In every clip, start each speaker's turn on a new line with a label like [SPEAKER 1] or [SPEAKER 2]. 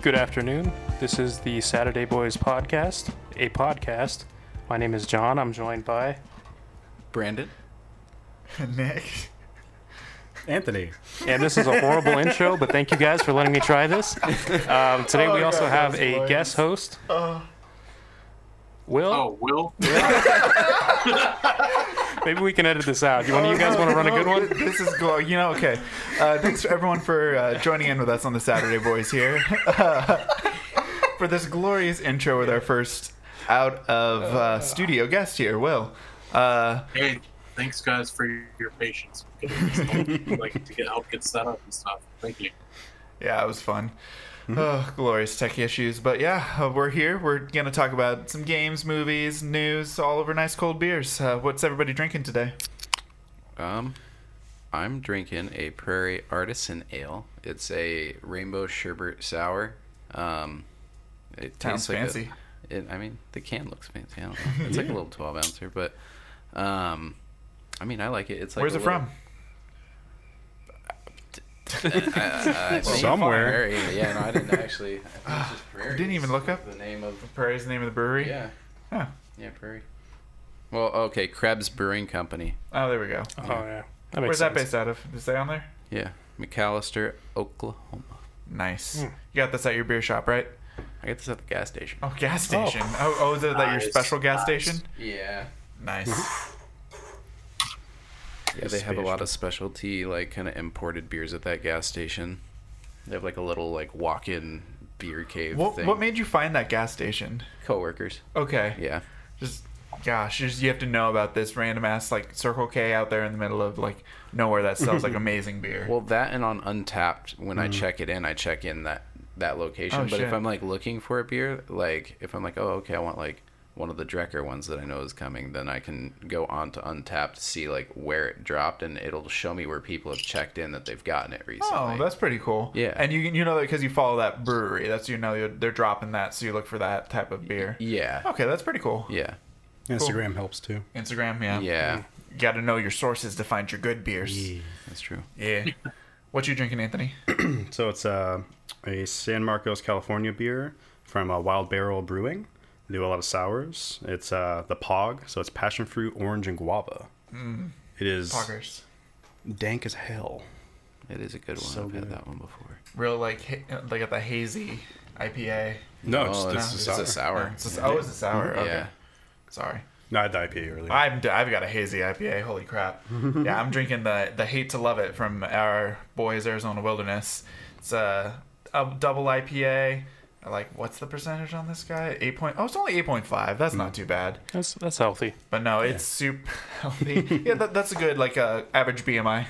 [SPEAKER 1] Good afternoon. This is the Saturday Boys podcast, a podcast. My name is John. I'm joined by
[SPEAKER 2] Brandon.
[SPEAKER 3] Nick.
[SPEAKER 4] Anthony.
[SPEAKER 1] and this is a horrible intro, but thank you guys for letting me try this. Um, today
[SPEAKER 3] Oh,
[SPEAKER 1] we
[SPEAKER 3] God,
[SPEAKER 1] also
[SPEAKER 3] that
[SPEAKER 1] have
[SPEAKER 3] was
[SPEAKER 1] a
[SPEAKER 3] hilarious.
[SPEAKER 1] guest host,
[SPEAKER 3] Oh,
[SPEAKER 1] Will.
[SPEAKER 5] Oh, Will?
[SPEAKER 1] Maybe we can edit this out. You, want, you guys want to run a good one?
[SPEAKER 3] Oh, This is cool. You know, okay. Uh, thanks for everyone for uh, joining in with us on the Saturday Boys here for this glorious intro with our first out of uh, studio guest here, Will. Uh,
[SPEAKER 5] Hey, thanks guys for your patience. like to get help get set up and stuff. Thank you.
[SPEAKER 3] yeah, it was fun.
[SPEAKER 2] Mm-hmm.
[SPEAKER 3] Oh, glorious tech issues. But yeah, uh, we're here. We're going to talk about some games, movies, news, all over nice cold beers. Uh, what's everybody drinking today?
[SPEAKER 2] Um, I'm drinking a Prairie Artisan Ale. It's a rainbow sherbet sour. Um, it
[SPEAKER 3] Sounds
[SPEAKER 2] tastes like a-
[SPEAKER 3] fancy.
[SPEAKER 2] it, I mean, the can looks fancy. I don't know. It's like a little 12 ouncer, but um, I mean, I like it. It's like
[SPEAKER 3] Where's
[SPEAKER 2] a
[SPEAKER 3] it from?
[SPEAKER 2] little- I think
[SPEAKER 4] Somewhere.
[SPEAKER 2] Prairie. Yeah, no, I didn't actually. I think it's just Prairie
[SPEAKER 3] Ah, didn't even
[SPEAKER 2] is
[SPEAKER 3] look up?
[SPEAKER 2] the name of.
[SPEAKER 3] Prairie's the name of the brewery.
[SPEAKER 2] Yeah,
[SPEAKER 3] Huh.
[SPEAKER 2] yeah, Prairie. Well, okay, Krebs Brewing Company.
[SPEAKER 3] Oh, there we go.
[SPEAKER 1] Oh, yeah. That makes
[SPEAKER 3] Where's that
[SPEAKER 1] sense.
[SPEAKER 3] based out of? Is that on there?
[SPEAKER 2] Yeah, McAllister, Oklahoma.
[SPEAKER 3] Nice.
[SPEAKER 1] Hmm.
[SPEAKER 3] You got this at your beer shop, right?
[SPEAKER 2] I got this at the gas station.
[SPEAKER 3] Oh, gas station. Oh, oh, is it like your
[SPEAKER 5] Nice,
[SPEAKER 3] special gas
[SPEAKER 5] nice.
[SPEAKER 3] station?
[SPEAKER 2] Yeah.
[SPEAKER 3] Nice.
[SPEAKER 2] Yeah, they have a lot of specialty, like kind of imported beers at that gas station. They have like a little like walk-in beer cave
[SPEAKER 3] what
[SPEAKER 2] thing.
[SPEAKER 3] what made you find that gas station?
[SPEAKER 2] coworkers?
[SPEAKER 3] Okay.
[SPEAKER 2] Yeah,
[SPEAKER 3] Just gosh, you just you have to know about this random ass like Circle K out there in the middle of like nowhere that sells like amazing beer.
[SPEAKER 2] well, that and on Untapped, when I check it in, I check in that that location.
[SPEAKER 3] Oh,
[SPEAKER 2] but
[SPEAKER 3] shit.
[SPEAKER 2] if I'm like looking for a beer, like if I'm like, oh, okay, I want like one of the Drecker ones that I know is coming, then I can go on to Untapped to see like where it dropped, and it'll show me where people have checked in that they've gotten it recently.
[SPEAKER 3] Oh, that's pretty cool.
[SPEAKER 2] Yeah.
[SPEAKER 3] and you you know that because you follow that brewery. That's you know you're, they're dropping that, so you look for that type of beer.
[SPEAKER 2] yeah,
[SPEAKER 3] Okay, that's pretty cool.
[SPEAKER 2] yeah,
[SPEAKER 4] Instagram helps too.
[SPEAKER 3] Instagram, yeah.
[SPEAKER 2] yeah.
[SPEAKER 3] You got to know your sources to find your good beers.
[SPEAKER 2] That's true.
[SPEAKER 3] Yeah. what you drinking, Anthony?
[SPEAKER 4] So it's uh, a San Marcos, California beer from uh, Wild Barrel Brewing. They do a lot of sours. It's uh, the Pog, so it's passion fruit, orange, and guava. It is
[SPEAKER 3] Poggers.
[SPEAKER 4] dank as hell.
[SPEAKER 2] It is a good one.
[SPEAKER 4] So
[SPEAKER 2] I've
[SPEAKER 4] good.
[SPEAKER 2] had that one before.
[SPEAKER 3] real like ha- like at the hazy IPA.
[SPEAKER 4] No,
[SPEAKER 2] Oh,
[SPEAKER 4] it's,
[SPEAKER 2] it's,
[SPEAKER 4] it's,
[SPEAKER 2] it's
[SPEAKER 4] sour.
[SPEAKER 2] a sour.
[SPEAKER 3] It's just, oh, it's a sour.
[SPEAKER 5] Mm-hmm.
[SPEAKER 3] Okay.
[SPEAKER 2] Yeah.
[SPEAKER 3] Sorry.
[SPEAKER 4] No, I had the IPA earlier.
[SPEAKER 3] I'm d- I've got a hazy IPA. Holy crap! yeah, I'm drinking the the hate to love it from our boys Arizona Wilderness. It's a, a double IPA. I Like, what's the percentage on this guy? Eight point. Oh, it's only eight point five. That's not too bad.
[SPEAKER 1] That's, that's healthy.
[SPEAKER 3] But no, it's super healthy. yeah, that, that's a good like uh, average BMI.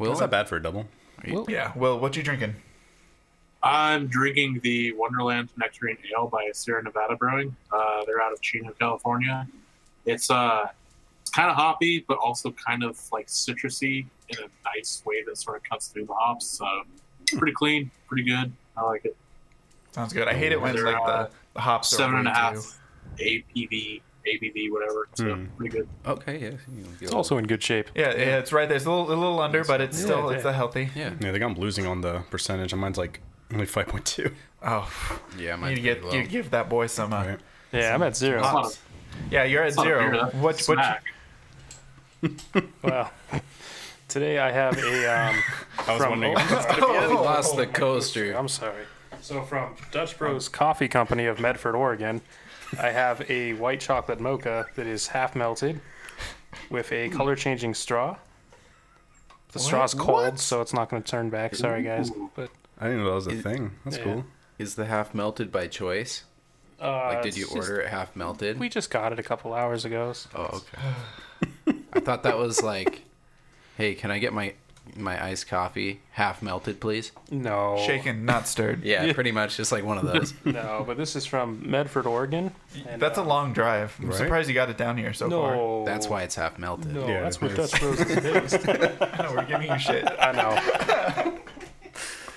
[SPEAKER 2] Will,
[SPEAKER 4] That's not bad for a double.
[SPEAKER 3] Yeah. Will, what you drinking?
[SPEAKER 5] I'm drinking the Wonderland Nectarine Ale by Sierra Nevada Brewing. Uh, they're out of Chino, California. It's uh it's kind of hoppy, but also kind of like citrusy in a nice way that sort of cuts through the hops. So pretty clean, pretty good. I like it.
[SPEAKER 3] Sounds good. I hate it when like the, the hops are
[SPEAKER 5] Seven and
[SPEAKER 3] way
[SPEAKER 5] a half
[SPEAKER 3] too-
[SPEAKER 5] APV, ABV, whatever. So
[SPEAKER 4] Mm.
[SPEAKER 5] pretty good.
[SPEAKER 2] Okay, yeah. you can get
[SPEAKER 1] It's
[SPEAKER 2] a
[SPEAKER 1] also in good shape.
[SPEAKER 3] Yeah, yeah, it's right there. It's a little, a little under, but it's
[SPEAKER 1] Yeah,
[SPEAKER 3] still
[SPEAKER 1] yeah.
[SPEAKER 3] it's a healthy.
[SPEAKER 2] little- Yeah.
[SPEAKER 4] Yeah, I think I'm losing on the percentage. and Mine's like only 5.2.
[SPEAKER 3] Oh,
[SPEAKER 2] Yeah,
[SPEAKER 3] you
[SPEAKER 2] mine's
[SPEAKER 3] need to get
[SPEAKER 2] pretty
[SPEAKER 3] you
[SPEAKER 2] low.
[SPEAKER 3] give that boy some. Uh,
[SPEAKER 4] Right.
[SPEAKER 1] Yeah, I'm at
[SPEAKER 5] It's
[SPEAKER 1] zero.
[SPEAKER 5] not a- it's
[SPEAKER 3] Yeah, you're at
[SPEAKER 5] not a beer,
[SPEAKER 3] zero.
[SPEAKER 5] that's
[SPEAKER 3] What
[SPEAKER 5] a
[SPEAKER 3] what you,
[SPEAKER 5] snack.
[SPEAKER 1] Wow. Today I have a. Um,
[SPEAKER 4] I was
[SPEAKER 1] From
[SPEAKER 4] wondering.
[SPEAKER 2] Yeah,
[SPEAKER 3] Oh.
[SPEAKER 2] we lost the coaster.
[SPEAKER 1] I'm sorry. So from Dutch Bros Coffee Company of Medford, Oregon, I have a white chocolate mocha that is half melted with a color changing straw. The straw's cold,
[SPEAKER 3] What?
[SPEAKER 1] so it's not going to turn back. Sorry, guys.
[SPEAKER 5] Ooh.
[SPEAKER 1] But
[SPEAKER 4] I didn't know that was a thing. That's
[SPEAKER 1] Yeah.
[SPEAKER 4] cool.
[SPEAKER 2] Is the half melted by choice?
[SPEAKER 1] uh,
[SPEAKER 2] Like, did you
[SPEAKER 1] it's just-
[SPEAKER 2] order it half melted?
[SPEAKER 1] we just got it a couple hours ago. so-
[SPEAKER 2] Oh, okay. I thought that was like, hey, can I get my my iced coffee half melted, please?
[SPEAKER 1] No,
[SPEAKER 3] shaken, not stirred.
[SPEAKER 2] Yeah, pretty much just like one of those.
[SPEAKER 1] No, but this is from Medford, Oregon. and,
[SPEAKER 3] That's a
[SPEAKER 1] uh,
[SPEAKER 3] long drive. I'm
[SPEAKER 4] Right?
[SPEAKER 3] surprised you got it down here so far.
[SPEAKER 1] no.
[SPEAKER 2] That's why it's half melted.
[SPEAKER 1] No,
[SPEAKER 4] Yeah,
[SPEAKER 1] that's what
[SPEAKER 4] it's-
[SPEAKER 1] Dutch Bros is based.
[SPEAKER 3] I know, we're giving you shit.
[SPEAKER 1] I know.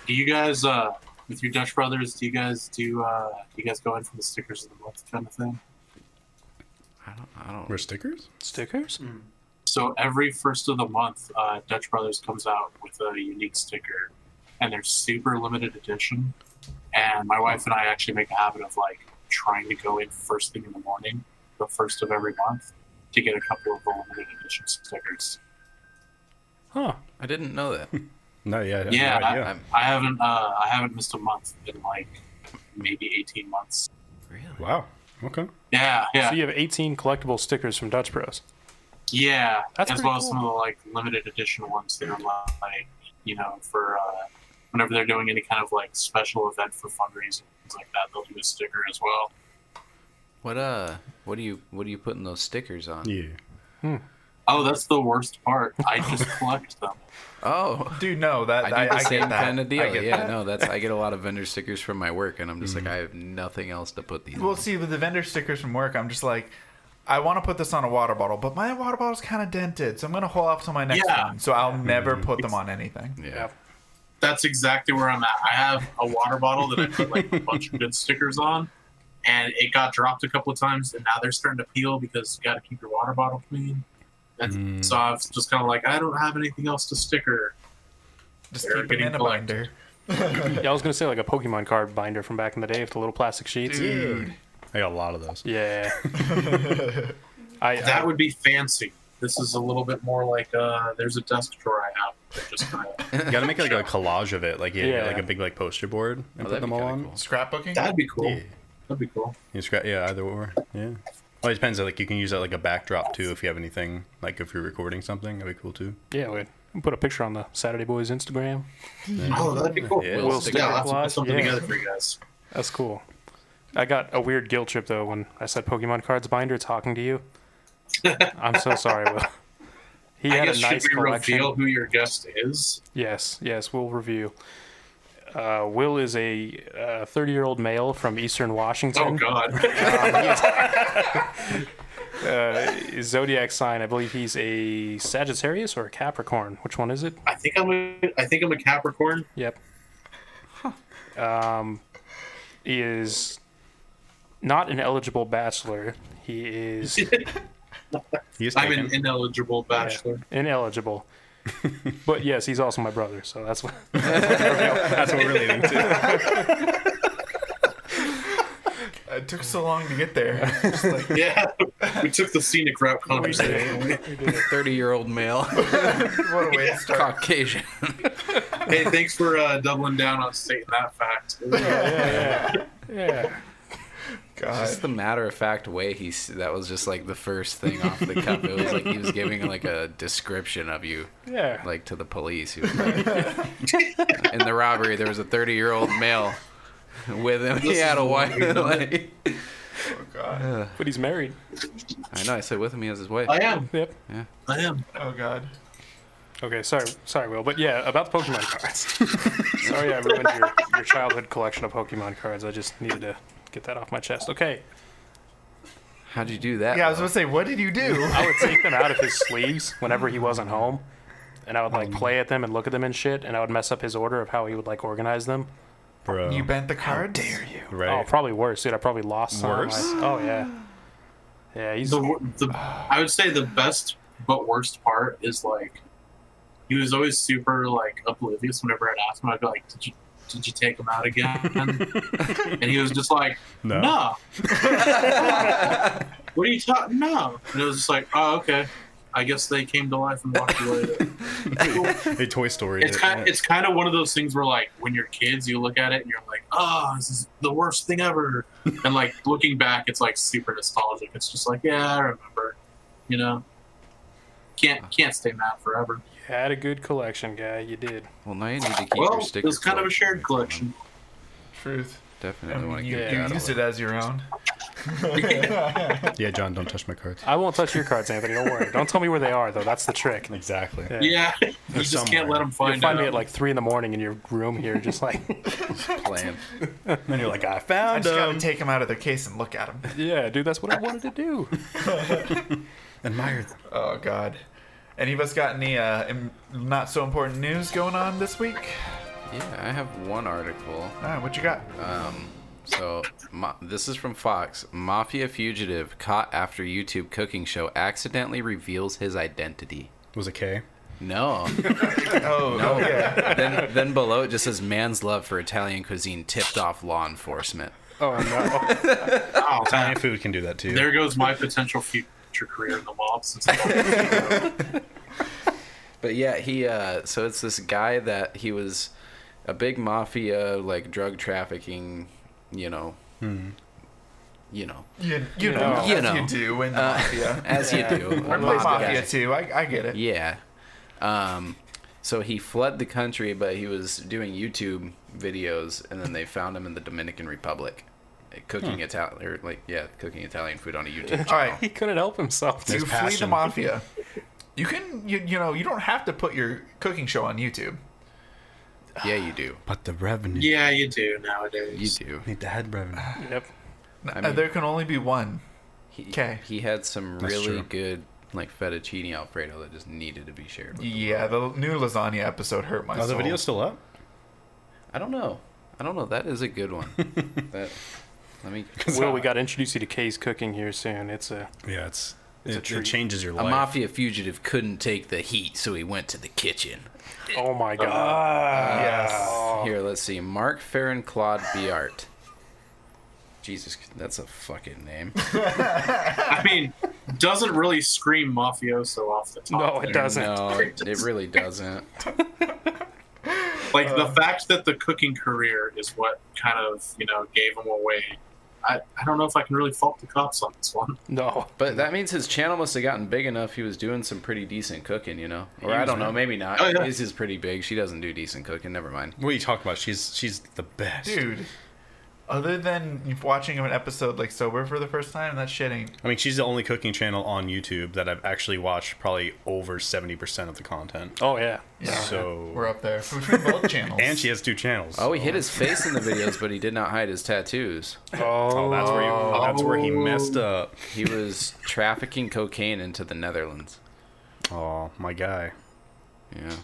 [SPEAKER 5] Do you guys, uh, with your Dutch brothers, do you guys do, uh, do you guys go in for the stickers of the month kind of thing?
[SPEAKER 2] I don't. I don't.
[SPEAKER 4] We're stickers?
[SPEAKER 1] Stickers?
[SPEAKER 5] So every first of the month, uh, Dutch Brothers comes out with a unique sticker, and they're super limited edition. And my wife and I actually make a habit of like trying to go in first thing in the morning, the first of every month, to get a couple of the limited edition stickers.
[SPEAKER 1] Huh.
[SPEAKER 2] I didn't know that.
[SPEAKER 4] No, yeah, I have
[SPEAKER 5] Yeah,
[SPEAKER 4] no idea.
[SPEAKER 2] I'm,
[SPEAKER 5] I haven't uh, I haven't missed a month in like maybe eighteen months.
[SPEAKER 2] really?
[SPEAKER 4] wow. Okay.
[SPEAKER 5] Yeah, yeah,
[SPEAKER 1] So you have 18 collectible stickers from Dutch Bros.
[SPEAKER 5] yeah.
[SPEAKER 1] That's
[SPEAKER 5] as
[SPEAKER 1] pretty
[SPEAKER 5] well as
[SPEAKER 1] cool.
[SPEAKER 5] some of the like limited edition ones that are like you know for uh, whenever they're doing any kind of like special event for fundraising things like that, they'll do a sticker as well.
[SPEAKER 2] What uh? What do you what are you putting those stickers on?
[SPEAKER 4] Yeah.
[SPEAKER 5] Oh, that's the worst part. I just collect them.
[SPEAKER 2] Oh,
[SPEAKER 3] Dude, no, that
[SPEAKER 2] I do
[SPEAKER 3] I,
[SPEAKER 2] the
[SPEAKER 3] I
[SPEAKER 2] same
[SPEAKER 3] get that.
[SPEAKER 2] kind of
[SPEAKER 3] I
[SPEAKER 2] deal.
[SPEAKER 3] get
[SPEAKER 2] Yeah,
[SPEAKER 3] that.
[SPEAKER 2] no, that's I get a lot of vendor stickers from my work, and I'm just
[SPEAKER 4] Mm-hmm.
[SPEAKER 2] like I have nothing else to put these.
[SPEAKER 3] Well,
[SPEAKER 2] on.
[SPEAKER 3] see, with the vendor stickers from work, I'm just like, I want to put this on a water bottle, but my water bottle's kind of dented, so I'm gonna hold off till my next
[SPEAKER 5] Yeah.
[SPEAKER 3] one. So I'll never put them on anything.
[SPEAKER 2] Yeah.
[SPEAKER 5] that's exactly where I'm at. I have a water bottle that I put like a bunch of good stickers on, and it got dropped a couple of times, and now they're starting to peel because you got to keep your water bottle clean. And
[SPEAKER 1] Hmm.
[SPEAKER 5] so I was just kind of like, I don't have anything else to sticker.
[SPEAKER 3] Just
[SPEAKER 5] They're
[SPEAKER 3] keep them in
[SPEAKER 5] getting
[SPEAKER 3] a binder.
[SPEAKER 1] Yeah, I was gonna say like a Pokemon card binder from back in the day with the little plastic sheets.
[SPEAKER 3] Dude,
[SPEAKER 4] I got a lot of those.
[SPEAKER 1] Yeah. I, I
[SPEAKER 5] That would be fancy. This is a little bit more like uh, there's a desk drawer I have. That just kind of,
[SPEAKER 4] You gotta make like a collage of it, like yeah,
[SPEAKER 1] Yeah.
[SPEAKER 4] like a big like poster board and
[SPEAKER 2] Oh,
[SPEAKER 4] put
[SPEAKER 2] that'd
[SPEAKER 4] them
[SPEAKER 2] be
[SPEAKER 4] all
[SPEAKER 2] kinda
[SPEAKER 4] on.
[SPEAKER 2] cool.
[SPEAKER 3] scrapbooking.
[SPEAKER 5] that'd be cool.
[SPEAKER 4] Yeah.
[SPEAKER 5] That'd be cool.
[SPEAKER 4] You scrap, yeah, either or, yeah. Well, it depends. Like you can use it like a backdrop too if you have anything. Like if you're recording something, that'd be cool too.
[SPEAKER 1] yeah, we'd put a picture on the Saturday Boys Instagram.
[SPEAKER 5] Oh, that'd be cool.
[SPEAKER 2] Yeah,
[SPEAKER 5] Yeah,
[SPEAKER 2] we'll
[SPEAKER 5] we'll
[SPEAKER 2] stick
[SPEAKER 5] yeah,
[SPEAKER 1] it
[SPEAKER 5] I'll have to
[SPEAKER 1] live,
[SPEAKER 5] put something
[SPEAKER 1] yeah.
[SPEAKER 5] together for you guys.
[SPEAKER 1] That's cool. I got a weird guilt trip though when I said Pokemon cards binder talking to you. I'm so sorry, Will. He
[SPEAKER 5] I
[SPEAKER 1] had
[SPEAKER 5] guess
[SPEAKER 1] a nice
[SPEAKER 5] should we
[SPEAKER 1] collection.
[SPEAKER 5] reveal who your guest is?
[SPEAKER 1] Yes, yes, we'll review. Uh, Will is a 30 year old male from Eastern Washington.
[SPEAKER 5] Oh God.
[SPEAKER 1] His Uh, zodiac sign, I believe he's a Sagittarius or a Capricorn. Which one is it?
[SPEAKER 5] I think I'm a, I think I'm a Capricorn.
[SPEAKER 1] Yep. Um, he is not an eligible bachelor. He is
[SPEAKER 4] He's
[SPEAKER 5] I'm
[SPEAKER 4] taken.
[SPEAKER 5] an ineligible bachelor.
[SPEAKER 1] ineligible. but yes, he's also my brother, so that's what.
[SPEAKER 4] That's what we're relating to.
[SPEAKER 3] It took so long to get there. Just like,
[SPEAKER 5] Yeah, we took the scenic route conversation.
[SPEAKER 2] Thirty year old male,
[SPEAKER 3] what a way to start.
[SPEAKER 2] Caucasian.
[SPEAKER 5] hey, thanks for uh, doubling down on stating that fact.
[SPEAKER 1] Yeah.
[SPEAKER 3] God.
[SPEAKER 2] Just the matter of fact way he s- that was just like the first thing off the cuff. It was like he was giving like a description of you.
[SPEAKER 1] Yeah.
[SPEAKER 2] like to the police. He was like, in the robbery, there was a 30 year old male with him. He had a wife. like-
[SPEAKER 3] Oh, God.
[SPEAKER 1] but he's married.
[SPEAKER 2] I know. I said with him, he has his wife.
[SPEAKER 5] I am.
[SPEAKER 1] Yep.
[SPEAKER 5] I am.
[SPEAKER 3] Oh God.
[SPEAKER 1] Okay, sorry, sorry, Will, but yeah, about the Pokemon cards. sorry, I ruined your, your childhood collection of Pokemon cards. I just needed to get that off my chest. Okay,
[SPEAKER 2] How'd you do that?
[SPEAKER 3] Yeah, I was
[SPEAKER 2] though?
[SPEAKER 3] gonna say, what did you do?
[SPEAKER 1] I would take them out of his sleeves whenever he wasn't home, and I would like play at them and look at them and shit, and I would mess up his order of how he would like organize them.
[SPEAKER 4] Bro,
[SPEAKER 3] You bent the card. Oh. dare you?
[SPEAKER 1] Oh,
[SPEAKER 4] right?
[SPEAKER 1] probably worse, dude. I probably lost some. of my-
[SPEAKER 4] Worse?
[SPEAKER 1] oh yeah, yeah. He's
[SPEAKER 5] The, wor- the I would say the best but worst part is like he was always super like oblivious whenever I'd ask him. I'd be like, "Did you did you take him out again?" and he was just like,
[SPEAKER 4] no.
[SPEAKER 5] No. what are you talking? No. And it was just like, oh, okay. I guess they came to life and walked away.
[SPEAKER 4] They Toy Story.
[SPEAKER 5] it's
[SPEAKER 4] did
[SPEAKER 5] kind.
[SPEAKER 4] that.
[SPEAKER 5] Of, it's kind of one of those things where, like, when you're kids, you look at it and you're like, oh, this is the worst thing ever. And like looking back, it's like super nostalgic. It's just like, yeah, I remember. You know, can't can't stay mad forever.
[SPEAKER 1] had a good collection, guy. You did.
[SPEAKER 2] Well, now you need to keep
[SPEAKER 5] Well,
[SPEAKER 2] your
[SPEAKER 5] it
[SPEAKER 2] sticker.
[SPEAKER 5] was kind of a
[SPEAKER 2] collection
[SPEAKER 5] shared
[SPEAKER 2] with
[SPEAKER 5] collection.
[SPEAKER 3] Truth.
[SPEAKER 2] him.
[SPEAKER 3] I
[SPEAKER 2] Definitely want
[SPEAKER 3] mean,
[SPEAKER 2] to
[SPEAKER 3] you,
[SPEAKER 2] keep
[SPEAKER 1] get
[SPEAKER 3] you
[SPEAKER 1] out
[SPEAKER 2] that.
[SPEAKER 3] used it as your own.
[SPEAKER 4] yeah, John, don't touch my cards.
[SPEAKER 1] I won't touch your cards, Anthony. Don't worry. Don't tell me where they are, though. That's the trick.
[SPEAKER 4] Exactly.
[SPEAKER 5] Yeah, you just can't
[SPEAKER 4] somewhere.
[SPEAKER 5] let them
[SPEAKER 1] You'll
[SPEAKER 5] find,
[SPEAKER 1] find me
[SPEAKER 5] out.
[SPEAKER 1] at like three in the morning in your room here, just like
[SPEAKER 2] Plan.
[SPEAKER 4] And you're like, I
[SPEAKER 3] I
[SPEAKER 4] found
[SPEAKER 3] just gotta
[SPEAKER 4] them.
[SPEAKER 3] take them out of their case and look at them.
[SPEAKER 1] Yeah, dude, that's what I wanted to do.
[SPEAKER 4] Admire them.
[SPEAKER 3] Oh God. Any of us got any uh, im- not so important news going on this week?
[SPEAKER 2] Yeah, I have one article.
[SPEAKER 3] All right, what you got?
[SPEAKER 2] Um, So ma- this is from Fox. Mafia fugitive caught after YouTube cooking show accidentally reveals his identity.
[SPEAKER 4] Was it K?
[SPEAKER 2] No.
[SPEAKER 3] Oh,
[SPEAKER 2] No.
[SPEAKER 3] yeah.
[SPEAKER 2] then then below it just says man's love for Italian cuisine tipped off law enforcement.
[SPEAKER 1] Oh no!
[SPEAKER 5] Oh, man.
[SPEAKER 4] Italian food can do that too.
[SPEAKER 5] There goes my potential future career in the mob. Since I-
[SPEAKER 2] But yeah, he uh so it's this guy that he was a big mafia like drug trafficking, you know.
[SPEAKER 4] Hmm.
[SPEAKER 2] You know.
[SPEAKER 3] You, you know,
[SPEAKER 1] know.
[SPEAKER 3] as
[SPEAKER 2] You know.
[SPEAKER 3] you do in the
[SPEAKER 2] Uh,
[SPEAKER 3] mafia.
[SPEAKER 2] as you do.
[SPEAKER 3] I play
[SPEAKER 2] Mafia.
[SPEAKER 3] mafia too. I, I get it.
[SPEAKER 2] Yeah. Um, so he fled the country, but he was doing YouTube videos, and then they found him in the Dominican Republic, eh, cooking Italian, or like yeah, cooking Italian food on a YouTube channel.
[SPEAKER 3] All right,
[SPEAKER 1] he couldn't help himself.
[SPEAKER 3] to
[SPEAKER 1] Dude.
[SPEAKER 3] flee the
[SPEAKER 4] passion.
[SPEAKER 3] mafia. You can you, you know you don't have to put your cooking show on YouTube.
[SPEAKER 2] Yeah, you do.
[SPEAKER 4] But the revenue.
[SPEAKER 5] yeah, you do
[SPEAKER 2] You
[SPEAKER 5] nowadays.
[SPEAKER 2] do.
[SPEAKER 4] Need the head revenue.
[SPEAKER 1] Yep.
[SPEAKER 2] I
[SPEAKER 3] Uh,
[SPEAKER 2] mean-
[SPEAKER 3] there can only be one.
[SPEAKER 2] He-
[SPEAKER 3] 'Kay.
[SPEAKER 2] He had some
[SPEAKER 4] That's
[SPEAKER 2] really
[SPEAKER 4] true.
[SPEAKER 2] good like fettuccine alfredo that just needed to be shared. With
[SPEAKER 3] Yeah, the new lasagna episode hurt my
[SPEAKER 4] Are Oh, the
[SPEAKER 3] soul.
[SPEAKER 4] videos still up?
[SPEAKER 2] I don't know. I don't know. That is a good one. that. Let me.
[SPEAKER 1] Will, we got to introduce you to Kay's cooking here soon. It's a
[SPEAKER 4] Yeah, it's,
[SPEAKER 1] a
[SPEAKER 4] it,
[SPEAKER 1] treat.
[SPEAKER 4] it changes your
[SPEAKER 2] A
[SPEAKER 4] life.
[SPEAKER 2] mafia fugitive couldn't take the heat, so he went to the kitchen.
[SPEAKER 1] oh my god!
[SPEAKER 3] Yes.
[SPEAKER 2] Here, let's see. Mark Farron Claude Biart. Jesus, that's a fucking name.
[SPEAKER 5] I mean, doesn't really scream mafioso off the top.
[SPEAKER 1] No, it
[SPEAKER 5] there.
[SPEAKER 1] doesn't.
[SPEAKER 2] No, it it really doesn't.
[SPEAKER 5] Like the fact that the cooking career is what kind of you know gave him away. I, I don't know if I can really fault the cops on this one.
[SPEAKER 1] No,
[SPEAKER 2] But that means his channel must have gotten big enough. He was doing some pretty decent cooking, you know? Or
[SPEAKER 4] He
[SPEAKER 2] I
[SPEAKER 4] was
[SPEAKER 2] don't know,
[SPEAKER 4] doing-
[SPEAKER 2] maybe not.
[SPEAKER 5] Oh, yeah.
[SPEAKER 2] His is pretty big. She doesn't do decent cooking. Never mind.
[SPEAKER 4] What are you talking about? She's she's the best.
[SPEAKER 3] dude. Other than watching an episode like sober for the first time, that shit ain't.
[SPEAKER 4] I mean, she's the only cooking channel on YouTube that I've actually watched probably over seventy percent of the content.
[SPEAKER 1] Oh yeah.
[SPEAKER 3] Yeah,
[SPEAKER 4] So-
[SPEAKER 3] we're up there between both channels.
[SPEAKER 4] And she has two channels.
[SPEAKER 2] Oh, he hit his face in the videos, but he did not hide his tattoos.
[SPEAKER 4] Oh,
[SPEAKER 1] Oh,
[SPEAKER 4] that's where he, that's where he
[SPEAKER 5] Oh.
[SPEAKER 4] messed up.
[SPEAKER 2] He was trafficking cocaine into the Netherlands.
[SPEAKER 4] Oh, my guy.
[SPEAKER 2] Yeah.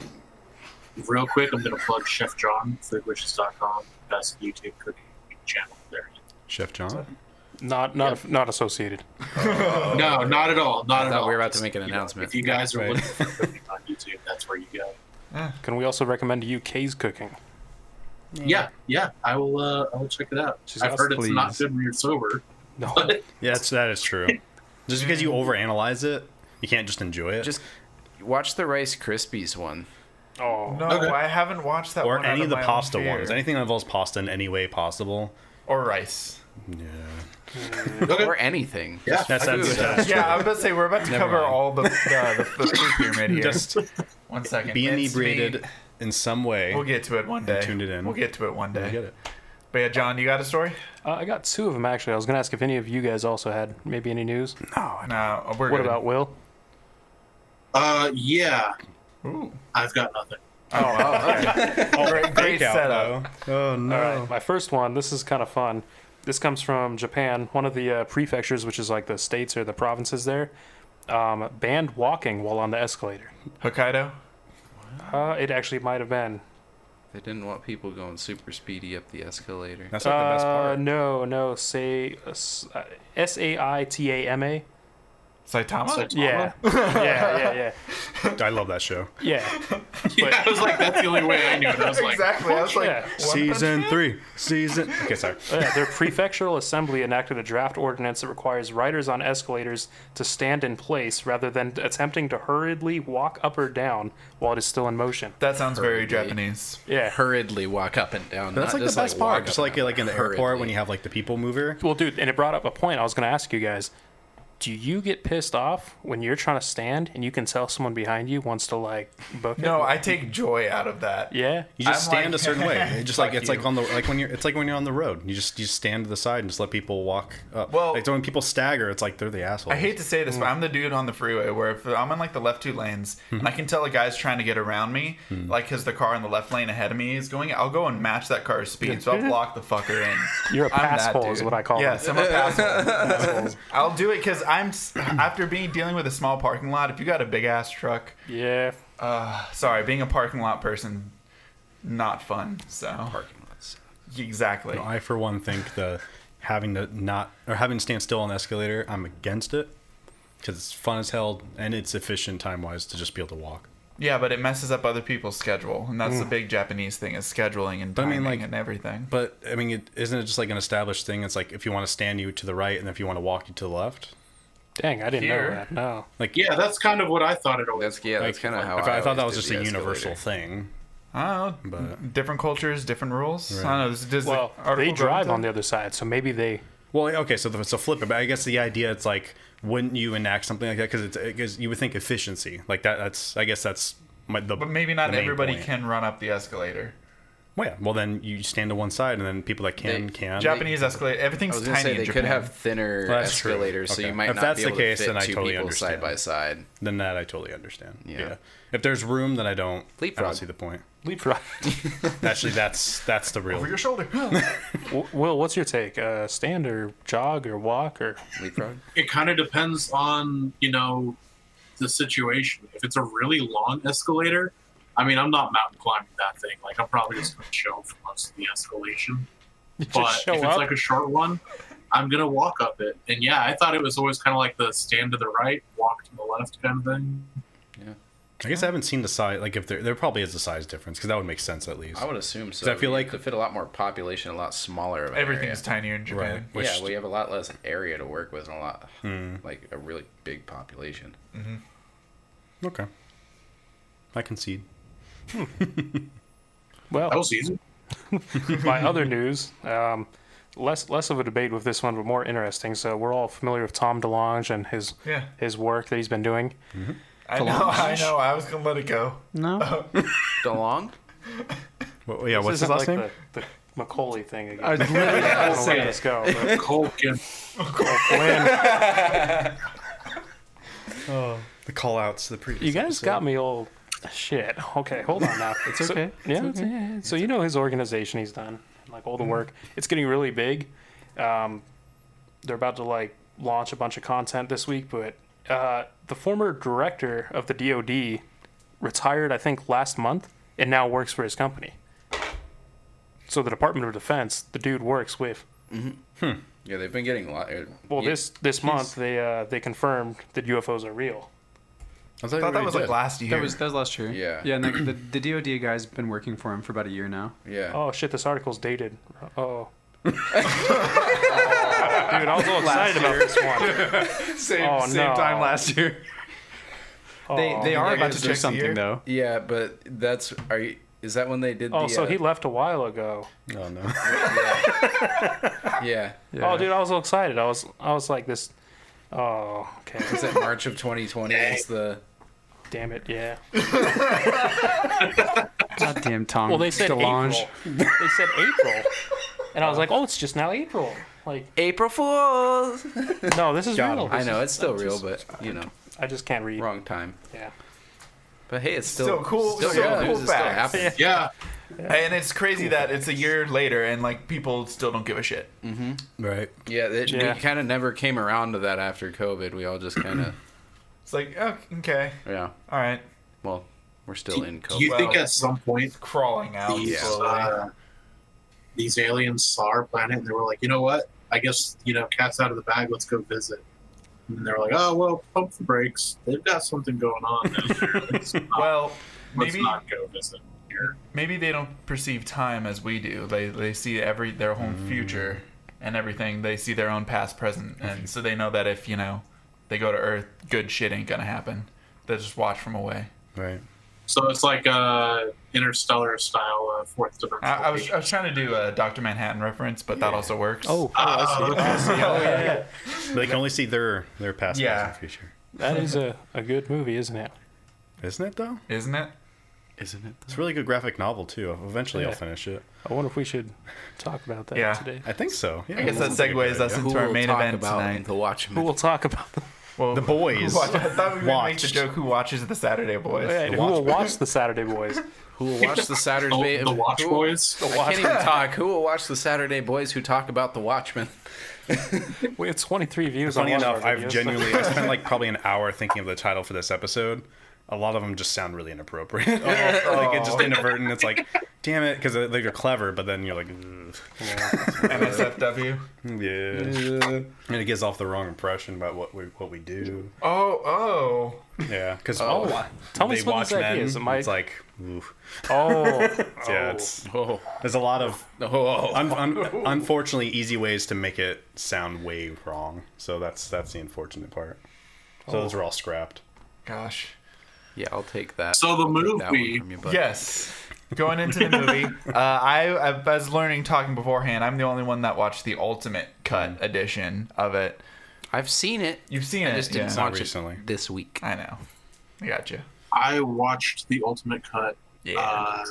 [SPEAKER 5] Real quick, I'm gonna plug Chef John foodwishes.com, best YouTube cooking channel there.
[SPEAKER 4] Chef John?
[SPEAKER 1] not not not associated.
[SPEAKER 5] No, not at all. Not
[SPEAKER 2] Oh, I
[SPEAKER 5] at
[SPEAKER 2] thought
[SPEAKER 5] all.
[SPEAKER 2] we were about to make an
[SPEAKER 5] You know,
[SPEAKER 2] announcement.
[SPEAKER 5] If you guys are
[SPEAKER 4] Right.
[SPEAKER 5] looking for cooking on YouTube, that's where you go.
[SPEAKER 1] Can we also recommend to you Kay's cooking?
[SPEAKER 5] Yeah, yeah. I will. Uh, I will check it out.
[SPEAKER 1] She's
[SPEAKER 5] I've
[SPEAKER 1] got-
[SPEAKER 5] heard it's not
[SPEAKER 1] please.
[SPEAKER 5] good when you're sober.
[SPEAKER 1] No.
[SPEAKER 4] Yeah, that's, that is true. Just because you overanalyze it, you can't just enjoy it.
[SPEAKER 2] Just watch the Rice Krispies one.
[SPEAKER 1] Oh.
[SPEAKER 3] no,
[SPEAKER 5] Okay.
[SPEAKER 3] I haven't watched that.
[SPEAKER 4] or
[SPEAKER 3] one
[SPEAKER 4] any
[SPEAKER 3] out
[SPEAKER 4] of the
[SPEAKER 3] my own
[SPEAKER 4] pasta
[SPEAKER 3] fear.
[SPEAKER 4] ones. Anything that involves pasta in any way possible.
[SPEAKER 3] or rice.
[SPEAKER 4] Yeah.
[SPEAKER 5] Okay.
[SPEAKER 2] Or anything.
[SPEAKER 5] Yeah.
[SPEAKER 4] That's, that's,
[SPEAKER 2] Food.
[SPEAKER 4] that's
[SPEAKER 3] Yeah, I was about to say we're about to
[SPEAKER 2] Never
[SPEAKER 3] cover
[SPEAKER 2] mind.
[SPEAKER 3] all the the, the, the food pyramid here.
[SPEAKER 4] just
[SPEAKER 3] one second.
[SPEAKER 4] be
[SPEAKER 3] It's me.
[SPEAKER 4] inebriated in some way.
[SPEAKER 3] We'll get to it one day.
[SPEAKER 4] tuned it in.
[SPEAKER 3] We'll get to it one day.
[SPEAKER 4] I get it.
[SPEAKER 3] But yeah, John, you got a story?
[SPEAKER 1] Uh, I got two of them actually. I was gonna ask if any of you guys also had maybe any news.
[SPEAKER 3] No, no. We're
[SPEAKER 1] Oh, What
[SPEAKER 3] good.
[SPEAKER 1] about Will?
[SPEAKER 5] Uh, yeah.
[SPEAKER 3] Ooh.
[SPEAKER 5] I've got nothing.
[SPEAKER 3] Oh, okay.
[SPEAKER 4] Oh,
[SPEAKER 3] great, great
[SPEAKER 4] Fake out,
[SPEAKER 3] setup.
[SPEAKER 4] though. Oh, no.
[SPEAKER 1] All right, my first one. This is kind of fun. This comes from Japan. One of the uh, prefectures, which is like the states or the provinces there, um, banned walking while on the escalator.
[SPEAKER 3] Hokkaido.
[SPEAKER 1] Uh, it actually might have been.
[SPEAKER 2] They didn't want people going super speedy up the escalator.
[SPEAKER 4] That's not the best
[SPEAKER 1] Uh,
[SPEAKER 4] part.
[SPEAKER 1] no, no. Say uh, S A I T A M A.
[SPEAKER 3] Saitama.
[SPEAKER 5] Saitama.
[SPEAKER 1] Yeah, yeah, yeah, yeah,
[SPEAKER 3] Uh,
[SPEAKER 4] I love that show.
[SPEAKER 1] yeah.
[SPEAKER 5] Yeah, I was like, that's the only way I knew it. I was like,
[SPEAKER 3] exactly. I was like,
[SPEAKER 1] Yeah.
[SPEAKER 3] One
[SPEAKER 4] Season
[SPEAKER 3] Punch Man?
[SPEAKER 4] three. Season. Okay, sorry.
[SPEAKER 1] Yeah, their prefectural assembly enacted a draft ordinance that requires riders on escalators to stand in place rather than attempting to hurriedly walk up or down while it is still in motion.
[SPEAKER 3] That sounds very
[SPEAKER 2] Hurriedly.
[SPEAKER 3] Japanese.
[SPEAKER 1] Yeah.
[SPEAKER 2] hurriedly walk up and down.
[SPEAKER 4] That's
[SPEAKER 2] not
[SPEAKER 4] like the
[SPEAKER 2] just,
[SPEAKER 4] best
[SPEAKER 2] walk
[SPEAKER 4] part.
[SPEAKER 2] up
[SPEAKER 4] Just like
[SPEAKER 2] and
[SPEAKER 4] like in the
[SPEAKER 2] down.
[SPEAKER 4] airport when
[SPEAKER 2] Hurriedly.
[SPEAKER 4] you have like the people mover.
[SPEAKER 1] Well, dude, and it brought up a point I was going to ask you guys. Do you get pissed off when you're trying to stand and you can tell someone behind you wants to like book it?
[SPEAKER 3] No, I take joy out of that.
[SPEAKER 1] Yeah.
[SPEAKER 4] You just
[SPEAKER 3] I'm
[SPEAKER 4] stand
[SPEAKER 3] like,
[SPEAKER 4] a certain way. It just like
[SPEAKER 3] fuck
[SPEAKER 4] it's
[SPEAKER 3] you.
[SPEAKER 4] like on the like when you're it's like when you're on the road. You just you just stand to the side and just let people walk up.
[SPEAKER 3] Well-
[SPEAKER 4] like when people stagger, it's like they're the assholes.
[SPEAKER 3] I hate to say this, but I'm the dude on the freeway where if I'm in like the left two lanes
[SPEAKER 1] Mm-hmm.
[SPEAKER 3] and I can tell a guy's trying to get around me,
[SPEAKER 1] Mm.
[SPEAKER 3] like because the car in the left lane ahead of me is going, I'll go and match that car's speed, so I'll block the fucker in.
[SPEAKER 1] You're a
[SPEAKER 3] I'm that
[SPEAKER 1] passhole, is
[SPEAKER 3] dude.
[SPEAKER 1] what I call
[SPEAKER 3] Yes,
[SPEAKER 1] it.
[SPEAKER 3] I'm a passhole. I'll do it because I'm s- after being dealing with a small parking lot. If you got a big ass truck,
[SPEAKER 1] Yeah.
[SPEAKER 3] sorry, being a parking lot person, not fun. So
[SPEAKER 2] Parking lots.
[SPEAKER 3] Exactly.
[SPEAKER 4] I, for one, think the having to not or having to stand still on the escalator, I'm against it because it's fun as hell and it's efficient time wise to just be able to walk.
[SPEAKER 3] Yeah, but it messes up other people's schedule, and that's the big Japanese thing is scheduling and
[SPEAKER 4] Mm. I
[SPEAKER 3] timing
[SPEAKER 4] mean, like-
[SPEAKER 3] and everything.
[SPEAKER 4] But I mean, it, isn't it just like an established thing? It's like if you want to stand, you to the right, and if you want to walk, you to the left.
[SPEAKER 1] Dang, I didn't
[SPEAKER 3] Here.
[SPEAKER 1] know that. No.
[SPEAKER 4] Like
[SPEAKER 5] Yeah, that's kind of what I thought it always.
[SPEAKER 2] That's yeah. That's
[SPEAKER 4] like,
[SPEAKER 2] kind of how
[SPEAKER 4] if I, I thought that
[SPEAKER 2] always
[SPEAKER 4] was just
[SPEAKER 2] did
[SPEAKER 4] a
[SPEAKER 2] the
[SPEAKER 4] universal
[SPEAKER 2] escalator.
[SPEAKER 4] thing.
[SPEAKER 3] I don't know.
[SPEAKER 4] But-
[SPEAKER 3] different cultures, different rules. I
[SPEAKER 4] Right.
[SPEAKER 3] don't know. Does, does the
[SPEAKER 1] Well,
[SPEAKER 3] article
[SPEAKER 1] they
[SPEAKER 3] go
[SPEAKER 1] drive
[SPEAKER 3] into-
[SPEAKER 1] on the other side, so maybe they.
[SPEAKER 4] Well, okay, so the, so flip it. But I guess the idea it's like, wouldn't you enact something like that? Because it's because you would think efficiency like that. That's I guess that's my, the.
[SPEAKER 3] But maybe not
[SPEAKER 4] the main
[SPEAKER 3] everybody
[SPEAKER 4] point.
[SPEAKER 3] can run up the escalator.
[SPEAKER 4] Well, yeah. Well, then you stand to one side, and then people that can
[SPEAKER 2] They-
[SPEAKER 4] can.
[SPEAKER 3] Japanese escalator.
[SPEAKER 2] I
[SPEAKER 3] Everything's
[SPEAKER 2] was gonna
[SPEAKER 3] tiny
[SPEAKER 2] say
[SPEAKER 3] in
[SPEAKER 2] they
[SPEAKER 3] Japan.
[SPEAKER 2] could have thinner
[SPEAKER 4] Well, that's true.
[SPEAKER 2] escalators, so
[SPEAKER 4] Okay.
[SPEAKER 2] you might
[SPEAKER 4] If
[SPEAKER 2] not
[SPEAKER 4] that's
[SPEAKER 2] be
[SPEAKER 4] the
[SPEAKER 2] able
[SPEAKER 4] case,
[SPEAKER 2] to fit
[SPEAKER 4] then I
[SPEAKER 2] two
[SPEAKER 4] totally
[SPEAKER 2] people side
[SPEAKER 4] understand.
[SPEAKER 2] by side.
[SPEAKER 4] Then that I totally understand.
[SPEAKER 2] Yeah.
[SPEAKER 4] If there's room, then I don't. I
[SPEAKER 2] Leapfrog.
[SPEAKER 4] don't see the point.
[SPEAKER 1] Leapfrog.
[SPEAKER 4] Actually, that's that's the real.
[SPEAKER 3] over your shoulder.
[SPEAKER 1] W- Will, what's your take? Uh, stand or jog or walk or
[SPEAKER 2] Leapfrog.
[SPEAKER 5] It kind of depends on you know the situation. If it's a really long escalator, I mean, I'm not mountain climbing that thing. Like, I'm probably just gonna show for most of the escalation. but
[SPEAKER 1] just show
[SPEAKER 5] if it's
[SPEAKER 1] up?
[SPEAKER 5] like a short one, I'm gonna walk up it. And yeah, I thought it was always kind of like the stand to the right, walk to the left kind of thing.
[SPEAKER 4] I guess I haven't seen the size. Like, if there there probably is a size difference, because that would make sense at least.
[SPEAKER 2] I would assume so.
[SPEAKER 4] 'Cause I feel
[SPEAKER 2] You
[SPEAKER 4] like-
[SPEAKER 2] could fit a lot more population, a lot smaller. Of an
[SPEAKER 3] Everything
[SPEAKER 2] area.
[SPEAKER 3] is tinier in Japan.
[SPEAKER 4] right. Which
[SPEAKER 2] yeah, we have a lot less area to work with and a lot, like a really big population.
[SPEAKER 4] okay. I concede.
[SPEAKER 1] well,
[SPEAKER 5] That was easy.
[SPEAKER 1] my other news, um, less less of a debate with this one, but more interesting. So we're all familiar with Tom DeLonge and his
[SPEAKER 3] Yeah.
[SPEAKER 1] his work that he's been doing.
[SPEAKER 3] I know. I know. I was gonna let it go.
[SPEAKER 1] No,
[SPEAKER 2] DeLong?
[SPEAKER 4] Well, yeah. What's his last name?
[SPEAKER 1] The, the Macaulay thing again.
[SPEAKER 6] I was literally gonna
[SPEAKER 1] I'll let
[SPEAKER 6] say
[SPEAKER 1] this
[SPEAKER 6] it.
[SPEAKER 1] go. but-
[SPEAKER 5] Cole Kim.
[SPEAKER 1] When-
[SPEAKER 4] The call outs. The previous.
[SPEAKER 1] you guys got me all shit. Okay, hold on now. It's okay. Mm-hmm. yeah, yeah, yeah. So you know his organization he's done, like all the work. It's getting really big. Um, they're about to like launch a bunch of content this week, but uh, the former director of the DoD retired, I think, last month, and now works for his company. So the Department of Defense, the dude works with.
[SPEAKER 2] Yeah, they've been getting a lot. uh,
[SPEAKER 1] Well,
[SPEAKER 2] yeah,
[SPEAKER 1] this this month they uh, they confirmed that UFOs are real.
[SPEAKER 4] I thought,
[SPEAKER 3] I thought that
[SPEAKER 4] everybody
[SPEAKER 3] was
[SPEAKER 4] did.
[SPEAKER 3] like last year.
[SPEAKER 6] That was that was last year.
[SPEAKER 2] Yeah.
[SPEAKER 6] Yeah, and the, the, the DoD guy's been working for him for about a year now.
[SPEAKER 2] Yeah.
[SPEAKER 1] Oh shit, this article's dated. Oh. Dude, I was all excited about this one.
[SPEAKER 6] Same
[SPEAKER 1] Oh, same no. time last
[SPEAKER 6] year. They
[SPEAKER 1] Oh.
[SPEAKER 6] they
[SPEAKER 3] Yeah,
[SPEAKER 6] are about
[SPEAKER 3] it's
[SPEAKER 6] to do
[SPEAKER 3] just a year.
[SPEAKER 6] something though.
[SPEAKER 2] Yeah, but that's are you, is that when they did?
[SPEAKER 1] Oh,
[SPEAKER 2] the,
[SPEAKER 1] so
[SPEAKER 2] uh,
[SPEAKER 1] he left a while ago.
[SPEAKER 4] Oh no.
[SPEAKER 2] yeah.
[SPEAKER 6] Yeah.
[SPEAKER 1] Oh, dude, I was all excited. I was, I was like this. Oh, okay.
[SPEAKER 2] Is that March of 2020? Is the
[SPEAKER 1] Damn it, yeah.
[SPEAKER 6] Goddamn Tom.
[SPEAKER 1] Well, they said
[SPEAKER 6] DeLonge.
[SPEAKER 1] April. They said April, and I was like, oh, it's just now April. Like,
[SPEAKER 2] April Fools?
[SPEAKER 1] no, this is real.
[SPEAKER 2] I
[SPEAKER 1] This
[SPEAKER 2] know
[SPEAKER 1] is-
[SPEAKER 2] it's still real, but you know,
[SPEAKER 1] I just can't read.
[SPEAKER 2] wrong time.
[SPEAKER 1] Yeah.
[SPEAKER 2] But hey, it's still,
[SPEAKER 3] Still cool-
[SPEAKER 2] Still,
[SPEAKER 3] still
[SPEAKER 2] real
[SPEAKER 3] cool
[SPEAKER 2] news, it's still
[SPEAKER 3] facts.
[SPEAKER 2] happening.
[SPEAKER 5] Yeah,
[SPEAKER 3] and it's crazy that it's a year later and like people still don't give a shit.
[SPEAKER 4] right.
[SPEAKER 2] Yeah, it,
[SPEAKER 1] Yeah.
[SPEAKER 2] we kind of never came around to that after COVID. We all just kind of
[SPEAKER 3] It's like oh, okay,
[SPEAKER 2] yeah.
[SPEAKER 3] all right,
[SPEAKER 2] Well, we're still in
[SPEAKER 5] do you
[SPEAKER 2] COVID.
[SPEAKER 5] think
[SPEAKER 3] Well-
[SPEAKER 5] at some point
[SPEAKER 3] crawling out
[SPEAKER 5] these
[SPEAKER 3] slowly.
[SPEAKER 5] uh, these aliens saw our planet and they were like, you know what? I guess you know, cat's out of the bag. Let's go visit. And they're like, oh well, pump the brakes. They've got something going on. down there. Let's not,
[SPEAKER 3] well,
[SPEAKER 5] let's
[SPEAKER 3] maybe
[SPEAKER 5] not go visit here.
[SPEAKER 3] maybe they don't perceive time as we do. They they see every their own future and everything. They see their own past, present, and so they know that if you know they go to Earth, good shit ain't gonna happen. They just watch from away.
[SPEAKER 4] Right.
[SPEAKER 5] So it's like a interstellar style uh, fourth dimensional.
[SPEAKER 3] I, I was I was trying to do a Doctor Manhattan reference, but that also works.
[SPEAKER 1] Oh,
[SPEAKER 5] Oh,
[SPEAKER 4] They can only see their their past,
[SPEAKER 3] Yeah.
[SPEAKER 4] present, future.
[SPEAKER 1] that is a, a good movie, isn't it?
[SPEAKER 4] Isn't it though?
[SPEAKER 3] isn't it?
[SPEAKER 2] Isn't it?
[SPEAKER 4] It's a really good graphic novel too. Eventually, I'll
[SPEAKER 1] Yeah.
[SPEAKER 4] finish it.
[SPEAKER 1] I wonder if we should talk about that
[SPEAKER 3] Yeah.
[SPEAKER 1] today.
[SPEAKER 4] I think so. Yeah.
[SPEAKER 3] I guess that
[SPEAKER 4] That's a good
[SPEAKER 3] segues us
[SPEAKER 4] idea.
[SPEAKER 2] Who
[SPEAKER 3] into our
[SPEAKER 2] will
[SPEAKER 3] main
[SPEAKER 2] talk
[SPEAKER 3] event
[SPEAKER 2] about
[SPEAKER 3] tonight.
[SPEAKER 2] the Watchmen?
[SPEAKER 1] We'll talk about
[SPEAKER 3] Well,
[SPEAKER 4] The boys.
[SPEAKER 3] who watch- I thought we were gonna make the
[SPEAKER 4] watched.
[SPEAKER 3] joke. Who watches the Saturday Boys?
[SPEAKER 1] Hey, who will watch the Saturday Boys?
[SPEAKER 2] Who will watch the Saturday
[SPEAKER 5] the, the Watch
[SPEAKER 2] who will-
[SPEAKER 5] Boys.
[SPEAKER 2] I can't even talk. Who will watch the Saturday Boys who talk about the Watchmen?
[SPEAKER 1] We have 23 views
[SPEAKER 4] Funny
[SPEAKER 1] on one
[SPEAKER 4] enough,
[SPEAKER 1] of our
[SPEAKER 4] I've
[SPEAKER 1] videos.
[SPEAKER 4] genuinely I spent like probably an hour thinking of the title for this episode, a lot of them just sound really inappropriate. like
[SPEAKER 3] Oh.
[SPEAKER 4] it's just inadvertent. It's like, damn it, because like they're clever, but then you're like, "Ugh."
[SPEAKER 3] NSFW.
[SPEAKER 4] yeah, and it gives off the wrong impression about what we what we do.
[SPEAKER 3] Oh, oh.
[SPEAKER 4] Yeah, because
[SPEAKER 1] Tell me some of these ideas. Am I-
[SPEAKER 4] It's like, oof.
[SPEAKER 1] Oh,
[SPEAKER 4] yeah, it's
[SPEAKER 2] Oh,
[SPEAKER 4] there's a lot of
[SPEAKER 2] oh,
[SPEAKER 4] un, un, unfortunately easy ways to make it sound way wrong. So that's that's the unfortunate part. So those were all scrapped.
[SPEAKER 3] Gosh.
[SPEAKER 2] yeah, I'll take that.
[SPEAKER 5] So the
[SPEAKER 2] I'll take that one
[SPEAKER 5] movie-
[SPEAKER 2] from you, bud.
[SPEAKER 3] Yes. Going into the movie, uh, I, I was learning talking beforehand. I'm the only one that watched the ultimate cut edition of it.
[SPEAKER 2] I've seen it.
[SPEAKER 3] You've seen
[SPEAKER 2] Mm. I
[SPEAKER 3] it,
[SPEAKER 2] just didn't
[SPEAKER 3] yeah. Uh,
[SPEAKER 4] Not
[SPEAKER 2] watch
[SPEAKER 4] recently.
[SPEAKER 2] it this week.
[SPEAKER 3] I know. I got you.
[SPEAKER 5] I watched the Ultimate Cut
[SPEAKER 3] Yeah.
[SPEAKER 5] uh,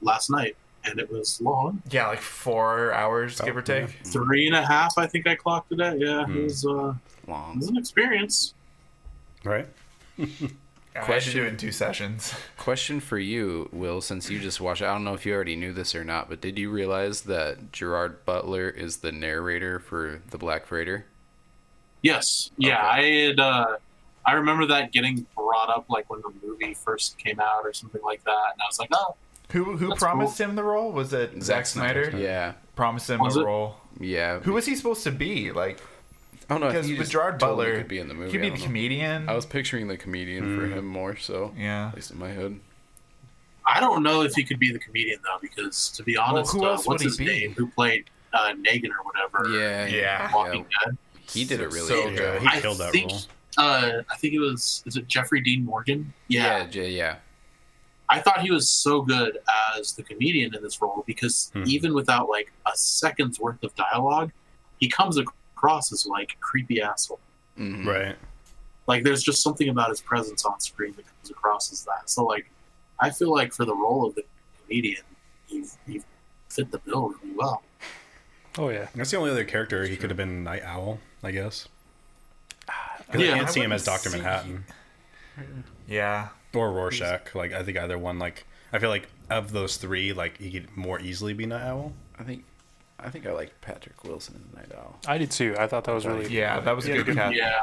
[SPEAKER 5] last night, and it was long.
[SPEAKER 3] yeah, like four hours,
[SPEAKER 2] Oh,
[SPEAKER 3] give or
[SPEAKER 4] About, yeah.
[SPEAKER 3] take.
[SPEAKER 5] Three and a half, I think I clocked it at. Yeah, it, was, uh, it
[SPEAKER 2] Long
[SPEAKER 5] was an experience.
[SPEAKER 4] Right?
[SPEAKER 3] I should do it in two sessions.
[SPEAKER 2] question for you, Will. Since you just watched, it, I don't know if you already knew this or not, but did you realize that Gerard Butler is the narrator for the Black Freighter?
[SPEAKER 5] Yes. Yeah, I had. Uh, I remember that getting brought up like when the movie first came out or something like that, and I was like, oh,
[SPEAKER 3] Who who
[SPEAKER 5] That's
[SPEAKER 3] promised him the role? Was it Zack Snyder?
[SPEAKER 2] Yeah,
[SPEAKER 3] Promised him
[SPEAKER 5] Was
[SPEAKER 3] a
[SPEAKER 5] it?
[SPEAKER 3] role.
[SPEAKER 2] yeah.
[SPEAKER 3] Who was he supposed to be? Like,
[SPEAKER 2] I don't know.
[SPEAKER 3] because
[SPEAKER 2] he
[SPEAKER 3] with
[SPEAKER 2] just
[SPEAKER 3] Gerard
[SPEAKER 2] totally
[SPEAKER 3] Butler,
[SPEAKER 2] could be in the movie.
[SPEAKER 3] He'd be
[SPEAKER 2] I
[SPEAKER 3] the
[SPEAKER 2] don't know.
[SPEAKER 3] comedian. Hmm.
[SPEAKER 2] I was picturing the comedian for him more so.
[SPEAKER 3] Yeah.
[SPEAKER 2] At least in my head.
[SPEAKER 5] I don't know if he could be the comedian though, because to be honest,
[SPEAKER 3] who
[SPEAKER 5] uh,
[SPEAKER 3] else would
[SPEAKER 5] what's
[SPEAKER 3] he
[SPEAKER 5] his
[SPEAKER 3] be?
[SPEAKER 5] name? Who played uh, Negan or whatever?
[SPEAKER 2] Yeah.
[SPEAKER 3] Yeah.
[SPEAKER 5] Walking Dead.
[SPEAKER 2] He did it really
[SPEAKER 3] So
[SPEAKER 2] good.
[SPEAKER 3] good.
[SPEAKER 4] He killed
[SPEAKER 5] I
[SPEAKER 4] that
[SPEAKER 5] think,
[SPEAKER 4] role.
[SPEAKER 5] Uh, I think it was. Is it Jeffrey Dean Morgan?
[SPEAKER 2] Yeah. Yeah. J- yeah.
[SPEAKER 5] I thought he was so good as the comedian in this role because
[SPEAKER 4] Hmm.
[SPEAKER 5] even without like a second's worth of dialogue, he comes across as like a creepy asshole.
[SPEAKER 2] Mhm.
[SPEAKER 4] Right.
[SPEAKER 5] Like there's just something about his presence on screen that comes across as that. So like, I feel like for the role of the comedian, you you fit the bill really well.
[SPEAKER 1] oh yeah.
[SPEAKER 4] That's the only other character he could have been Night Owl, I guess. 'Cause
[SPEAKER 5] Yeah,
[SPEAKER 4] I can't
[SPEAKER 3] I
[SPEAKER 4] see him as
[SPEAKER 3] wouldn't
[SPEAKER 4] Doctor
[SPEAKER 3] see-
[SPEAKER 4] Manhattan
[SPEAKER 3] yeah.
[SPEAKER 4] or Rorschach. Like I think either one. Like I feel like of those three, like he could more easily be Night Owl.
[SPEAKER 2] I think. I think I like Patrick Wilson in Night Owl.
[SPEAKER 1] I did too. I thought that was really.
[SPEAKER 3] Yeah, that was a good cast.
[SPEAKER 5] Yeah.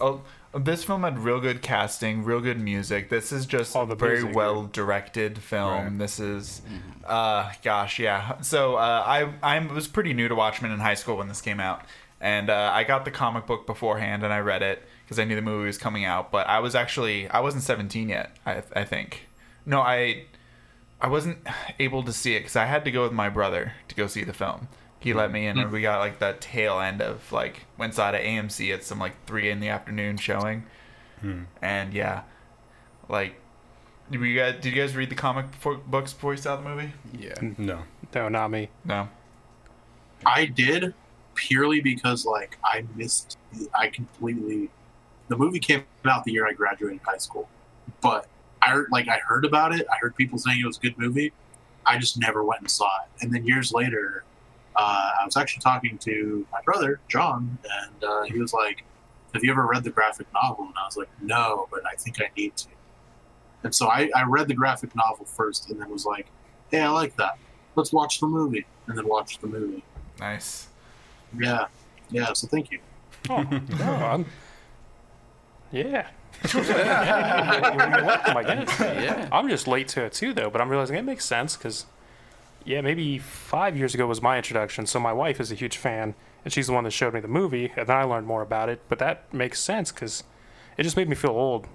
[SPEAKER 3] Oh, this film had real good casting, real good music. This is just
[SPEAKER 1] Oh,
[SPEAKER 3] a
[SPEAKER 1] the
[SPEAKER 3] very
[SPEAKER 1] music,
[SPEAKER 3] well directed film.
[SPEAKER 4] Right.
[SPEAKER 3] This is, uh, gosh, yeah. So uh, I I was pretty new to Watchmen in high school when this came out, and uh, I got the comic book beforehand and I read it because I knew the movie was coming out. But I was actually I wasn't seventeen yet. I I think no I. I wasn't able to see it because I had to go with my brother to go see the film. He
[SPEAKER 2] Mm.
[SPEAKER 3] let me in, and we got like the tail end of like went saw it at AMC at some like three in the afternoon showing,
[SPEAKER 2] Hmm.
[SPEAKER 3] and yeah, like we got. Did you guys read the comic before, books before you saw the movie?
[SPEAKER 2] Yeah.
[SPEAKER 4] No.
[SPEAKER 1] No, not me.
[SPEAKER 3] No.
[SPEAKER 5] I did purely because like I missed I completely the movie came out the year I graduated high school. But I heard, like I heard about it. I heard people saying it was a good movie. I just never went and saw it. And then years later, uh, I was actually talking to my brother John, and uh, he was like, "Have you ever read the graphic novel?" And I was like, "No, but I think I need to." And so I, I read the graphic novel first, and then was like, "Hey, I like that. Let's watch the movie." And then watched the movie.
[SPEAKER 3] Nice.
[SPEAKER 5] Yeah, yeah. So thank you.
[SPEAKER 1] Oh, no, I'm- Yeah. You're welcome, I guess.
[SPEAKER 2] Yeah.
[SPEAKER 1] I'm just late to it too, though. But I'm realizing it makes sense because, yeah, maybe five years ago was my introduction. So my wife is a huge fan, and she's the one that showed me the movie, and then I learned more about it. But that makes sense because it just made me feel old.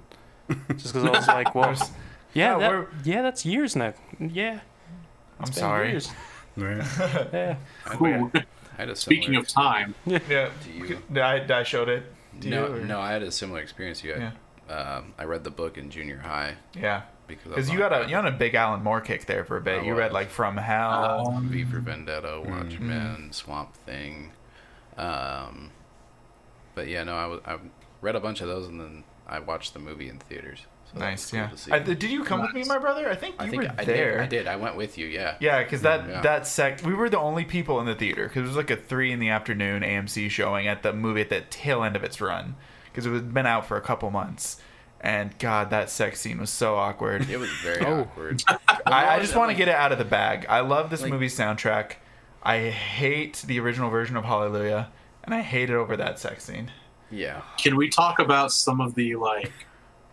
[SPEAKER 1] Just because I was like, well, yeah,
[SPEAKER 3] Yeah,
[SPEAKER 1] that-
[SPEAKER 3] we're-
[SPEAKER 1] yeah, that's years now. Yeah,
[SPEAKER 3] I'm
[SPEAKER 1] been
[SPEAKER 3] sorry.
[SPEAKER 1] years.
[SPEAKER 4] Right.
[SPEAKER 1] Yeah,
[SPEAKER 5] Cool.
[SPEAKER 2] I had a
[SPEAKER 5] Speaking
[SPEAKER 2] similar
[SPEAKER 5] of time,
[SPEAKER 3] Yeah.
[SPEAKER 2] Do you-
[SPEAKER 3] I, I showed it. to
[SPEAKER 2] No,
[SPEAKER 3] you, or-
[SPEAKER 2] no, I had a similar experience. You had, um, I read the book in junior high
[SPEAKER 3] Yeah.
[SPEAKER 2] because I
[SPEAKER 3] Because
[SPEAKER 2] was
[SPEAKER 3] you
[SPEAKER 2] on
[SPEAKER 3] got a you had a big Alan Moore kick there for a bit.
[SPEAKER 2] I
[SPEAKER 3] you
[SPEAKER 2] was.
[SPEAKER 3] read like From Hell.
[SPEAKER 2] V for Vendetta,
[SPEAKER 3] Mm-hmm.
[SPEAKER 2] Watchmen, Swamp Thing. Um, but yeah, no, I was I read a bunch of those and then I watched the movie in theaters. So that was
[SPEAKER 3] nice.
[SPEAKER 2] cool
[SPEAKER 3] Yeah.
[SPEAKER 2] to see.
[SPEAKER 3] I, did you come with me, my brother? I think you
[SPEAKER 2] I think
[SPEAKER 3] were
[SPEAKER 2] I
[SPEAKER 3] there.
[SPEAKER 2] did. I did. I went with you. Yeah.
[SPEAKER 3] Yeah, because that
[SPEAKER 2] Yeah.
[SPEAKER 3] that sec we were the only people in the theater because it was like a three in the afternoon AMC showing at the movie at the tail end of its run because it had been out for a couple months, and God, that sex scene was so awkward.
[SPEAKER 2] It was very
[SPEAKER 1] Oh.
[SPEAKER 2] awkward.
[SPEAKER 3] I, I
[SPEAKER 2] was
[SPEAKER 3] just want to
[SPEAKER 2] like-
[SPEAKER 3] get it out of the bag. I love this
[SPEAKER 2] Like-
[SPEAKER 3] movie's soundtrack. I hate the original version of Hallelujah, and I hate it over that sex scene.
[SPEAKER 2] Yeah.
[SPEAKER 5] can we talk about some of the like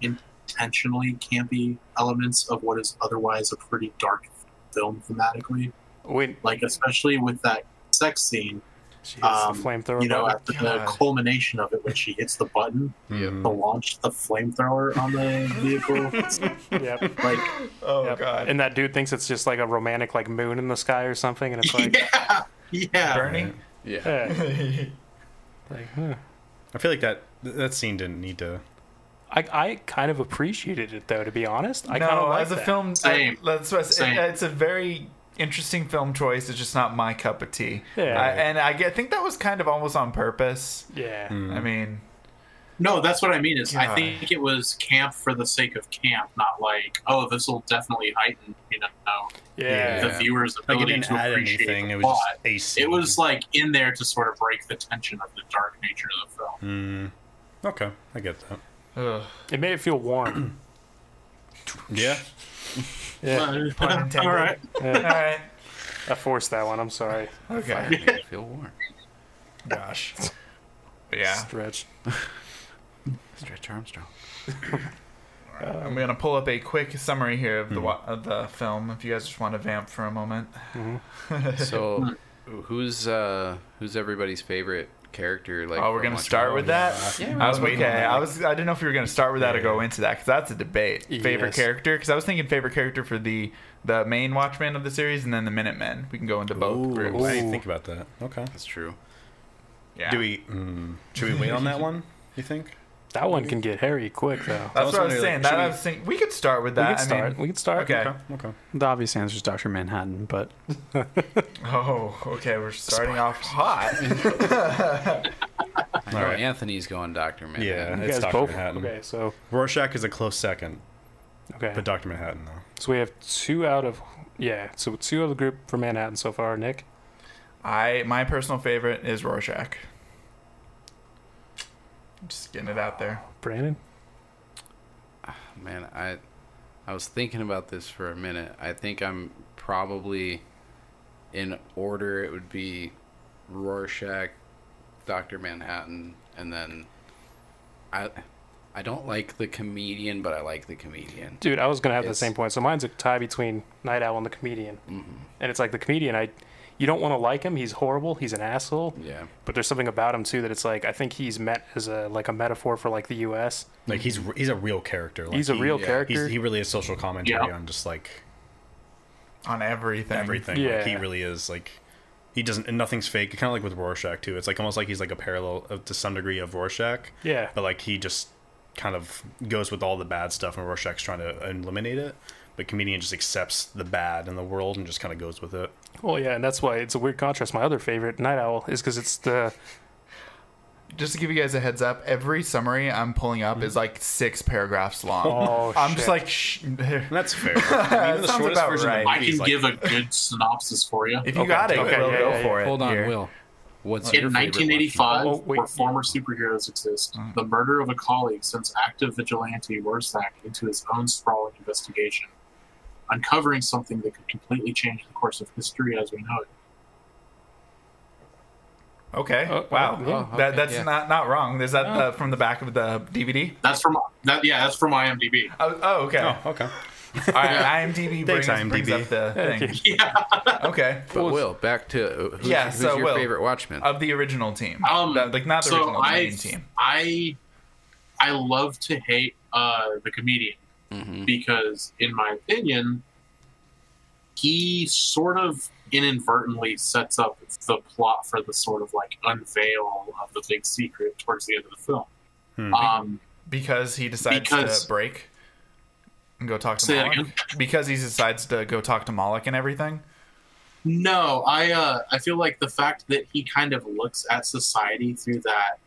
[SPEAKER 5] in, intentionally campy elements of what is otherwise a pretty dark film thematically.
[SPEAKER 1] Wait,
[SPEAKER 5] Like especially with that sex scene,
[SPEAKER 1] jeez,
[SPEAKER 5] Um,
[SPEAKER 1] the flamethrower.
[SPEAKER 5] you know,
[SPEAKER 1] button.
[SPEAKER 5] after the
[SPEAKER 3] God.
[SPEAKER 5] culmination of it when she hits the button
[SPEAKER 4] Hmm. Mm-hmm.
[SPEAKER 5] to launch the flamethrower on the vehicle. It's
[SPEAKER 1] Yep.
[SPEAKER 5] like
[SPEAKER 3] Oh
[SPEAKER 1] Yep.
[SPEAKER 3] god.
[SPEAKER 1] And that dude thinks it's just like a romantic like moon in the sky or something, and it's like,
[SPEAKER 5] Yeah. Yeah.
[SPEAKER 3] Burning.
[SPEAKER 2] Yeah.
[SPEAKER 1] eh,
[SPEAKER 3] yeah.
[SPEAKER 1] like, huh.
[SPEAKER 4] I feel like that th- that scene didn't need to.
[SPEAKER 1] I, I kind of appreciated it though, to be honest. I kind
[SPEAKER 3] no,
[SPEAKER 1] of like
[SPEAKER 3] as a
[SPEAKER 1] that.
[SPEAKER 3] film,
[SPEAKER 5] Same.
[SPEAKER 3] Let's, let's-
[SPEAKER 5] Same.
[SPEAKER 3] it's a very interesting film choice. It's just not my cup of tea.
[SPEAKER 1] Yeah.
[SPEAKER 3] I, and I get- think that was kind of almost on purpose.
[SPEAKER 1] Yeah.
[SPEAKER 3] I mean,
[SPEAKER 5] No, that's what I mean. Is I
[SPEAKER 3] God.
[SPEAKER 5] think it was camp for the sake of camp, not like oh, this will definitely heighten you know
[SPEAKER 1] Yeah.
[SPEAKER 5] the viewers'
[SPEAKER 4] Like it
[SPEAKER 5] ability
[SPEAKER 4] didn't
[SPEAKER 5] to
[SPEAKER 4] add
[SPEAKER 5] appreciate
[SPEAKER 4] anything.
[SPEAKER 5] the
[SPEAKER 4] It was
[SPEAKER 5] plot.
[SPEAKER 4] just a scene.
[SPEAKER 5] it was like in there to sort of break the tension of the dark nature of the
[SPEAKER 3] Hmm.
[SPEAKER 5] film.
[SPEAKER 4] okay. I get that.
[SPEAKER 3] ugh,
[SPEAKER 1] It made it feel warm.
[SPEAKER 4] Yeah.
[SPEAKER 1] yeah.
[SPEAKER 3] pun intended.
[SPEAKER 5] All right.
[SPEAKER 3] All right.
[SPEAKER 1] I forced that one. I'm sorry.
[SPEAKER 3] Okay.
[SPEAKER 2] Made it feel warm.
[SPEAKER 3] Gosh. Yeah.
[SPEAKER 1] Stretch.
[SPEAKER 2] Stretch Armstrong.
[SPEAKER 3] I'm gonna pull up a quick summary here of the
[SPEAKER 1] Hmm.
[SPEAKER 3] wa of the film. If you guys just want to vamp for a moment.
[SPEAKER 1] Mm-hmm.
[SPEAKER 2] So, who's uh who's everybody's favorite character? Like,
[SPEAKER 3] Oh, we're
[SPEAKER 2] from
[SPEAKER 3] gonna
[SPEAKER 2] Watchmen?
[SPEAKER 3] start with that.
[SPEAKER 2] Yeah,
[SPEAKER 3] I was okay. I was. I didn't know if we were gonna start with that or go into that because that's a debate. Favorite
[SPEAKER 1] Yes.
[SPEAKER 3] character? Because I was thinking favorite character for the the main Watchmen of the series and then the Minutemen. We can go into both
[SPEAKER 2] Ooh.
[SPEAKER 3] groups.
[SPEAKER 4] I didn't think about that. Okay.
[SPEAKER 2] That's true.
[SPEAKER 3] Yeah.
[SPEAKER 4] Do we? Mm, should we wait on that one? You think?
[SPEAKER 1] That one can get hairy quick though.
[SPEAKER 3] That's what I
[SPEAKER 4] was
[SPEAKER 3] was
[SPEAKER 4] wondering,
[SPEAKER 3] saying.
[SPEAKER 4] like,
[SPEAKER 3] that
[SPEAKER 4] should
[SPEAKER 3] I
[SPEAKER 4] we-
[SPEAKER 3] was thinking we could start with
[SPEAKER 1] We
[SPEAKER 3] that.
[SPEAKER 1] could
[SPEAKER 3] I
[SPEAKER 1] start.
[SPEAKER 3] mean,
[SPEAKER 1] we could start.
[SPEAKER 3] okay.
[SPEAKER 4] Okay. Okay.
[SPEAKER 6] The obvious answer is Dr. Manhattan, but
[SPEAKER 3] Oh, okay. We're starting off hot.
[SPEAKER 2] I know
[SPEAKER 4] right.
[SPEAKER 2] Anthony's going Doctor Man.
[SPEAKER 4] Yeah.
[SPEAKER 1] You
[SPEAKER 4] It's
[SPEAKER 1] guys
[SPEAKER 4] Dr.
[SPEAKER 1] both.
[SPEAKER 4] Manhattan.
[SPEAKER 1] Okay. So
[SPEAKER 4] Rorschach is a close second,
[SPEAKER 1] okay.
[SPEAKER 4] but Doctor Manhattan though.
[SPEAKER 1] so we have two out of yeah. So two out of the group for Manhattan so far. Nick.
[SPEAKER 3] I my personal favorite is Rorschach. Just getting it out there.
[SPEAKER 1] Brandon.
[SPEAKER 2] Man, I I was thinking about this for a minute. I think I'm probably in order. It would be Rorschach, Doctor Manhattan, and then I I don't like the comedian, but I like the comedian.
[SPEAKER 1] Dude, I was gonna have
[SPEAKER 2] It's-
[SPEAKER 1] the same point. So mine's a tie between Night Owl and the comedian. And it's like the comedian. I. You don't want to like him. He's horrible. He's an asshole.
[SPEAKER 2] Yeah.
[SPEAKER 1] But there's something about him too that it's like I think he's meant as a like a metaphor for like the U.S.
[SPEAKER 4] Like he's re- he's a real character. Like
[SPEAKER 1] He's a
[SPEAKER 4] he-
[SPEAKER 1] real
[SPEAKER 2] yeah,
[SPEAKER 1] character.
[SPEAKER 4] He's, he really is social commentary
[SPEAKER 5] Yeah.
[SPEAKER 4] on just like
[SPEAKER 3] On everything.
[SPEAKER 4] everything. Like, he
[SPEAKER 1] Yeah.
[SPEAKER 4] really is like he doesn't and nothing's fake. Kind of like with Rorschach too. It's like almost like he's like a parallel of, to some degree of Rorschach.
[SPEAKER 1] Yeah.
[SPEAKER 4] But like he just kind of goes with all the bad stuff, and Rorschach's trying to eliminate it. But comedian just accepts the bad in the world and just kind of goes with it.
[SPEAKER 1] Well, yeah, and that's why it's a weird contrast. My other favorite, Night Owl, is because it's the
[SPEAKER 3] Just to give you guys a heads up, every summary I'm pulling up is like six paragraphs long.
[SPEAKER 1] Oh,
[SPEAKER 3] I'm
[SPEAKER 1] shit.
[SPEAKER 3] just like, Shh.
[SPEAKER 4] And that's fair. I mean, even the
[SPEAKER 3] Sounds
[SPEAKER 4] shortest
[SPEAKER 3] about
[SPEAKER 4] version of
[SPEAKER 3] right.
[SPEAKER 4] the
[SPEAKER 5] I
[SPEAKER 4] movie
[SPEAKER 5] can
[SPEAKER 4] is like
[SPEAKER 5] give a good synopsis for you.
[SPEAKER 3] if you got it,
[SPEAKER 1] okay,
[SPEAKER 3] Will,
[SPEAKER 1] yeah,
[SPEAKER 3] go
[SPEAKER 1] yeah,
[SPEAKER 3] for it.
[SPEAKER 2] Hold on,
[SPEAKER 3] here.
[SPEAKER 2] Will. What's
[SPEAKER 5] In
[SPEAKER 2] your favorite
[SPEAKER 5] 1985,
[SPEAKER 1] Oh, wait.
[SPEAKER 5] where former superheroes exist,
[SPEAKER 3] Hmm.
[SPEAKER 5] the murder of a colleague sends active vigilante Warsack into his own sprawling investigation, uncovering something that could completely change the course of history as we know it.
[SPEAKER 3] Okay.
[SPEAKER 1] Oh,
[SPEAKER 3] wow.
[SPEAKER 1] oh, yeah.
[SPEAKER 3] that,
[SPEAKER 2] okay,
[SPEAKER 3] that's
[SPEAKER 2] yeah.
[SPEAKER 3] not not wrong. Is that uh, from the back of the DVD?
[SPEAKER 5] That's from that. Yeah, that's from IMDb.
[SPEAKER 3] Oh, oh okay.
[SPEAKER 4] Oh, okay.
[SPEAKER 3] All right. IMDb brings,
[SPEAKER 4] Thanks,
[SPEAKER 3] brings
[SPEAKER 4] IMDb.
[SPEAKER 3] up the thing.
[SPEAKER 5] Yeah.
[SPEAKER 3] Okay.
[SPEAKER 2] But Will, back to uh, who's,
[SPEAKER 3] Yeah,
[SPEAKER 2] who's
[SPEAKER 3] so
[SPEAKER 2] your
[SPEAKER 3] Will,
[SPEAKER 2] favorite Watchman?
[SPEAKER 3] Of the original team.
[SPEAKER 5] Um,
[SPEAKER 3] The- like, not the
[SPEAKER 5] so
[SPEAKER 3] original, the
[SPEAKER 5] I,
[SPEAKER 3] main team.
[SPEAKER 5] I, I love to hate uh, the comedian
[SPEAKER 2] Mm-hmm.
[SPEAKER 5] because, in my opinion, he sort of inadvertently sets up the plot for the sort of like unveil of the big secret towards the end of the film. Um,
[SPEAKER 3] Because he decides
[SPEAKER 5] Because-
[SPEAKER 3] to break and go talk to
[SPEAKER 5] Say that
[SPEAKER 3] Moloch.
[SPEAKER 5] again?
[SPEAKER 3] Because he decides to go talk to Moloch and everything.
[SPEAKER 5] No, I uh, I feel like the fact that he kind of looks at society through that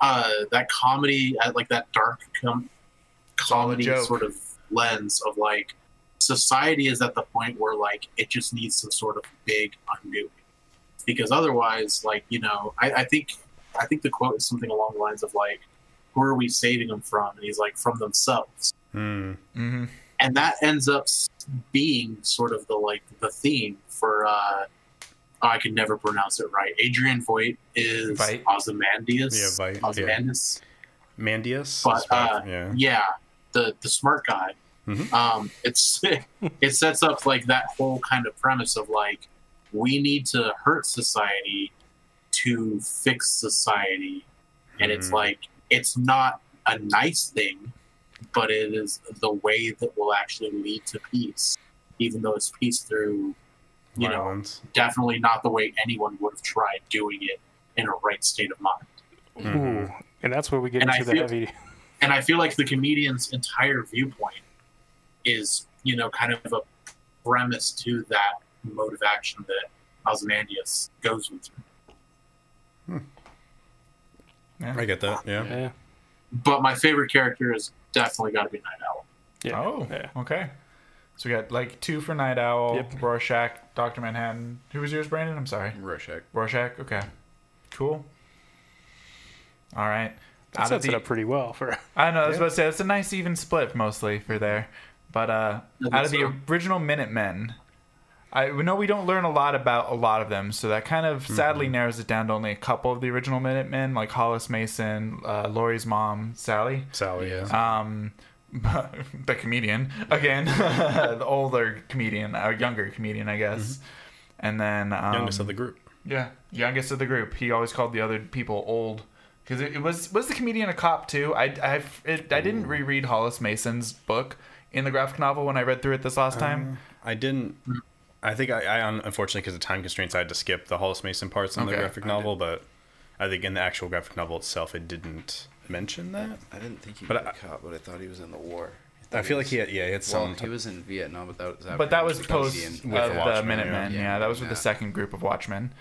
[SPEAKER 5] uh, that comedy at like that dark com-
[SPEAKER 3] all a
[SPEAKER 5] comedy
[SPEAKER 3] joke.
[SPEAKER 5] sort of lens of like society is at the point where like it just needs some sort of big undoing because otherwise like you know I, I think I think the quote is something along the lines of like who are we saving them from and he's like from themselves
[SPEAKER 4] Hmm.
[SPEAKER 3] hmm
[SPEAKER 5] and that ends up s- being sort of the like the theme for uh I can never pronounce it right. Adrian Voight is
[SPEAKER 3] Voight.
[SPEAKER 5] Ozymandias.
[SPEAKER 4] Yeah, Voight, yeah.
[SPEAKER 5] Ozymandias.
[SPEAKER 4] Mandius.
[SPEAKER 5] But,
[SPEAKER 4] That's what-
[SPEAKER 5] uh,
[SPEAKER 4] yeah.
[SPEAKER 5] yeah the the smart guy
[SPEAKER 4] Mhm.
[SPEAKER 5] um it's it sets up like that whole kind of premise of like we need to hurt society to fix society and it's
[SPEAKER 4] Mhm.
[SPEAKER 5] like it's not a nice thing but it is the way that will actually lead to peace even though it's peace through you know
[SPEAKER 4] Violence.
[SPEAKER 5] definitely not the way anyone would have tried doing it in a right state of mind
[SPEAKER 3] Mm-hmm.
[SPEAKER 4] Mhm.
[SPEAKER 1] Ooh. And that's where we get
[SPEAKER 5] And I
[SPEAKER 1] into the
[SPEAKER 5] feel-
[SPEAKER 1] heavy.
[SPEAKER 5] and I feel like the comedian's entire viewpoint is, you know, kind of a premise to that mode of action that Osmandius goes with.
[SPEAKER 4] I get that. Yeah.
[SPEAKER 1] Yeah.
[SPEAKER 5] But my favorite character is definitely got to be Night Owl.
[SPEAKER 1] Yeah.
[SPEAKER 3] Oh,
[SPEAKER 1] Yeah.
[SPEAKER 3] okay. So we got like two for Night Owl,
[SPEAKER 1] Yep.
[SPEAKER 3] Rorschach, Doctor Manhattan. Who was yours, Brandon? I'm sorry.
[SPEAKER 2] Rorschach.
[SPEAKER 3] Rorschach. Okay. Cool. All right.
[SPEAKER 1] That
[SPEAKER 3] Out of
[SPEAKER 1] sets it
[SPEAKER 3] the-
[SPEAKER 1] up pretty well for.
[SPEAKER 3] I know. I was about to say it's a nice even split mostly for there, but uh,
[SPEAKER 5] I think
[SPEAKER 3] out of the
[SPEAKER 5] so.
[SPEAKER 3] original Minutemen, I we know we don't learn a lot about a lot of them, so that kind of
[SPEAKER 1] Mm-hmm.
[SPEAKER 3] sadly narrows it down to only a couple of the original Minutemen, like Hollis Mason, uh, Laurie's mom, Sally
[SPEAKER 4] Sally. Yeah.
[SPEAKER 3] um the comedian again the older comedian or younger comedian i guess and then um,
[SPEAKER 4] Mm-hmm. Youngest of the group.
[SPEAKER 3] yeah youngest of the group he always called the other people old because it, it was was the comedian a cop too i i it, i didn't reread hollis mason's book in the graphic novel when i read through it this last time
[SPEAKER 4] I didn't. I think I, I un- unfortunately, because of time constraints, I had to skip the Hollis Mason parts in the
[SPEAKER 3] Okay,
[SPEAKER 4] graphic novel. But I think in the actual graphic novel itself, it didn't mention that.
[SPEAKER 2] I didn't think he
[SPEAKER 4] But
[SPEAKER 2] was
[SPEAKER 4] I-
[SPEAKER 2] a cop, but I thought he was in the war.
[SPEAKER 4] I feel like he had, yeah, he had
[SPEAKER 2] Well,
[SPEAKER 4] some.
[SPEAKER 2] he was in Vietnam, but that was after
[SPEAKER 3] but that
[SPEAKER 2] he
[SPEAKER 3] was
[SPEAKER 2] a
[SPEAKER 3] post
[SPEAKER 2] comedian.
[SPEAKER 4] with
[SPEAKER 3] uh, the
[SPEAKER 4] Watchmen,
[SPEAKER 3] Minutemen.
[SPEAKER 2] yeah.
[SPEAKER 3] Yeah, that was with the
[SPEAKER 2] Yeah.
[SPEAKER 3] second group of Watchmen.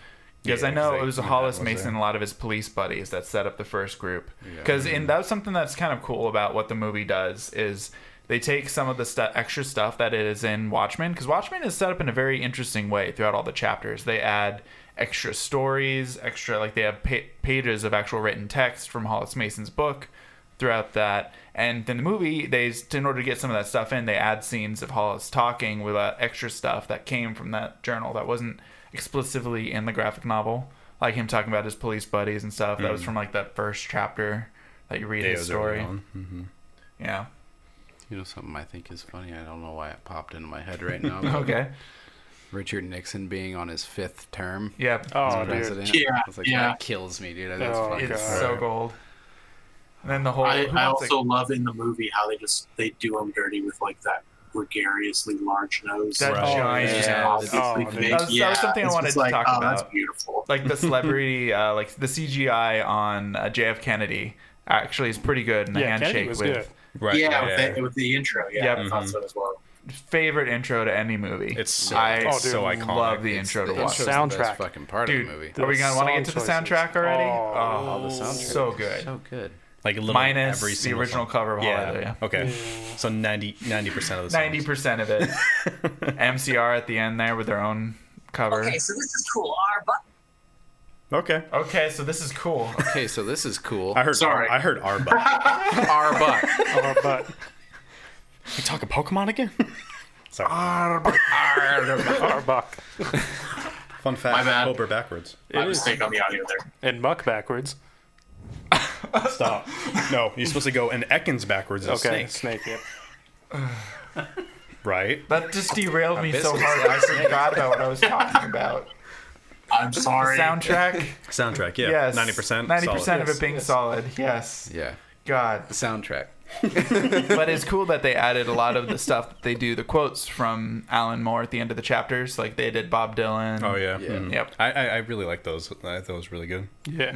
[SPEAKER 3] Because
[SPEAKER 4] Yeah,
[SPEAKER 3] I know
[SPEAKER 4] 'cause
[SPEAKER 3] it
[SPEAKER 4] they-
[SPEAKER 3] was
[SPEAKER 4] yeah,
[SPEAKER 3] Hollis
[SPEAKER 4] that was
[SPEAKER 3] Mason, and a lot of his police buddies that set up the first group.
[SPEAKER 2] Yeah.
[SPEAKER 3] Because and that was something that's kind of cool about what the movie does is they take some of the stu- extra stuff that it is in Watchmen. Because Watchmen is set up in a very interesting way throughout all the chapters. They add extra stories, extra like they have pa- pages of actual written text from Hollis Mason's book throughout that. And in the movie, they in order to get some of that stuff in, they add scenes of Hollis talking with uh, extra stuff that came from that journal that wasn't explicitly in the graphic novel, like him talking about his police buddies and stuff. That was from like that first chapter that you read
[SPEAKER 4] Mm. Yeah,
[SPEAKER 3] his
[SPEAKER 4] it was early
[SPEAKER 3] story.
[SPEAKER 4] on. Mhm.
[SPEAKER 3] Yeah.
[SPEAKER 2] You know something I think is funny. I don't know why it popped into my head right now. but
[SPEAKER 3] Okay.
[SPEAKER 2] Richard Nixon being on his fifth term
[SPEAKER 3] Yeah.
[SPEAKER 2] as
[SPEAKER 1] Oh, dude.
[SPEAKER 2] president.
[SPEAKER 5] Yeah,
[SPEAKER 2] I was like,
[SPEAKER 5] yeah.
[SPEAKER 2] That kills me, dude. I think it's
[SPEAKER 1] Oh,
[SPEAKER 2] fucking
[SPEAKER 3] it's
[SPEAKER 1] God.
[SPEAKER 3] so gold. And then the whole.
[SPEAKER 5] I,
[SPEAKER 3] who
[SPEAKER 5] I
[SPEAKER 3] wants to-
[SPEAKER 5] also love in the movie how they just they do him dirty with like that gregariously large nose.
[SPEAKER 3] That
[SPEAKER 4] Right.
[SPEAKER 3] giant
[SPEAKER 5] It's just
[SPEAKER 3] ass.
[SPEAKER 5] obviously
[SPEAKER 1] Oh,
[SPEAKER 5] big.
[SPEAKER 1] dude.
[SPEAKER 3] That was- that was
[SPEAKER 5] Yeah,
[SPEAKER 3] something I
[SPEAKER 5] it's
[SPEAKER 3] wanted
[SPEAKER 5] just
[SPEAKER 3] to
[SPEAKER 5] like,
[SPEAKER 3] talk
[SPEAKER 5] oh, That's
[SPEAKER 3] about.
[SPEAKER 5] beautiful.
[SPEAKER 3] like the celebrity, uh, like the CGI on uh, JF Kennedy actually is pretty good in the
[SPEAKER 1] Yeah, Kennedy
[SPEAKER 3] handshake
[SPEAKER 1] was
[SPEAKER 3] with
[SPEAKER 1] good.
[SPEAKER 4] Right.
[SPEAKER 5] yeah,
[SPEAKER 4] Yeah.
[SPEAKER 5] With, the, with the intro. Yeah,
[SPEAKER 3] Yep.
[SPEAKER 5] I thought so as well.
[SPEAKER 3] favorite intro to any movie.
[SPEAKER 4] It's so-
[SPEAKER 3] I
[SPEAKER 1] oh, dude,
[SPEAKER 4] so iconic.
[SPEAKER 3] love the
[SPEAKER 2] It's-
[SPEAKER 3] intro to
[SPEAKER 2] the
[SPEAKER 3] watch.
[SPEAKER 2] intro's the best
[SPEAKER 1] Soundtrack.
[SPEAKER 2] fucking part
[SPEAKER 3] Dude,
[SPEAKER 2] of the movie.
[SPEAKER 3] are we gonna want to
[SPEAKER 1] song
[SPEAKER 3] get to the
[SPEAKER 1] choices.
[SPEAKER 3] soundtrack already?
[SPEAKER 1] Oh,
[SPEAKER 3] Oh,
[SPEAKER 2] the soundtrack
[SPEAKER 3] so
[SPEAKER 2] is
[SPEAKER 3] good.
[SPEAKER 2] So good.
[SPEAKER 4] Like little
[SPEAKER 3] Minus
[SPEAKER 4] every
[SPEAKER 3] the
[SPEAKER 4] single
[SPEAKER 3] original
[SPEAKER 4] song.
[SPEAKER 3] cover of Hallelujah.
[SPEAKER 4] Okay. So 90 percent of the
[SPEAKER 3] Ninety
[SPEAKER 4] songs.
[SPEAKER 3] percent of it. MCR at the end there with their own cover. Okay, so,
[SPEAKER 5] this is cool. Our
[SPEAKER 4] Okay.
[SPEAKER 3] this is cool.
[SPEAKER 2] Okay, so this is cool.
[SPEAKER 4] I heard.
[SPEAKER 5] Sorry.
[SPEAKER 4] I heard Arba.
[SPEAKER 2] Our buck.
[SPEAKER 1] Oh, but
[SPEAKER 4] we talking Pokemon again? Sorry.
[SPEAKER 1] Arbuck
[SPEAKER 4] Fun fact.
[SPEAKER 5] My bad.
[SPEAKER 4] hope we're backwards.
[SPEAKER 5] My mistake on the audio there.
[SPEAKER 1] and Muck backwards.
[SPEAKER 4] Stop. No, you're supposed to go and Ekans backwards. As
[SPEAKER 1] Okay,
[SPEAKER 4] okay. Snake.
[SPEAKER 1] snake. yep.
[SPEAKER 4] Right.
[SPEAKER 3] That just derailed me so
[SPEAKER 2] Abyss is
[SPEAKER 3] hard. I forgot about what I was talking about.
[SPEAKER 5] I'm sorry.
[SPEAKER 3] Soundtrack.
[SPEAKER 4] Soundtrack. Yeah.
[SPEAKER 3] Yes.
[SPEAKER 4] Ninety percent.
[SPEAKER 3] Ninety percent of
[SPEAKER 1] Yes,
[SPEAKER 3] it being solid. Yes.
[SPEAKER 2] Yeah.
[SPEAKER 3] God.
[SPEAKER 2] The soundtrack.
[SPEAKER 3] but it's cool that they added a lot of the stuff that they do the quotes from Alan Moore at the end of the chapters, like they did Bob Dylan.
[SPEAKER 4] Oh yeah.
[SPEAKER 2] Yeah.
[SPEAKER 4] Mm.
[SPEAKER 3] Yep.
[SPEAKER 4] I, I I really like those. I thought it was really good.
[SPEAKER 1] Yeah.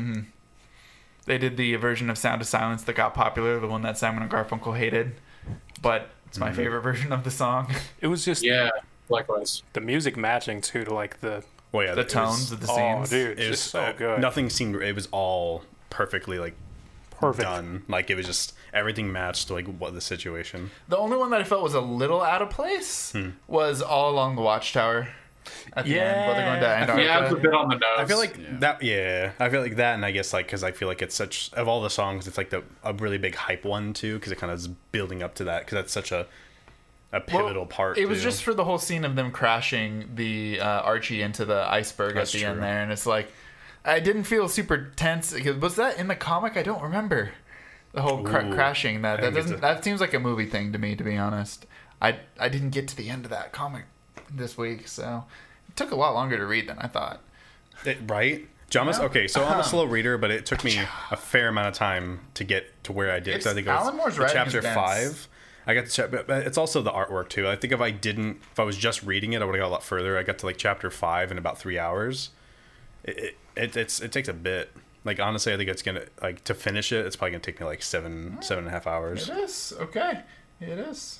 [SPEAKER 3] They did the version of Sound of Silence that got popular, the one that Simon and Garfunkel hated. But it's my favorite version of the song.
[SPEAKER 1] It was just
[SPEAKER 5] Yeah, likewise.
[SPEAKER 1] the music matching too to like the
[SPEAKER 4] Well, yeah.
[SPEAKER 3] The
[SPEAKER 4] it was-
[SPEAKER 3] tones of the
[SPEAKER 1] oh
[SPEAKER 3] scenes.
[SPEAKER 1] dude,
[SPEAKER 4] It was
[SPEAKER 1] just so good.
[SPEAKER 4] Nothing seemed. It was all perfectly like
[SPEAKER 1] perfect.
[SPEAKER 4] done. Like it was just everything matched like what the situation.
[SPEAKER 3] The only one that I felt was a little out of place was All Along the Watchtower. At the end, while they're going to
[SPEAKER 4] Yeah.
[SPEAKER 3] Antarctica.
[SPEAKER 5] Yeah, it's a bit on the nose.
[SPEAKER 4] I feel like
[SPEAKER 2] Yeah.
[SPEAKER 4] that. Yeah, I feel like that, and I guess like because I feel like it's such of all the songs, it's like the a really big hype one too, because it kind of is building up to that because that's such a a
[SPEAKER 3] Well,
[SPEAKER 4] pivotal part.
[SPEAKER 3] It was
[SPEAKER 4] too.
[SPEAKER 3] just for the whole scene of them crashing the uh, Archie into the iceberg
[SPEAKER 4] That's
[SPEAKER 3] at the
[SPEAKER 4] true.
[SPEAKER 3] end there, and it's like I didn't feel super tense. 'cause- Was that in the comic? I don't remember. The whole cra-
[SPEAKER 4] Ooh.
[SPEAKER 3] crashing that that
[SPEAKER 4] didn't get
[SPEAKER 3] doesn't
[SPEAKER 4] to-
[SPEAKER 3] that seems like a movie thing to me. To be honest, I I didn't get to the end of that comic this week, so it took a lot longer to read than I thought.
[SPEAKER 4] It- right? Jamas. Okay, so
[SPEAKER 3] Uh-huh.
[SPEAKER 4] I'm a slow reader, but it took me a fair amount of time to get to where I did. 'cause
[SPEAKER 3] It's-
[SPEAKER 4] I think it was
[SPEAKER 3] Alan Moore's
[SPEAKER 4] the
[SPEAKER 3] writing is
[SPEAKER 4] chapter
[SPEAKER 3] dense.
[SPEAKER 4] five. I got to chap- but but it's also the artwork too. I think if I didn't, if I was just reading it, I would have got a lot further. I got to like chapter five in about three hours. It, it, it it's it takes a bit. Like honestly, I think it's gonna like to finish it. It's probably gonna take me like seven seven and a half hours.
[SPEAKER 3] Mm. It is okay. It is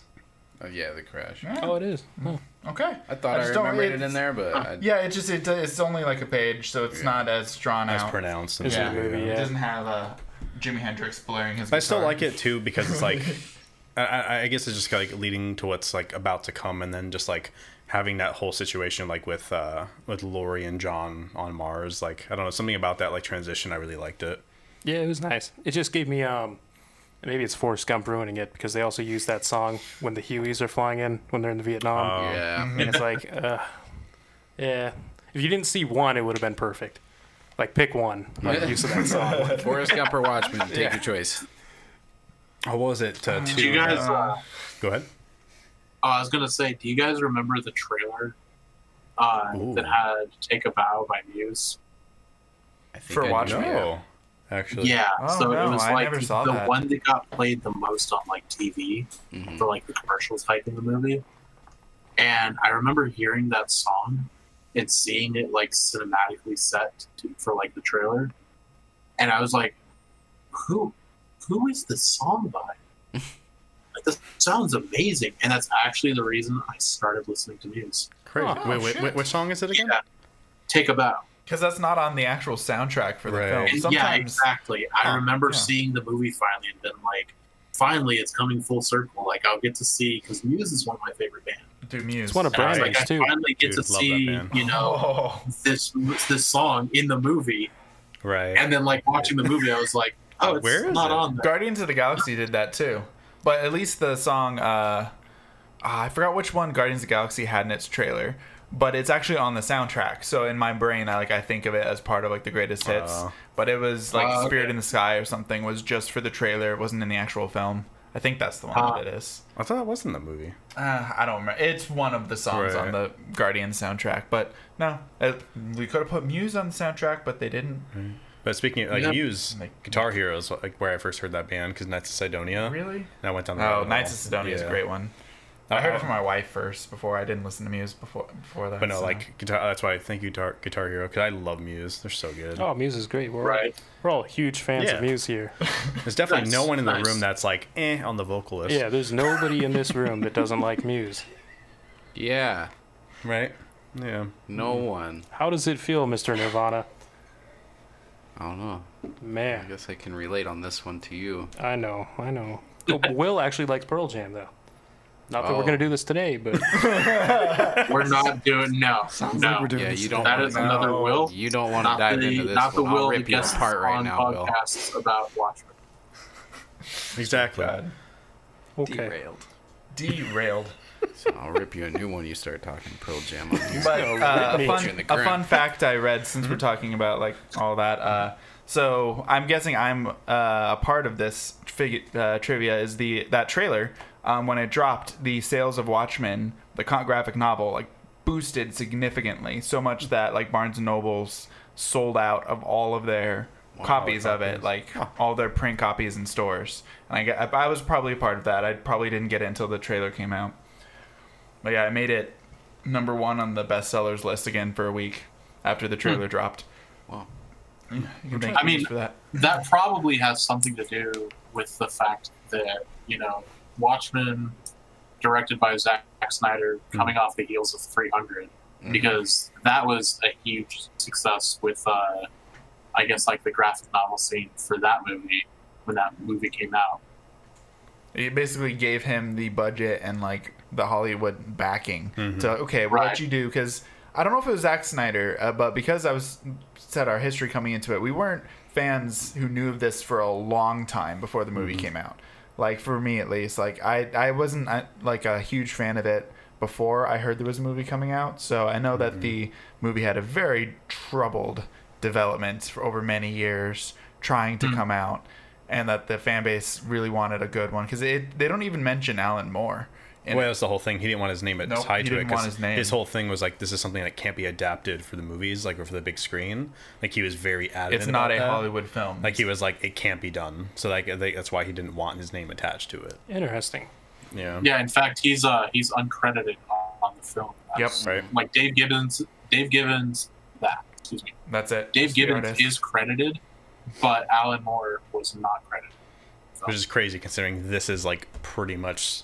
[SPEAKER 2] Oh, yeah, the crash.
[SPEAKER 1] Oh, it is. Oh.
[SPEAKER 3] okay.
[SPEAKER 2] I thought I,
[SPEAKER 3] just don't-
[SPEAKER 2] remembered it
[SPEAKER 3] it's-
[SPEAKER 2] in there, but I,
[SPEAKER 3] Yeah, it just it, it's only like a page, so it's not as drawn
[SPEAKER 4] As
[SPEAKER 3] out.
[SPEAKER 4] pronounced. and
[SPEAKER 1] Is it
[SPEAKER 4] stuff,
[SPEAKER 1] a movie?
[SPEAKER 4] yeah.
[SPEAKER 3] It
[SPEAKER 1] Yeah.
[SPEAKER 3] doesn't have uh, Jimi Hendrix blaring his.
[SPEAKER 4] I still
[SPEAKER 3] guitar.
[SPEAKER 4] like it too because it's like, I- I, I guess it's just like leading to what's like about to come, and then just like having that whole situation like with uh with Lori and John on Mars. Like I don't know something about that like transition. I really liked it.
[SPEAKER 1] Yeah, it was nice. It just gave me um, maybe it's Forrest Gump ruining it because they also use that song when the Hueys are flying in when they're in Vietnam,
[SPEAKER 2] yeah.
[SPEAKER 1] and it's like, uh, yeah. If you didn't see one, it would have been perfect. Like pick one. Like use of that song.
[SPEAKER 2] Forrest Gump or Watchmen, take your choice.
[SPEAKER 4] Oh, what was it? Uh,
[SPEAKER 5] Do
[SPEAKER 4] two,
[SPEAKER 5] you guys? Uh,
[SPEAKER 4] Go ahead.
[SPEAKER 5] Oh, I was gonna say, do you guys remember the trailer uh,
[SPEAKER 4] Ooh.
[SPEAKER 5] that had "Take a Bow" by Muse?
[SPEAKER 2] I think
[SPEAKER 3] For
[SPEAKER 2] I
[SPEAKER 3] Watchmen?
[SPEAKER 2] know.
[SPEAKER 4] No, actually.
[SPEAKER 5] Yeah,
[SPEAKER 3] Oh,
[SPEAKER 5] so
[SPEAKER 3] no,
[SPEAKER 5] it was
[SPEAKER 3] I
[SPEAKER 5] like
[SPEAKER 3] never
[SPEAKER 5] the,
[SPEAKER 3] saw that.
[SPEAKER 5] one that got played the most on like TV
[SPEAKER 2] Mm-hmm. Hmm.
[SPEAKER 5] for like the commercial type in the movie. And I remember hearing that song and seeing it like cinematically set to, for like the trailer, and I was like, "Who, who is this song by?" like this sounds amazing, and that's actually the reason I started listening to Muse.
[SPEAKER 4] Crazy.
[SPEAKER 1] Oh,
[SPEAKER 4] wait, wait,
[SPEAKER 3] shit.
[SPEAKER 4] wait, which song is it again?
[SPEAKER 5] Yeah. Take a bow.
[SPEAKER 3] because that's not on the actual soundtrack for the
[SPEAKER 4] Right.
[SPEAKER 3] film.
[SPEAKER 5] And
[SPEAKER 3] Sometimes
[SPEAKER 5] yeah, exactly. I
[SPEAKER 3] Huh,
[SPEAKER 5] remember
[SPEAKER 3] yeah.
[SPEAKER 5] seeing the movie finally and been like, finally, it's coming full circle. Like, I'll get to see, because Muse is one of my favorite bands.
[SPEAKER 3] do Muse.
[SPEAKER 1] It's one of
[SPEAKER 5] And I was
[SPEAKER 1] Brian's
[SPEAKER 5] like, I
[SPEAKER 1] too.
[SPEAKER 5] finally get
[SPEAKER 4] Dude,
[SPEAKER 5] to
[SPEAKER 4] love that
[SPEAKER 5] see,
[SPEAKER 4] band.
[SPEAKER 5] you know,
[SPEAKER 3] Oh,
[SPEAKER 5] this this song in the movie.
[SPEAKER 4] Right.
[SPEAKER 5] And then, like, watching the movie, I was like, oh, it's
[SPEAKER 4] Where is
[SPEAKER 5] not
[SPEAKER 4] it?
[SPEAKER 5] on there.
[SPEAKER 3] Guardians of the Galaxy did that too, but at least the song. Uh, ah, I forgot which one Guardians of the Galaxy had in its trailer, but it's actually on the soundtrack. So in my brain, I like I think of it as part of like the greatest hits.
[SPEAKER 4] Oh.
[SPEAKER 3] but it was like
[SPEAKER 5] Oh,
[SPEAKER 3] Spirit
[SPEAKER 5] okay.
[SPEAKER 3] in the Sky or something was just for the trailer. It wasn't in the actual film. I think that's the one
[SPEAKER 5] Ah.
[SPEAKER 3] that it is.
[SPEAKER 4] I thought it was in the movie.
[SPEAKER 3] Uh, I don't remember. It's one of the songs
[SPEAKER 4] Right.
[SPEAKER 3] on the Guardian soundtrack, but no, uh we could have put Muse on the soundtrack, but they didn't.
[SPEAKER 4] Mm-hmm. But speaking of, like
[SPEAKER 5] Yeah.
[SPEAKER 4] Muse,
[SPEAKER 3] Like-
[SPEAKER 4] Guitar Heroes, like where I first heard that band, because Knights of Sidonia.
[SPEAKER 3] Really?
[SPEAKER 4] And I went down the
[SPEAKER 3] Oh,
[SPEAKER 4] rabbit
[SPEAKER 3] Knights of
[SPEAKER 4] hole.
[SPEAKER 3] Sidonia is a
[SPEAKER 4] Yeah. Uh,
[SPEAKER 3] great one. I heard it from my wife first before I didn't listen to Muse before before that.
[SPEAKER 4] But no,
[SPEAKER 3] so.
[SPEAKER 4] like guitar. That's why I thank you, Guitar, guitar Hero, because I love Muse. They're so good.
[SPEAKER 1] Oh, Muse is great. We're
[SPEAKER 5] Right.
[SPEAKER 1] We're all huge fans
[SPEAKER 4] Yeah.
[SPEAKER 1] of Muse here.
[SPEAKER 4] There's definitely
[SPEAKER 5] Nice,
[SPEAKER 4] no one in the
[SPEAKER 5] nice.
[SPEAKER 4] room that's like eh on the vocalist.
[SPEAKER 1] Yeah, there's nobody in this room that doesn't like Muse.
[SPEAKER 2] Yeah,
[SPEAKER 4] Right. Yeah.
[SPEAKER 2] no one.
[SPEAKER 1] How does it feel, Mr. Nirvana?
[SPEAKER 2] I don't know. I
[SPEAKER 1] Man,
[SPEAKER 2] guess I can relate on this one to you.
[SPEAKER 1] I know, I know. Oh, but Will actually likes Pearl Jam though. Not that
[SPEAKER 2] Oh.
[SPEAKER 1] we're gonna do this today, but
[SPEAKER 5] We're not doing, no. no.
[SPEAKER 6] like we're doing
[SPEAKER 2] Yeah,
[SPEAKER 6] this
[SPEAKER 2] you
[SPEAKER 6] thing.
[SPEAKER 2] don't.
[SPEAKER 5] that is
[SPEAKER 2] wanna,
[SPEAKER 5] another will.
[SPEAKER 2] You don't want to
[SPEAKER 5] Not
[SPEAKER 2] dive into
[SPEAKER 5] the,
[SPEAKER 2] this
[SPEAKER 5] not the
[SPEAKER 2] one. I'll
[SPEAKER 5] will that
[SPEAKER 2] rip you
[SPEAKER 5] gets
[SPEAKER 2] apart right
[SPEAKER 5] on
[SPEAKER 2] now, Will.
[SPEAKER 5] podcasts about Watchmen.
[SPEAKER 4] Exactly.
[SPEAKER 3] God.
[SPEAKER 1] okay.
[SPEAKER 3] derailed.
[SPEAKER 2] I'll rip you a new one. You start talking Pearl Jam. On these.
[SPEAKER 3] But uh, a,
[SPEAKER 1] me.
[SPEAKER 2] Put you in
[SPEAKER 3] fun,
[SPEAKER 2] the
[SPEAKER 3] a fun
[SPEAKER 2] ground. Mm-hmm.
[SPEAKER 3] fact I read since we're talking about like all that. Uh, so I'm guessing I'm uh, a part of this fig- uh, trivia is the that trailer um, when it dropped the sales of Watchmen the con- graphic novel like boosted significantly so
[SPEAKER 2] Mm-hmm.
[SPEAKER 3] much that like Barnes and Nobles sold out of all of their copies of it like all their print copies in stores and I, gu- I was probably a part of that I probably didn't get it until the trailer came out but yeah, I made it number one on the bestsellers list again for a week after the trailer dropped.
[SPEAKER 2] Wow.
[SPEAKER 3] You can thank
[SPEAKER 5] I
[SPEAKER 3] me
[SPEAKER 5] mean-
[SPEAKER 3] for that.
[SPEAKER 5] that probably has something to do with the fact that you know Watchmen, directed by Zack Snyder, coming off the heels of 300, because that was a huge success with, uh, I guess, like the graphic novel scene for that movie when that movie came out.
[SPEAKER 3] It basically gave him the budget and like the Hollywood backing to okay, we'll let
[SPEAKER 5] Right.
[SPEAKER 3] you do because I don't know if it was Zack Snyder, uh, but because I was said our history coming into it, we weren't fans who knew of this for a long time before the
[SPEAKER 4] Mm-hmm.
[SPEAKER 3] movie came out. Like for me at least, like I I wasn't uh like a huge fan of it before I heard there was a movie coming out, so I know
[SPEAKER 4] Mm-hmm.
[SPEAKER 3] that the movie had a
[SPEAKER 4] Hmm.
[SPEAKER 3] very troubled development for over many years trying to come out and that the fan base really wanted a good one because they don't even mention Alan Moore. in
[SPEAKER 4] Well,
[SPEAKER 3] it.
[SPEAKER 4] that's the whole thing. He didn't want his name
[SPEAKER 3] Nope,
[SPEAKER 4] tied
[SPEAKER 3] he
[SPEAKER 4] to
[SPEAKER 3] didn't
[SPEAKER 4] it. 'cause
[SPEAKER 3] want his name.
[SPEAKER 4] whole thing was like, this is something that can't be adapted for the movies, like or for the big screen. Like he was very adamant.
[SPEAKER 3] it's not
[SPEAKER 4] about
[SPEAKER 3] a
[SPEAKER 4] that.
[SPEAKER 3] Hollywood film.
[SPEAKER 4] Like he was like, it can't be done. So like I think that's why he didn't want his name attached to it.
[SPEAKER 1] Interesting.
[SPEAKER 4] Yeah.
[SPEAKER 5] Yeah, in fact, he's uh he's uncredited on- on the film. That's-
[SPEAKER 4] Right.
[SPEAKER 5] Like Dave Gibbons, Dave Gibbons, that excuse me,
[SPEAKER 3] that's it.
[SPEAKER 5] Dave
[SPEAKER 3] Just the
[SPEAKER 5] Gibbons
[SPEAKER 3] artist.
[SPEAKER 5] is credited, but Alan Moore was not credited.
[SPEAKER 4] Which is crazy considering this is like pretty much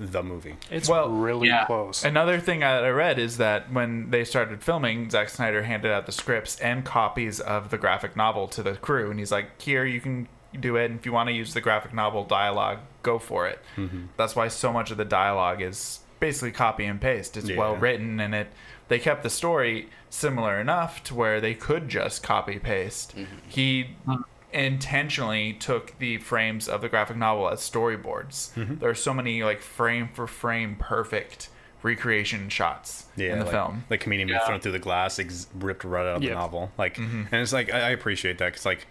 [SPEAKER 4] the movie.
[SPEAKER 1] It's
[SPEAKER 3] Well,
[SPEAKER 1] really
[SPEAKER 5] yeah.
[SPEAKER 1] close.
[SPEAKER 3] Another thing that I read is that when they started filming, Zack Snyder handed out the scripts and copies of the graphic novel to the crew, and he's like, "Here, you can do it. And if you want to use the graphic novel dialogue, go for it."
[SPEAKER 5] Mm-hmm.
[SPEAKER 3] That's why so much of the dialogue is basically copy and paste. It's
[SPEAKER 4] Yeah.
[SPEAKER 3] well written, and it they kept the story similar enough to where they could just copy paste. He intentionally took the frames of the graphic novel as storyboards. There are so many like frame for frame perfect recreation shots in the
[SPEAKER 4] like,
[SPEAKER 3] film.
[SPEAKER 4] The comedian being
[SPEAKER 5] Yeah.
[SPEAKER 4] thrown through the glass, ex- ripped right out of
[SPEAKER 1] Yep.
[SPEAKER 4] the novel. Like,
[SPEAKER 3] Mm-hmm.
[SPEAKER 4] and it's like I, I appreciate that because like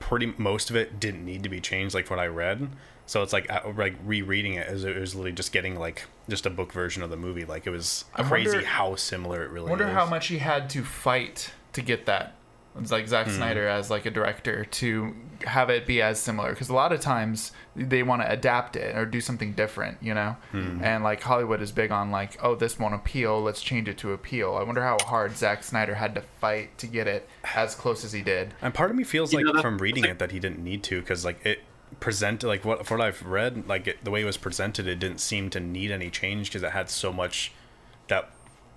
[SPEAKER 4] pretty most of it didn't need to be changed. Like what I read, so it's like I, like rereading it is it was literally just getting like just a book version of the movie. Like it was
[SPEAKER 3] I
[SPEAKER 4] crazy
[SPEAKER 3] wonder-
[SPEAKER 4] how similar it really.
[SPEAKER 3] I wonder
[SPEAKER 4] is.
[SPEAKER 3] how much he had to fight to get that. It's like Zack Snyder as like a director to have it be as similar because a lot of times they want to adapt it or do something different, you know. And like Hollywood is big on like, oh, this won't appeal, let's change it to appeal. I wonder how hard Zack Snyder had to fight to get it as close as he did.
[SPEAKER 4] And part of me feels
[SPEAKER 5] You
[SPEAKER 4] like
[SPEAKER 5] know, that-
[SPEAKER 4] from reading it that he didn't need to because like it presented like what for what I've read like it, the way it was presented it didn't seem to need any change because it had so much that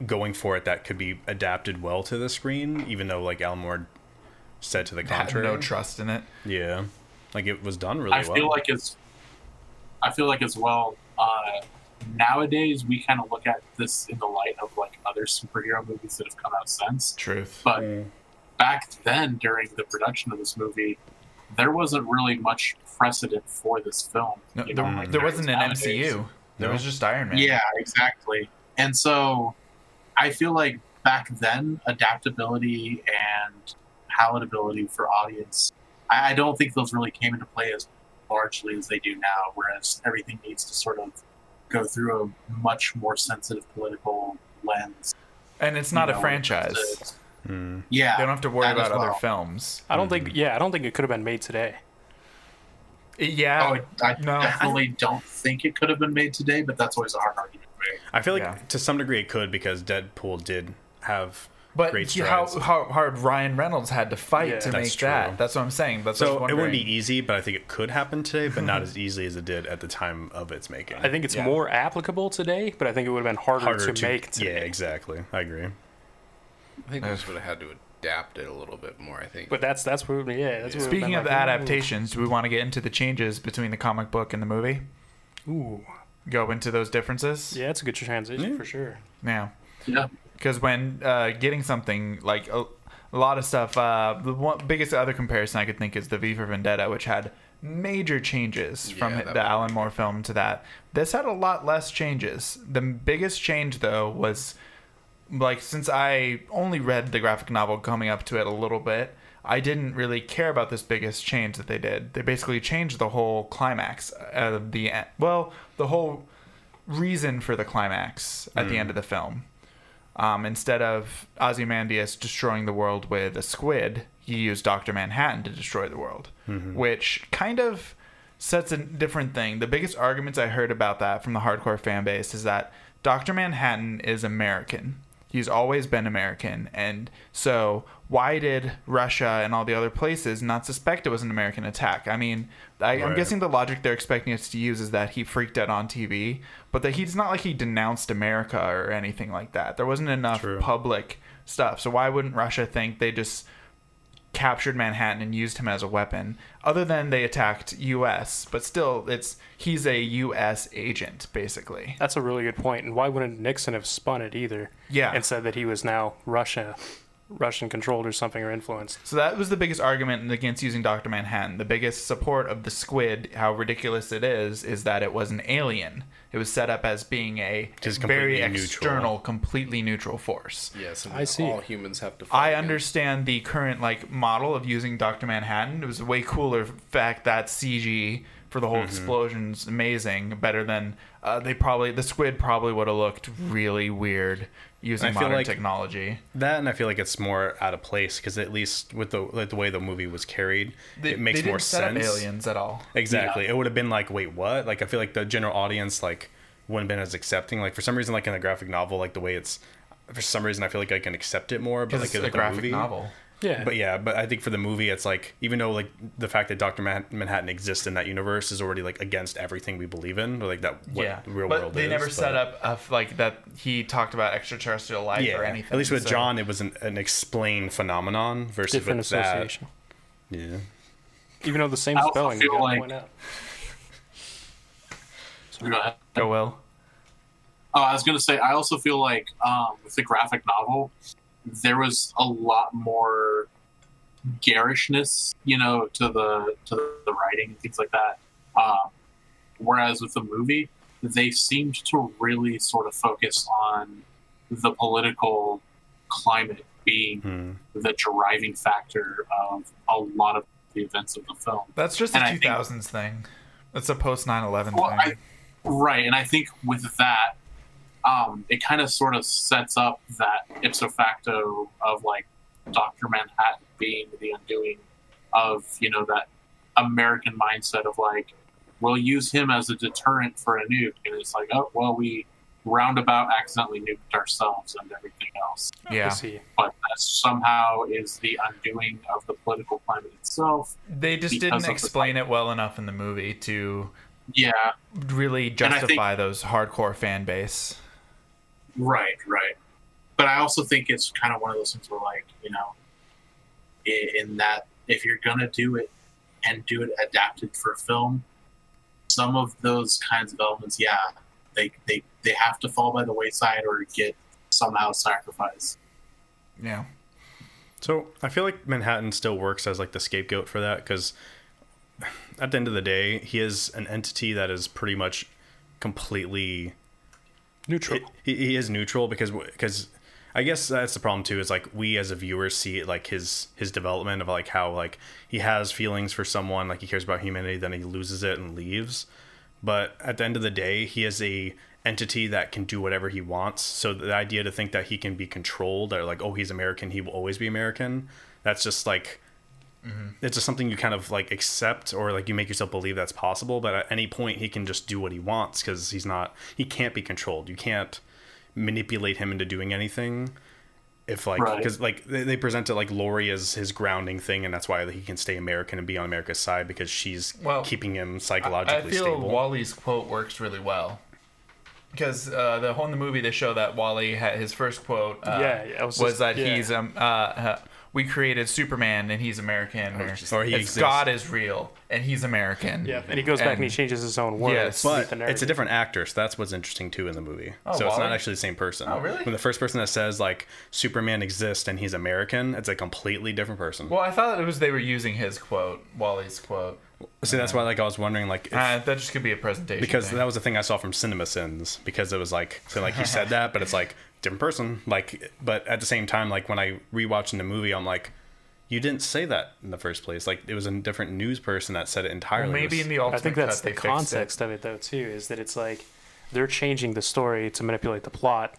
[SPEAKER 4] going for it that could be adapted well to the screen even though like Elmore said to the
[SPEAKER 3] Had
[SPEAKER 4] contrary.
[SPEAKER 3] no trust in it.
[SPEAKER 4] Yeah, like it was done really
[SPEAKER 5] I
[SPEAKER 4] well.
[SPEAKER 5] feel like it's, I feel like as well. Uh, nowadays, we kind of look at this in the light of like other superhero movies that have come out since.
[SPEAKER 3] Truth.
[SPEAKER 5] But back then, during the production of this movie, there wasn't really much precedent for this film.
[SPEAKER 3] No,
[SPEAKER 5] you
[SPEAKER 3] there,
[SPEAKER 5] know, like
[SPEAKER 3] there
[SPEAKER 5] is
[SPEAKER 3] wasn't an
[SPEAKER 5] nowadays.
[SPEAKER 3] MCU. There
[SPEAKER 4] No.
[SPEAKER 3] was just Iron Man.
[SPEAKER 5] Yeah, exactly. And so I feel like back then, adaptability and palatability for audience, I, I don't think those really came into play as largely as they do now, whereas everything needs to sort of go through a much more sensitive political lens.
[SPEAKER 3] And it's
[SPEAKER 5] you
[SPEAKER 3] not
[SPEAKER 5] know,
[SPEAKER 3] a
[SPEAKER 5] when it comes
[SPEAKER 3] franchise.
[SPEAKER 5] to- Yeah.
[SPEAKER 3] They don't have to worry
[SPEAKER 5] that as
[SPEAKER 3] about other
[SPEAKER 5] well.
[SPEAKER 3] films.
[SPEAKER 1] I don't think. Yeah, I don't think it could have been made today.
[SPEAKER 5] Oh,
[SPEAKER 3] Yeah.
[SPEAKER 5] I
[SPEAKER 3] No.
[SPEAKER 5] definitely don't think it could have been made today, but that's always a hard argument. to make.
[SPEAKER 4] I feel like
[SPEAKER 3] Yeah.
[SPEAKER 4] to some degree it could because Deadpool did have
[SPEAKER 3] But
[SPEAKER 4] great
[SPEAKER 3] you- how,
[SPEAKER 4] strides.
[SPEAKER 3] how hard Ryan Reynolds had to fight
[SPEAKER 1] Yeah.
[SPEAKER 3] to
[SPEAKER 4] That's
[SPEAKER 3] make
[SPEAKER 4] true.
[SPEAKER 3] that. That's what I'm saying. That's
[SPEAKER 4] so
[SPEAKER 3] what I was
[SPEAKER 4] it wouldn't
[SPEAKER 3] wondering.
[SPEAKER 4] be easy, but I think it could happen today, but not as easily as it did at the time of its making.
[SPEAKER 1] I think it's
[SPEAKER 3] Yeah.
[SPEAKER 1] more applicable today, but I think it would have been harder,
[SPEAKER 4] harder
[SPEAKER 1] to, make today.
[SPEAKER 4] Yeah, exactly. I agree.
[SPEAKER 2] I think we just would have had to adapt it a little bit more. I think.
[SPEAKER 1] But that's that's what. Yeah. That's what it would've
[SPEAKER 3] Speaking
[SPEAKER 1] been
[SPEAKER 3] of
[SPEAKER 1] like,
[SPEAKER 3] adaptations, do we want to get into the changes between the comic book and the movie?
[SPEAKER 1] Ooh.
[SPEAKER 3] Go into those differences?
[SPEAKER 1] Yeah, it's a good transition for sure.
[SPEAKER 3] Yeah.
[SPEAKER 5] Yeah.
[SPEAKER 3] because when uh, getting something like a, a lot of stuff, uh, the one, biggest other comparison I could think is the V for Vendetta, which had major changes from
[SPEAKER 2] Yeah,
[SPEAKER 3] the
[SPEAKER 2] that one.
[SPEAKER 3] Alan Moore film to that. This had a lot less changes. The biggest change though was like since I only read the graphic novel coming up to it a little bit, I didn't really care about this biggest change that they did. They basically changed the whole climax of the en- well, the whole reason for the climax at the end of the film. Um, instead of Ozymandias destroying the world with a squid, he used Doctor Manhattan to destroy the world, which kind of sets a different thing. The biggest arguments I heard about that from the hardcore fan base is that Doctor Manhattan is American. He's always been American, and so why did Russia and all the other places not suspect it was an American attack? I mean, I, I'm
[SPEAKER 4] Right.
[SPEAKER 3] guessing the logic they're expecting us to use is that he freaked out on TV, but that he's not like he denounced America or anything like that. There wasn't enough
[SPEAKER 4] True.
[SPEAKER 3] public stuff. So why wouldn't Russia think they just captured Manhattan and used him as a weapon? Other than they attacked US, but still it's he's a US agent basically.
[SPEAKER 1] That's a really good point. And why wouldn't Nixon have spun it either?
[SPEAKER 3] Yeah.
[SPEAKER 1] And said that he was now Russia Russian controlled or something or influenced.
[SPEAKER 3] So that was the biggest argument against using Dr. Manhattan. The biggest support of the squid, how ridiculous it is, is that it was an alien. It was set up as being a
[SPEAKER 4] Just
[SPEAKER 3] very
[SPEAKER 4] completely neutral.
[SPEAKER 3] external, completely neutral force.
[SPEAKER 2] Yes, and
[SPEAKER 1] I see.
[SPEAKER 2] all humans have to.
[SPEAKER 3] I
[SPEAKER 2] fight it.
[SPEAKER 3] understand the current like model of using Dr. Manhattan. It was a way cooler fact that CG for
[SPEAKER 4] Mm-hmm.
[SPEAKER 3] the whole explosion's amazing, better than uh, they probably the squid probably would have looked really weird using
[SPEAKER 4] I feel
[SPEAKER 3] modern
[SPEAKER 4] like-
[SPEAKER 3] technology.
[SPEAKER 4] That and I feel like it's more out of place because at least with the like the way the movie was carried,
[SPEAKER 3] They-
[SPEAKER 4] it makes
[SPEAKER 3] they didn't
[SPEAKER 4] more
[SPEAKER 3] set up
[SPEAKER 4] sense.
[SPEAKER 3] aliens at all.
[SPEAKER 4] Exactly. It would have been like, wait, what? Like I feel like the general audience like wouldn't have been as accepting. Like for some reason, like in a graphic novel, like the way it's for some reason I feel like I can accept it more. But
[SPEAKER 3] Because
[SPEAKER 4] like
[SPEAKER 3] it's
[SPEAKER 4] in
[SPEAKER 3] a graphic
[SPEAKER 4] movie,
[SPEAKER 3] novel.
[SPEAKER 1] Yeah.
[SPEAKER 4] But yeah, but I think for the movie, it's like even though like the fact that Doctor Manhattan exists in that universe is already like against everything we believe in, or, like that what
[SPEAKER 3] yeah,
[SPEAKER 4] the real
[SPEAKER 3] but
[SPEAKER 4] world.
[SPEAKER 3] they
[SPEAKER 4] is,
[SPEAKER 3] never
[SPEAKER 4] but-
[SPEAKER 3] set up of like that he talked about extraterrestrial life
[SPEAKER 4] Yeah,
[SPEAKER 3] or anything.
[SPEAKER 4] at least with
[SPEAKER 3] so-
[SPEAKER 4] John, it was an, an explained phenomenon versus
[SPEAKER 1] Different
[SPEAKER 4] with that-
[SPEAKER 1] association.
[SPEAKER 4] Yeah.
[SPEAKER 1] Even though the same
[SPEAKER 5] I also
[SPEAKER 1] spelling.
[SPEAKER 5] feel
[SPEAKER 1] you gotta
[SPEAKER 5] like-
[SPEAKER 1] point out.
[SPEAKER 5] You know,
[SPEAKER 3] Go Will.
[SPEAKER 5] Oh, I was gonna say. I also feel like um, with the graphic novel, there was a lot more garishness, you know, to the to the writing and things like that. Um, whereas with the movie, they seemed to really sort of focus on the political climate being
[SPEAKER 4] Hmm.
[SPEAKER 5] the driving factor of a lot of the events of the film.
[SPEAKER 3] That's just
[SPEAKER 5] And
[SPEAKER 3] a
[SPEAKER 5] I
[SPEAKER 3] two
[SPEAKER 5] think-
[SPEAKER 3] thousands thing. That's a post 9-11
[SPEAKER 5] Well,
[SPEAKER 3] thing.
[SPEAKER 5] I- Right, and I think with that, um, it kind of sort of sets up that ipso facto of like Doctor Manhattan being the undoing of you know that American mindset of like we'll use him as a deterrent for a nuke, and it's like oh well we roundabout accidentally nuked ourselves and everything else,
[SPEAKER 1] I
[SPEAKER 3] yeah,
[SPEAKER 1] see.
[SPEAKER 5] but that somehow is the undoing of the political climate itself.
[SPEAKER 3] they just
[SPEAKER 5] because
[SPEAKER 3] didn't
[SPEAKER 5] of the-
[SPEAKER 3] explain it well enough in the movie to
[SPEAKER 5] Yeah,
[SPEAKER 3] really
[SPEAKER 5] I think-
[SPEAKER 3] justify those hardcore fan base.
[SPEAKER 5] Right, right. But I also think it's kind of one of those things where, like, you know, i- in that if you're gonna do it and do it adapted for film, some of those kinds of elements, yeah, they they they have to fall by the wayside or get somehow sacrificed.
[SPEAKER 3] Yeah,
[SPEAKER 4] So I feel like Manhattan still works as like the scapegoat for that because at the end of the day, he is an entity that is pretty much completely
[SPEAKER 1] Neutral.
[SPEAKER 4] he, he is neutral because because I guess that's the problem too. Is like we as a viewer see it like his his development of like how like he has feelings for someone, like he cares about humanity, then he loses it and leaves. But at the end of the day, he is a entity that can do whatever he wants. So the idea to think that he can be controlled or like oh he's American, he will always be American. That's just like
[SPEAKER 3] Mm-hmm.
[SPEAKER 4] it's just something you kind of like accept or like you make yourself believe that's possible but at any point he can just do what he wants because he's not he can't be controlled you can't manipulate him into doing anything if like
[SPEAKER 5] Right.
[SPEAKER 4] because like they, they present it like Lori as his grounding thing and that's why he can stay American and be on America's side because she's
[SPEAKER 3] Well,
[SPEAKER 4] keeping him
[SPEAKER 3] I
[SPEAKER 4] psychologically
[SPEAKER 3] feel
[SPEAKER 4] stable
[SPEAKER 3] Wally's quote works really well because uh, the whole in the movie they show that Wally had his first quote. Uh,
[SPEAKER 1] Yeah, yeah, I was
[SPEAKER 3] was,
[SPEAKER 1] just-
[SPEAKER 3] that
[SPEAKER 1] yeah.
[SPEAKER 3] he's um uh, uh, we created Superman and he's American, or,
[SPEAKER 2] just-
[SPEAKER 4] Or he
[SPEAKER 3] it's
[SPEAKER 4] exists.
[SPEAKER 3] God is real and he's American.
[SPEAKER 1] Yeah. And he goes back and he changes his own words.
[SPEAKER 3] Yes.
[SPEAKER 1] with
[SPEAKER 4] but
[SPEAKER 1] the
[SPEAKER 4] it's a
[SPEAKER 1] narrative.
[SPEAKER 4] different actor, so that's what's interesting too in the movie. so it's not
[SPEAKER 3] Wally?
[SPEAKER 4] actually the same person.
[SPEAKER 3] Oh, really?
[SPEAKER 4] When the first person that says like Superman exists and he's American, it's a completely different person.
[SPEAKER 3] Well, I thought it was they were using his quote, Wally's quote.
[SPEAKER 4] See, that's why like I was wondering like if,
[SPEAKER 3] Uh, that just could be a presentation.
[SPEAKER 4] because
[SPEAKER 3] thing.
[SPEAKER 4] that was the thing I saw from CinemaSins because it was like so like he said that, but it's like different person. Like, but at the same time, like when I rewatching the movie, I'm like, you didn't say that in the first place. Like it was a different news person that said it entirely.
[SPEAKER 3] Well,
[SPEAKER 4] It
[SPEAKER 3] maybe
[SPEAKER 4] was-
[SPEAKER 3] in the ultimate
[SPEAKER 1] I think that's the
[SPEAKER 3] cut they fixed it.
[SPEAKER 1] context of it, though, too, is that it's like they're changing the story to manipulate the plot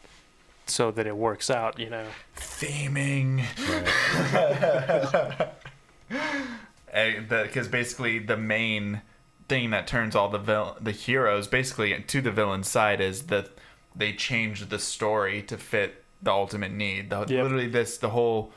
[SPEAKER 1] so that it works out, you know.
[SPEAKER 3] theming. Because basically, Eh, the main thing that turns all the vil- the heroes basically to the villain's side is that they change the story to fit the ultimate need. The,
[SPEAKER 1] Yep.
[SPEAKER 3] Literally, this the whole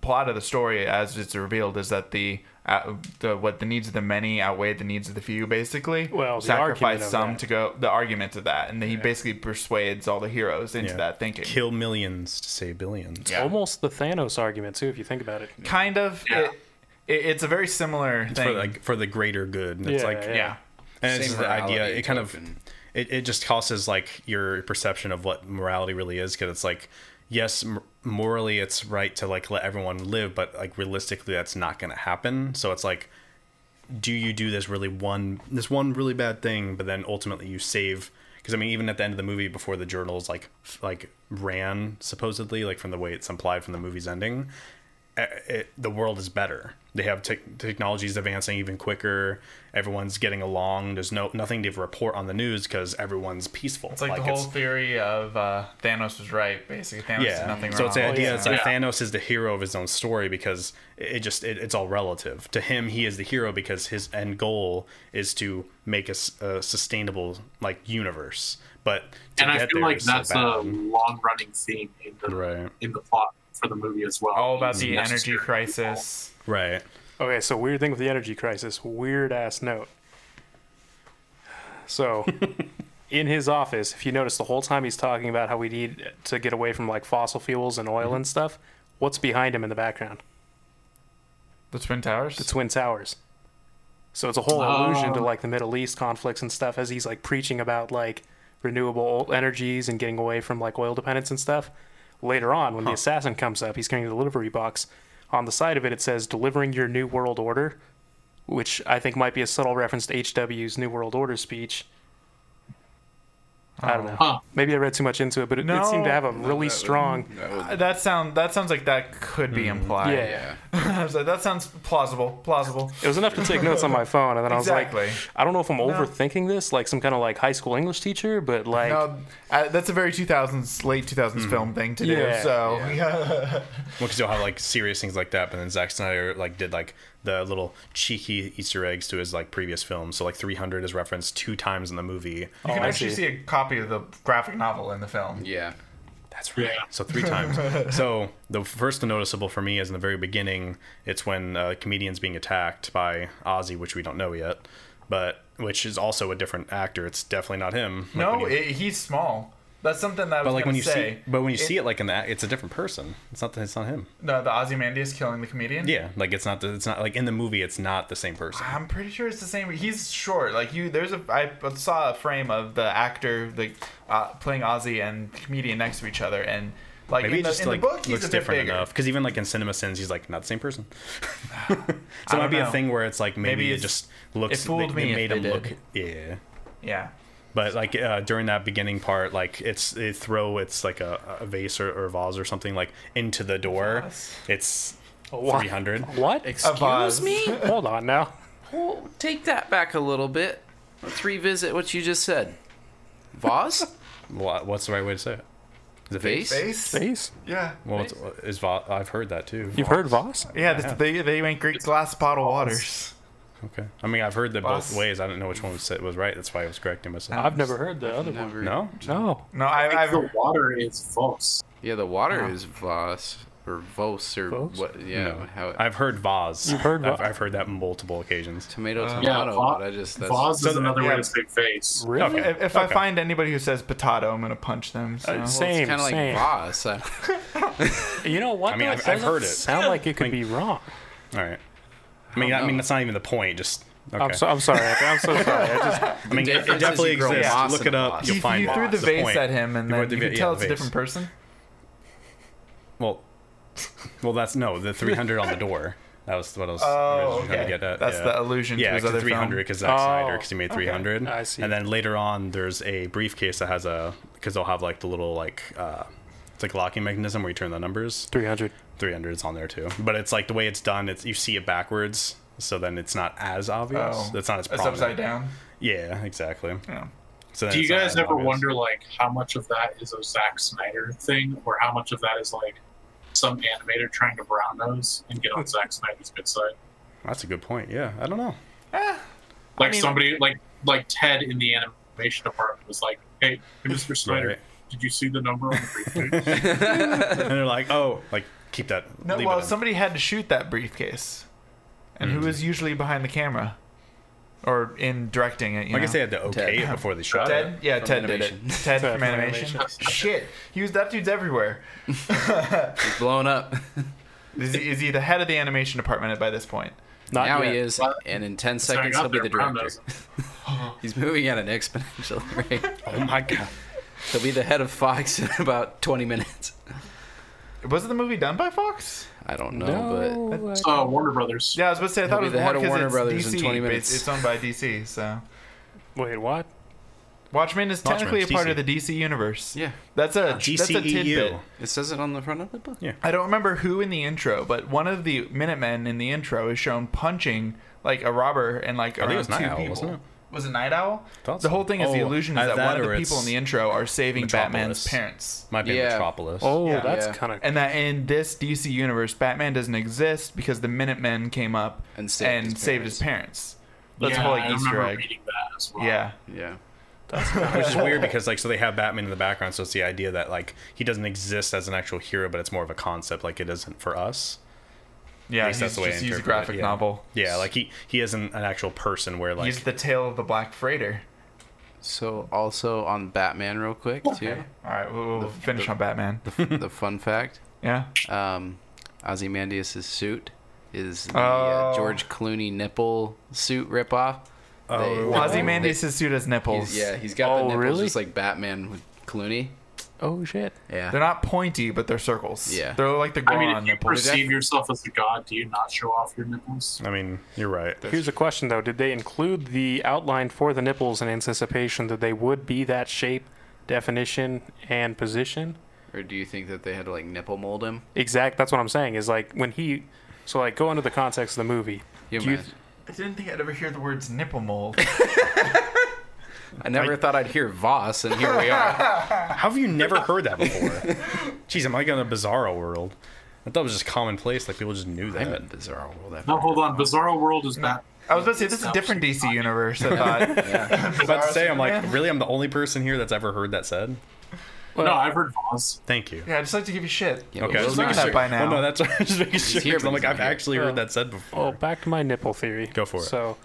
[SPEAKER 3] plot of the story, as it's revealed, is that the uh, the what the needs of the many outweigh the needs of the few. Basically,
[SPEAKER 1] Well, the argument
[SPEAKER 3] sacrifice
[SPEAKER 1] of
[SPEAKER 3] some
[SPEAKER 1] that.
[SPEAKER 3] to go the argument of that, and then he basically persuades all the heroes into
[SPEAKER 4] yeah.
[SPEAKER 3] that thinking.
[SPEAKER 4] kill millions to save billions.
[SPEAKER 3] Yeah.
[SPEAKER 1] Almost the Thanos argument, too, if you think about it.
[SPEAKER 3] kind of
[SPEAKER 5] Yeah.
[SPEAKER 3] it, it, it's a very similar
[SPEAKER 4] It's
[SPEAKER 3] thing
[SPEAKER 4] for like for the greater good. And it's
[SPEAKER 1] Yeah,
[SPEAKER 4] like
[SPEAKER 1] yeah.
[SPEAKER 3] yeah.
[SPEAKER 4] and it's
[SPEAKER 2] Same
[SPEAKER 4] just the idea.
[SPEAKER 2] morality
[SPEAKER 4] It kind of
[SPEAKER 2] token.
[SPEAKER 4] it, it just causes like your perception of what morality really is because it's like yes m- morally it's right to like let everyone live, but like realistically that's not going to happen. So it's like do you do this really one this one really bad thing, but then ultimately you save because I mean even at the end of the movie before the journals like f- like ran supposedly like from the way it's implied from the movie's ending, uh, it, the world is better. They have te- technologies advancing even quicker. Everyone's getting along. There's no nothing to report on the news because everyone's peaceful.
[SPEAKER 3] It's like, the whole theory of uh, Thanos was right. Basically, Thanos did nothing
[SPEAKER 4] so
[SPEAKER 3] wrong.
[SPEAKER 4] it's the idea
[SPEAKER 1] yeah.
[SPEAKER 4] it's like
[SPEAKER 5] Yeah.
[SPEAKER 4] Thanos is the hero of his own story because it it just it, it's all relative. To him, he is the hero because his end goal is to make a, s- a sustainable like universe. But to
[SPEAKER 5] and I
[SPEAKER 4] get
[SPEAKER 5] feel
[SPEAKER 4] there
[SPEAKER 5] like
[SPEAKER 4] is so
[SPEAKER 5] that's uh, a
[SPEAKER 4] bad.
[SPEAKER 5] long running theme in the
[SPEAKER 4] Right. Mm-hmm.
[SPEAKER 5] in the plot for the movie as well.
[SPEAKER 3] all about
[SPEAKER 5] It's
[SPEAKER 3] the energy
[SPEAKER 5] necessary.
[SPEAKER 3] crisis.
[SPEAKER 4] right.
[SPEAKER 1] Okay, so weird thing with the energy crisis. Weird ass note. So, in his office, if you notice, the whole time he's talking about how we need to get away from like fossil fuels and
[SPEAKER 3] Mm-hmm.
[SPEAKER 1] oil and stuff. What's behind him in the background?
[SPEAKER 3] The Twin Towers.
[SPEAKER 1] The Twin Towers. So it's a whole
[SPEAKER 5] Oh.
[SPEAKER 1] allusion to like the Middle East conflicts and stuff as he's like preaching about like renewable energies and getting away from like oil dependence and stuff. Later on, when the assassin comes up, he's carrying a delivery box. On the side of it, it says "Delivering Your New World Order," which I think might be a subtle reference to HW's New World Order speech. I don't know.
[SPEAKER 5] Oh. Huh.
[SPEAKER 1] Maybe I read too much into it, but it, it seemed to
[SPEAKER 3] No.
[SPEAKER 1] have a really strong.
[SPEAKER 2] That was-
[SPEAKER 3] Uh, that sound that sounds like that could be
[SPEAKER 4] Hmm.
[SPEAKER 3] implied.
[SPEAKER 1] Yeah.
[SPEAKER 2] yeah.
[SPEAKER 3] I was like, that sounds plausible. Plausible.
[SPEAKER 1] It was enough to take notes on my phone, and then I was
[SPEAKER 3] Exactly.
[SPEAKER 1] like, I don't know if I'm overthinking this, like some kind of like high school English teacher, but like
[SPEAKER 3] No, uh, that's a very 2000s, late 2000s
[SPEAKER 4] Hmm.
[SPEAKER 3] film thing to
[SPEAKER 1] Yeah.
[SPEAKER 3] do. So
[SPEAKER 4] Oh, Well, because you'll have like serious things like that, but then Zack Snyder like did like the little cheeky Easter eggs to his like previous films. So like 300 is referenced two times in the movie.
[SPEAKER 3] you can
[SPEAKER 1] I
[SPEAKER 3] actually
[SPEAKER 1] see.
[SPEAKER 3] see. a copy of the graphic novel in the film.
[SPEAKER 2] Yeah.
[SPEAKER 4] That's
[SPEAKER 5] Yeah.
[SPEAKER 4] So three times. so the first noticeable for me is in the very beginning. It's when uh, comedian's being attacked by Ozzy, which we don't know yet, but which is also a different actor. It's definitely not him. Like, when
[SPEAKER 3] No,
[SPEAKER 4] you-
[SPEAKER 3] it, he's small. That's something that I was
[SPEAKER 4] but like when
[SPEAKER 3] gonna
[SPEAKER 4] you
[SPEAKER 3] say.
[SPEAKER 4] see, but when you see it like in that, it's a different person. It's not. It's not him.
[SPEAKER 3] no, the Ozymandias killing the comedian.
[SPEAKER 4] Yeah, like it's not. The, it's not like in the movie. It's not the same person.
[SPEAKER 3] I'm pretty sure it's the same. He's short. Like you, there's a. I saw a frame of the actor like uh, playing Ozzy and comedian next to each other, and like in,
[SPEAKER 4] Maybe it
[SPEAKER 3] the,
[SPEAKER 4] just
[SPEAKER 3] in
[SPEAKER 4] like
[SPEAKER 3] the book, he's
[SPEAKER 4] looks
[SPEAKER 3] a bit
[SPEAKER 4] different
[SPEAKER 3] bigger. Ah,
[SPEAKER 4] enough. Because even like in Cinema Sins, he's like not the same person. so it might
[SPEAKER 3] don't
[SPEAKER 4] be a
[SPEAKER 3] know.
[SPEAKER 4] thing where it's like maybe,
[SPEAKER 3] Maybe
[SPEAKER 4] it
[SPEAKER 3] it's-
[SPEAKER 4] just looks.
[SPEAKER 3] it fooled
[SPEAKER 4] they-
[SPEAKER 3] me
[SPEAKER 4] They
[SPEAKER 3] if
[SPEAKER 4] made
[SPEAKER 3] they
[SPEAKER 4] him
[SPEAKER 3] did.
[SPEAKER 4] look. Yeah.
[SPEAKER 3] Yeah.
[SPEAKER 4] But like uh, during that beginning part, like it's they throw it's like a, a vase or, or vase or something like into the door.
[SPEAKER 3] Vase.
[SPEAKER 4] It's
[SPEAKER 1] what?
[SPEAKER 4] three hundred.
[SPEAKER 1] What?
[SPEAKER 3] vase.
[SPEAKER 2] Excuse me?
[SPEAKER 1] Hold on now.
[SPEAKER 2] Well, take that back a little bit. Let's revisit what you just said. Vase?
[SPEAKER 4] What's the right way to say it? Is it vase?
[SPEAKER 2] Vase?
[SPEAKER 3] Face.
[SPEAKER 1] Vase?
[SPEAKER 3] Yeah.
[SPEAKER 4] Well, it's, is va- I've heard that too.
[SPEAKER 1] You've heard Voss?
[SPEAKER 3] Yeah, they they make Greek glass bottle waters.
[SPEAKER 4] Okay. I mean, I've heard that
[SPEAKER 3] Vase.
[SPEAKER 4] both ways. I didn't know which one was, was right. That's why I was correcting myself.
[SPEAKER 1] I've never heard the other one.
[SPEAKER 2] Never.
[SPEAKER 4] No.
[SPEAKER 1] No.
[SPEAKER 3] No,
[SPEAKER 5] I
[SPEAKER 3] I,
[SPEAKER 5] think
[SPEAKER 3] I've
[SPEAKER 5] the water is false.
[SPEAKER 2] Yeah, the water is Vos or Vos or
[SPEAKER 1] Vos?
[SPEAKER 2] what? Yeah, how it,
[SPEAKER 4] I've heard vase. You've
[SPEAKER 1] heard
[SPEAKER 4] I've,
[SPEAKER 1] va-
[SPEAKER 4] I've heard that multiple occasions.
[SPEAKER 2] tomato, tomato.
[SPEAKER 5] Uh, Yeah,
[SPEAKER 2] but I just that's,
[SPEAKER 5] Vaz
[SPEAKER 4] So
[SPEAKER 5] is
[SPEAKER 4] the-
[SPEAKER 5] another
[SPEAKER 3] yeah.
[SPEAKER 5] way to say face.
[SPEAKER 1] Really?
[SPEAKER 4] Okay.
[SPEAKER 3] If, if I find anybody who says potato, I'm gonna punch
[SPEAKER 4] Uh,
[SPEAKER 3] them. So.
[SPEAKER 1] same,
[SPEAKER 2] it's kind of like
[SPEAKER 1] same.
[SPEAKER 2] Vos. I-
[SPEAKER 1] you know what?
[SPEAKER 4] I mean,
[SPEAKER 1] though?
[SPEAKER 4] I've- I've
[SPEAKER 1] doesn't
[SPEAKER 4] heard it.
[SPEAKER 1] Sound like it could be wrong.
[SPEAKER 4] All right. I mean, I,
[SPEAKER 2] know.
[SPEAKER 4] mean that's not even the point. Just okay.
[SPEAKER 1] I'm so I'm sorry. I'm so sorry. I just
[SPEAKER 4] I mean, it, it
[SPEAKER 2] Difference
[SPEAKER 4] definitely
[SPEAKER 2] is you grow
[SPEAKER 4] exists.
[SPEAKER 2] moss
[SPEAKER 4] Look
[SPEAKER 2] in
[SPEAKER 4] it
[SPEAKER 2] the
[SPEAKER 4] up.
[SPEAKER 2] moss.
[SPEAKER 4] You'll
[SPEAKER 3] you,
[SPEAKER 4] find
[SPEAKER 3] you threw
[SPEAKER 4] moss.
[SPEAKER 3] the
[SPEAKER 4] That's
[SPEAKER 3] vase
[SPEAKER 4] point.
[SPEAKER 3] at him, and
[SPEAKER 4] You
[SPEAKER 3] then
[SPEAKER 4] put the
[SPEAKER 3] you
[SPEAKER 4] va-
[SPEAKER 3] can
[SPEAKER 4] yeah,
[SPEAKER 3] tell
[SPEAKER 4] the
[SPEAKER 3] it's a
[SPEAKER 4] vase.
[SPEAKER 3] different person.
[SPEAKER 4] Well, well, that's no the 300 on the door. That was what I was
[SPEAKER 3] Oh,
[SPEAKER 4] originally trying
[SPEAKER 3] okay.
[SPEAKER 4] to get at.
[SPEAKER 3] That's
[SPEAKER 4] yeah.
[SPEAKER 3] the allusion to
[SPEAKER 4] yeah,
[SPEAKER 3] his
[SPEAKER 4] 'cause
[SPEAKER 3] other
[SPEAKER 4] 300
[SPEAKER 3] film.
[SPEAKER 4] because Zack
[SPEAKER 1] Oh,
[SPEAKER 4] Snyder because he made 300.
[SPEAKER 1] I see.
[SPEAKER 4] And then later on, there's a briefcase that has a because they'll have like the little like uh, it's like locking mechanism where you turn the numbers.
[SPEAKER 1] 300.
[SPEAKER 4] 300 is on there too, but it's like the way it's done. It's you see it backwards, so then it's not as obvious.
[SPEAKER 3] Oh,
[SPEAKER 4] it's not as
[SPEAKER 3] It's
[SPEAKER 4] prominent.
[SPEAKER 3] upside down.
[SPEAKER 4] Yeah, exactly.
[SPEAKER 3] Yeah.
[SPEAKER 4] So then
[SPEAKER 5] Do you
[SPEAKER 4] it's not
[SPEAKER 5] guys
[SPEAKER 4] as
[SPEAKER 5] ever
[SPEAKER 4] obvious.
[SPEAKER 5] wonder like how much of that is a Zack Snyder thing, or how much of that is like some animator trying to brown nose and get on Zack Snyder's good side?
[SPEAKER 4] That's a good point. Yeah, I don't know.
[SPEAKER 5] Like
[SPEAKER 3] mean-
[SPEAKER 5] somebody like like Ted in the animation department was like, "Hey, Mr. Snyder,
[SPEAKER 4] Right.
[SPEAKER 5] did you see the number on the briefcase?"
[SPEAKER 4] And they're like, oh, like keep that.
[SPEAKER 3] No,
[SPEAKER 4] leave
[SPEAKER 3] well,
[SPEAKER 4] it in. Mm-hmm.
[SPEAKER 3] somebody had to shoot that briefcase, and who was usually behind the camera, or in directing it? You
[SPEAKER 4] Like I
[SPEAKER 3] know?
[SPEAKER 4] say, I had to okay
[SPEAKER 2] Ted.
[SPEAKER 4] it before they shot
[SPEAKER 3] Ted, yeah,
[SPEAKER 2] From
[SPEAKER 3] Ted
[SPEAKER 2] animation.
[SPEAKER 3] did it.
[SPEAKER 1] Ted
[SPEAKER 3] Ted from
[SPEAKER 1] from
[SPEAKER 3] animation. Shit, he was that dude's everywhere.
[SPEAKER 2] He's blown up.
[SPEAKER 3] Is he, is he the head of the animation department by this point?
[SPEAKER 1] Not
[SPEAKER 2] now
[SPEAKER 1] yet.
[SPEAKER 2] he is, and in 10
[SPEAKER 5] So I
[SPEAKER 2] seconds
[SPEAKER 5] got
[SPEAKER 2] he'll be
[SPEAKER 5] there,
[SPEAKER 2] the
[SPEAKER 5] brown
[SPEAKER 2] director.
[SPEAKER 5] nose.
[SPEAKER 2] He's moving at an exponential rate.
[SPEAKER 4] it. Oh my god!
[SPEAKER 2] he'll be the head of Fox in about 20 minutes.
[SPEAKER 3] Was the movie done by Fox?
[SPEAKER 2] I don't know,
[SPEAKER 5] It's uh, Warner Brothers.
[SPEAKER 3] Yeah, I was about to say I thought
[SPEAKER 2] be
[SPEAKER 3] it was
[SPEAKER 2] the head
[SPEAKER 3] more
[SPEAKER 2] of
[SPEAKER 3] 'cause
[SPEAKER 2] Warner
[SPEAKER 3] it's
[SPEAKER 2] Brothers in
[SPEAKER 3] DC.
[SPEAKER 2] 20
[SPEAKER 3] but
[SPEAKER 2] minutes.
[SPEAKER 3] It's, it's owned by DC, so
[SPEAKER 1] Wait, what?
[SPEAKER 3] Watchmen is technically
[SPEAKER 4] Watchmen's
[SPEAKER 3] a part
[SPEAKER 4] DC.
[SPEAKER 3] of the DC universe.
[SPEAKER 2] but yeah,
[SPEAKER 3] That's
[SPEAKER 4] Ah,
[SPEAKER 3] a that's a tidbit.
[SPEAKER 4] GCEU.
[SPEAKER 2] it says it on the front of the book.
[SPEAKER 4] Yeah.
[SPEAKER 3] I don't remember who in the intro, but one of the Minutemen in the intro is shown punching like a robber and like
[SPEAKER 4] think it
[SPEAKER 3] around
[SPEAKER 4] was
[SPEAKER 3] two
[SPEAKER 4] Night Owl,
[SPEAKER 3] people.
[SPEAKER 4] wasn't it?
[SPEAKER 3] Was it Night Owl?
[SPEAKER 4] Thought
[SPEAKER 3] the
[SPEAKER 4] so.
[SPEAKER 3] whole thing is the
[SPEAKER 7] Oh,
[SPEAKER 3] illusion is
[SPEAKER 7] either
[SPEAKER 3] that,
[SPEAKER 7] that
[SPEAKER 3] one of
[SPEAKER 7] or
[SPEAKER 3] the people in
[SPEAKER 7] it's
[SPEAKER 3] the intro are saving Batman's
[SPEAKER 7] Metropolis.
[SPEAKER 3] parents.
[SPEAKER 4] Might be
[SPEAKER 2] Yeah.
[SPEAKER 4] Metropolis.
[SPEAKER 1] Oh,
[SPEAKER 3] Yeah.
[SPEAKER 1] that's
[SPEAKER 2] Yeah.
[SPEAKER 1] kind of.
[SPEAKER 3] And that in this DC universe, Batman doesn't exist because the Minutemen came up
[SPEAKER 2] And saved
[SPEAKER 3] and
[SPEAKER 2] his
[SPEAKER 3] saved his parents. That's a whole
[SPEAKER 5] I
[SPEAKER 3] like, Easter
[SPEAKER 5] remember
[SPEAKER 3] egg.
[SPEAKER 5] reading that as well.
[SPEAKER 3] Yeah.
[SPEAKER 2] Yeah,
[SPEAKER 4] which is weird because like so they have Batman in the background, so it's the idea that like he doesn't exist as an actual hero, but it's more of a concept, like it isn't for us.
[SPEAKER 3] Yeah,
[SPEAKER 4] At least
[SPEAKER 3] he's
[SPEAKER 4] that's the way
[SPEAKER 3] just-
[SPEAKER 4] I
[SPEAKER 3] he's a
[SPEAKER 4] interpret it,
[SPEAKER 3] graphic
[SPEAKER 4] yeah.
[SPEAKER 3] novel.
[SPEAKER 4] Yeah, like he he isn't an actual person. Where like
[SPEAKER 3] he's the tale of the Black Freighter.
[SPEAKER 2] So also on Batman, real quick too.
[SPEAKER 3] All right, we'll, we'll finish on Batman.
[SPEAKER 2] the fun fact:
[SPEAKER 3] Yeah.
[SPEAKER 2] um, Ozymandias' suit is the
[SPEAKER 3] Oh.
[SPEAKER 2] uh, George Clooney nipple suit ripoff. They-
[SPEAKER 4] Oh.
[SPEAKER 3] Ozymandias' suit has nipples.
[SPEAKER 2] He's, yeah, he's got
[SPEAKER 1] Oh,
[SPEAKER 2] the nipples
[SPEAKER 1] really?
[SPEAKER 2] just like Batman with Clooney.
[SPEAKER 1] Oh shit!
[SPEAKER 2] Yeah,
[SPEAKER 3] They're not pointy, but they're circles.
[SPEAKER 2] Yeah.
[SPEAKER 3] They're like the
[SPEAKER 5] I
[SPEAKER 3] Goron
[SPEAKER 5] mean, if you
[SPEAKER 3] nipples.
[SPEAKER 5] perceive yourself as a god, do you not show off your nipples?
[SPEAKER 4] I mean, you're right.
[SPEAKER 1] Here's a question though: Did they include the outline for the nipples in anticipation that they would be that shape, definition, and position?
[SPEAKER 2] or do you think that they had to like nipple mold him?
[SPEAKER 1] Exact. That's what I'm saying. Is like when he. So like go into the context of the movie.
[SPEAKER 2] You
[SPEAKER 1] Do you-
[SPEAKER 2] imagine-
[SPEAKER 3] I didn't think I'd ever hear the words nipple mold.
[SPEAKER 2] I never thought I'd hear Voss, and here we are.
[SPEAKER 4] How have you never heard that before? Jeez, am I in a bizarro world? I thought it was just commonplace. Like people just knew that.
[SPEAKER 2] I'm in bizarre world. I've
[SPEAKER 5] No, hold on. Bizarro World is that.
[SPEAKER 3] I was about to say, this is a different DC universe, I thought.
[SPEAKER 4] I was about to say, I'm like, really, I'm the only person here that's ever heard that said.
[SPEAKER 5] No, I've heard Voss.
[SPEAKER 4] Thank you.
[SPEAKER 3] Yeah, I just like to give you shit.
[SPEAKER 2] Yeah,
[SPEAKER 4] Okay, I
[SPEAKER 2] Will's
[SPEAKER 4] was making
[SPEAKER 2] not
[SPEAKER 3] that
[SPEAKER 2] sure.
[SPEAKER 3] by now.
[SPEAKER 4] Well, no, that's what I was just making sure.
[SPEAKER 2] here,
[SPEAKER 4] 'cause I'm
[SPEAKER 2] but he's
[SPEAKER 4] like, I've
[SPEAKER 2] not here.
[SPEAKER 4] actually heard that said
[SPEAKER 1] Oh,
[SPEAKER 4] before.
[SPEAKER 1] back to my nipple theory.
[SPEAKER 4] Go for it.
[SPEAKER 1] So,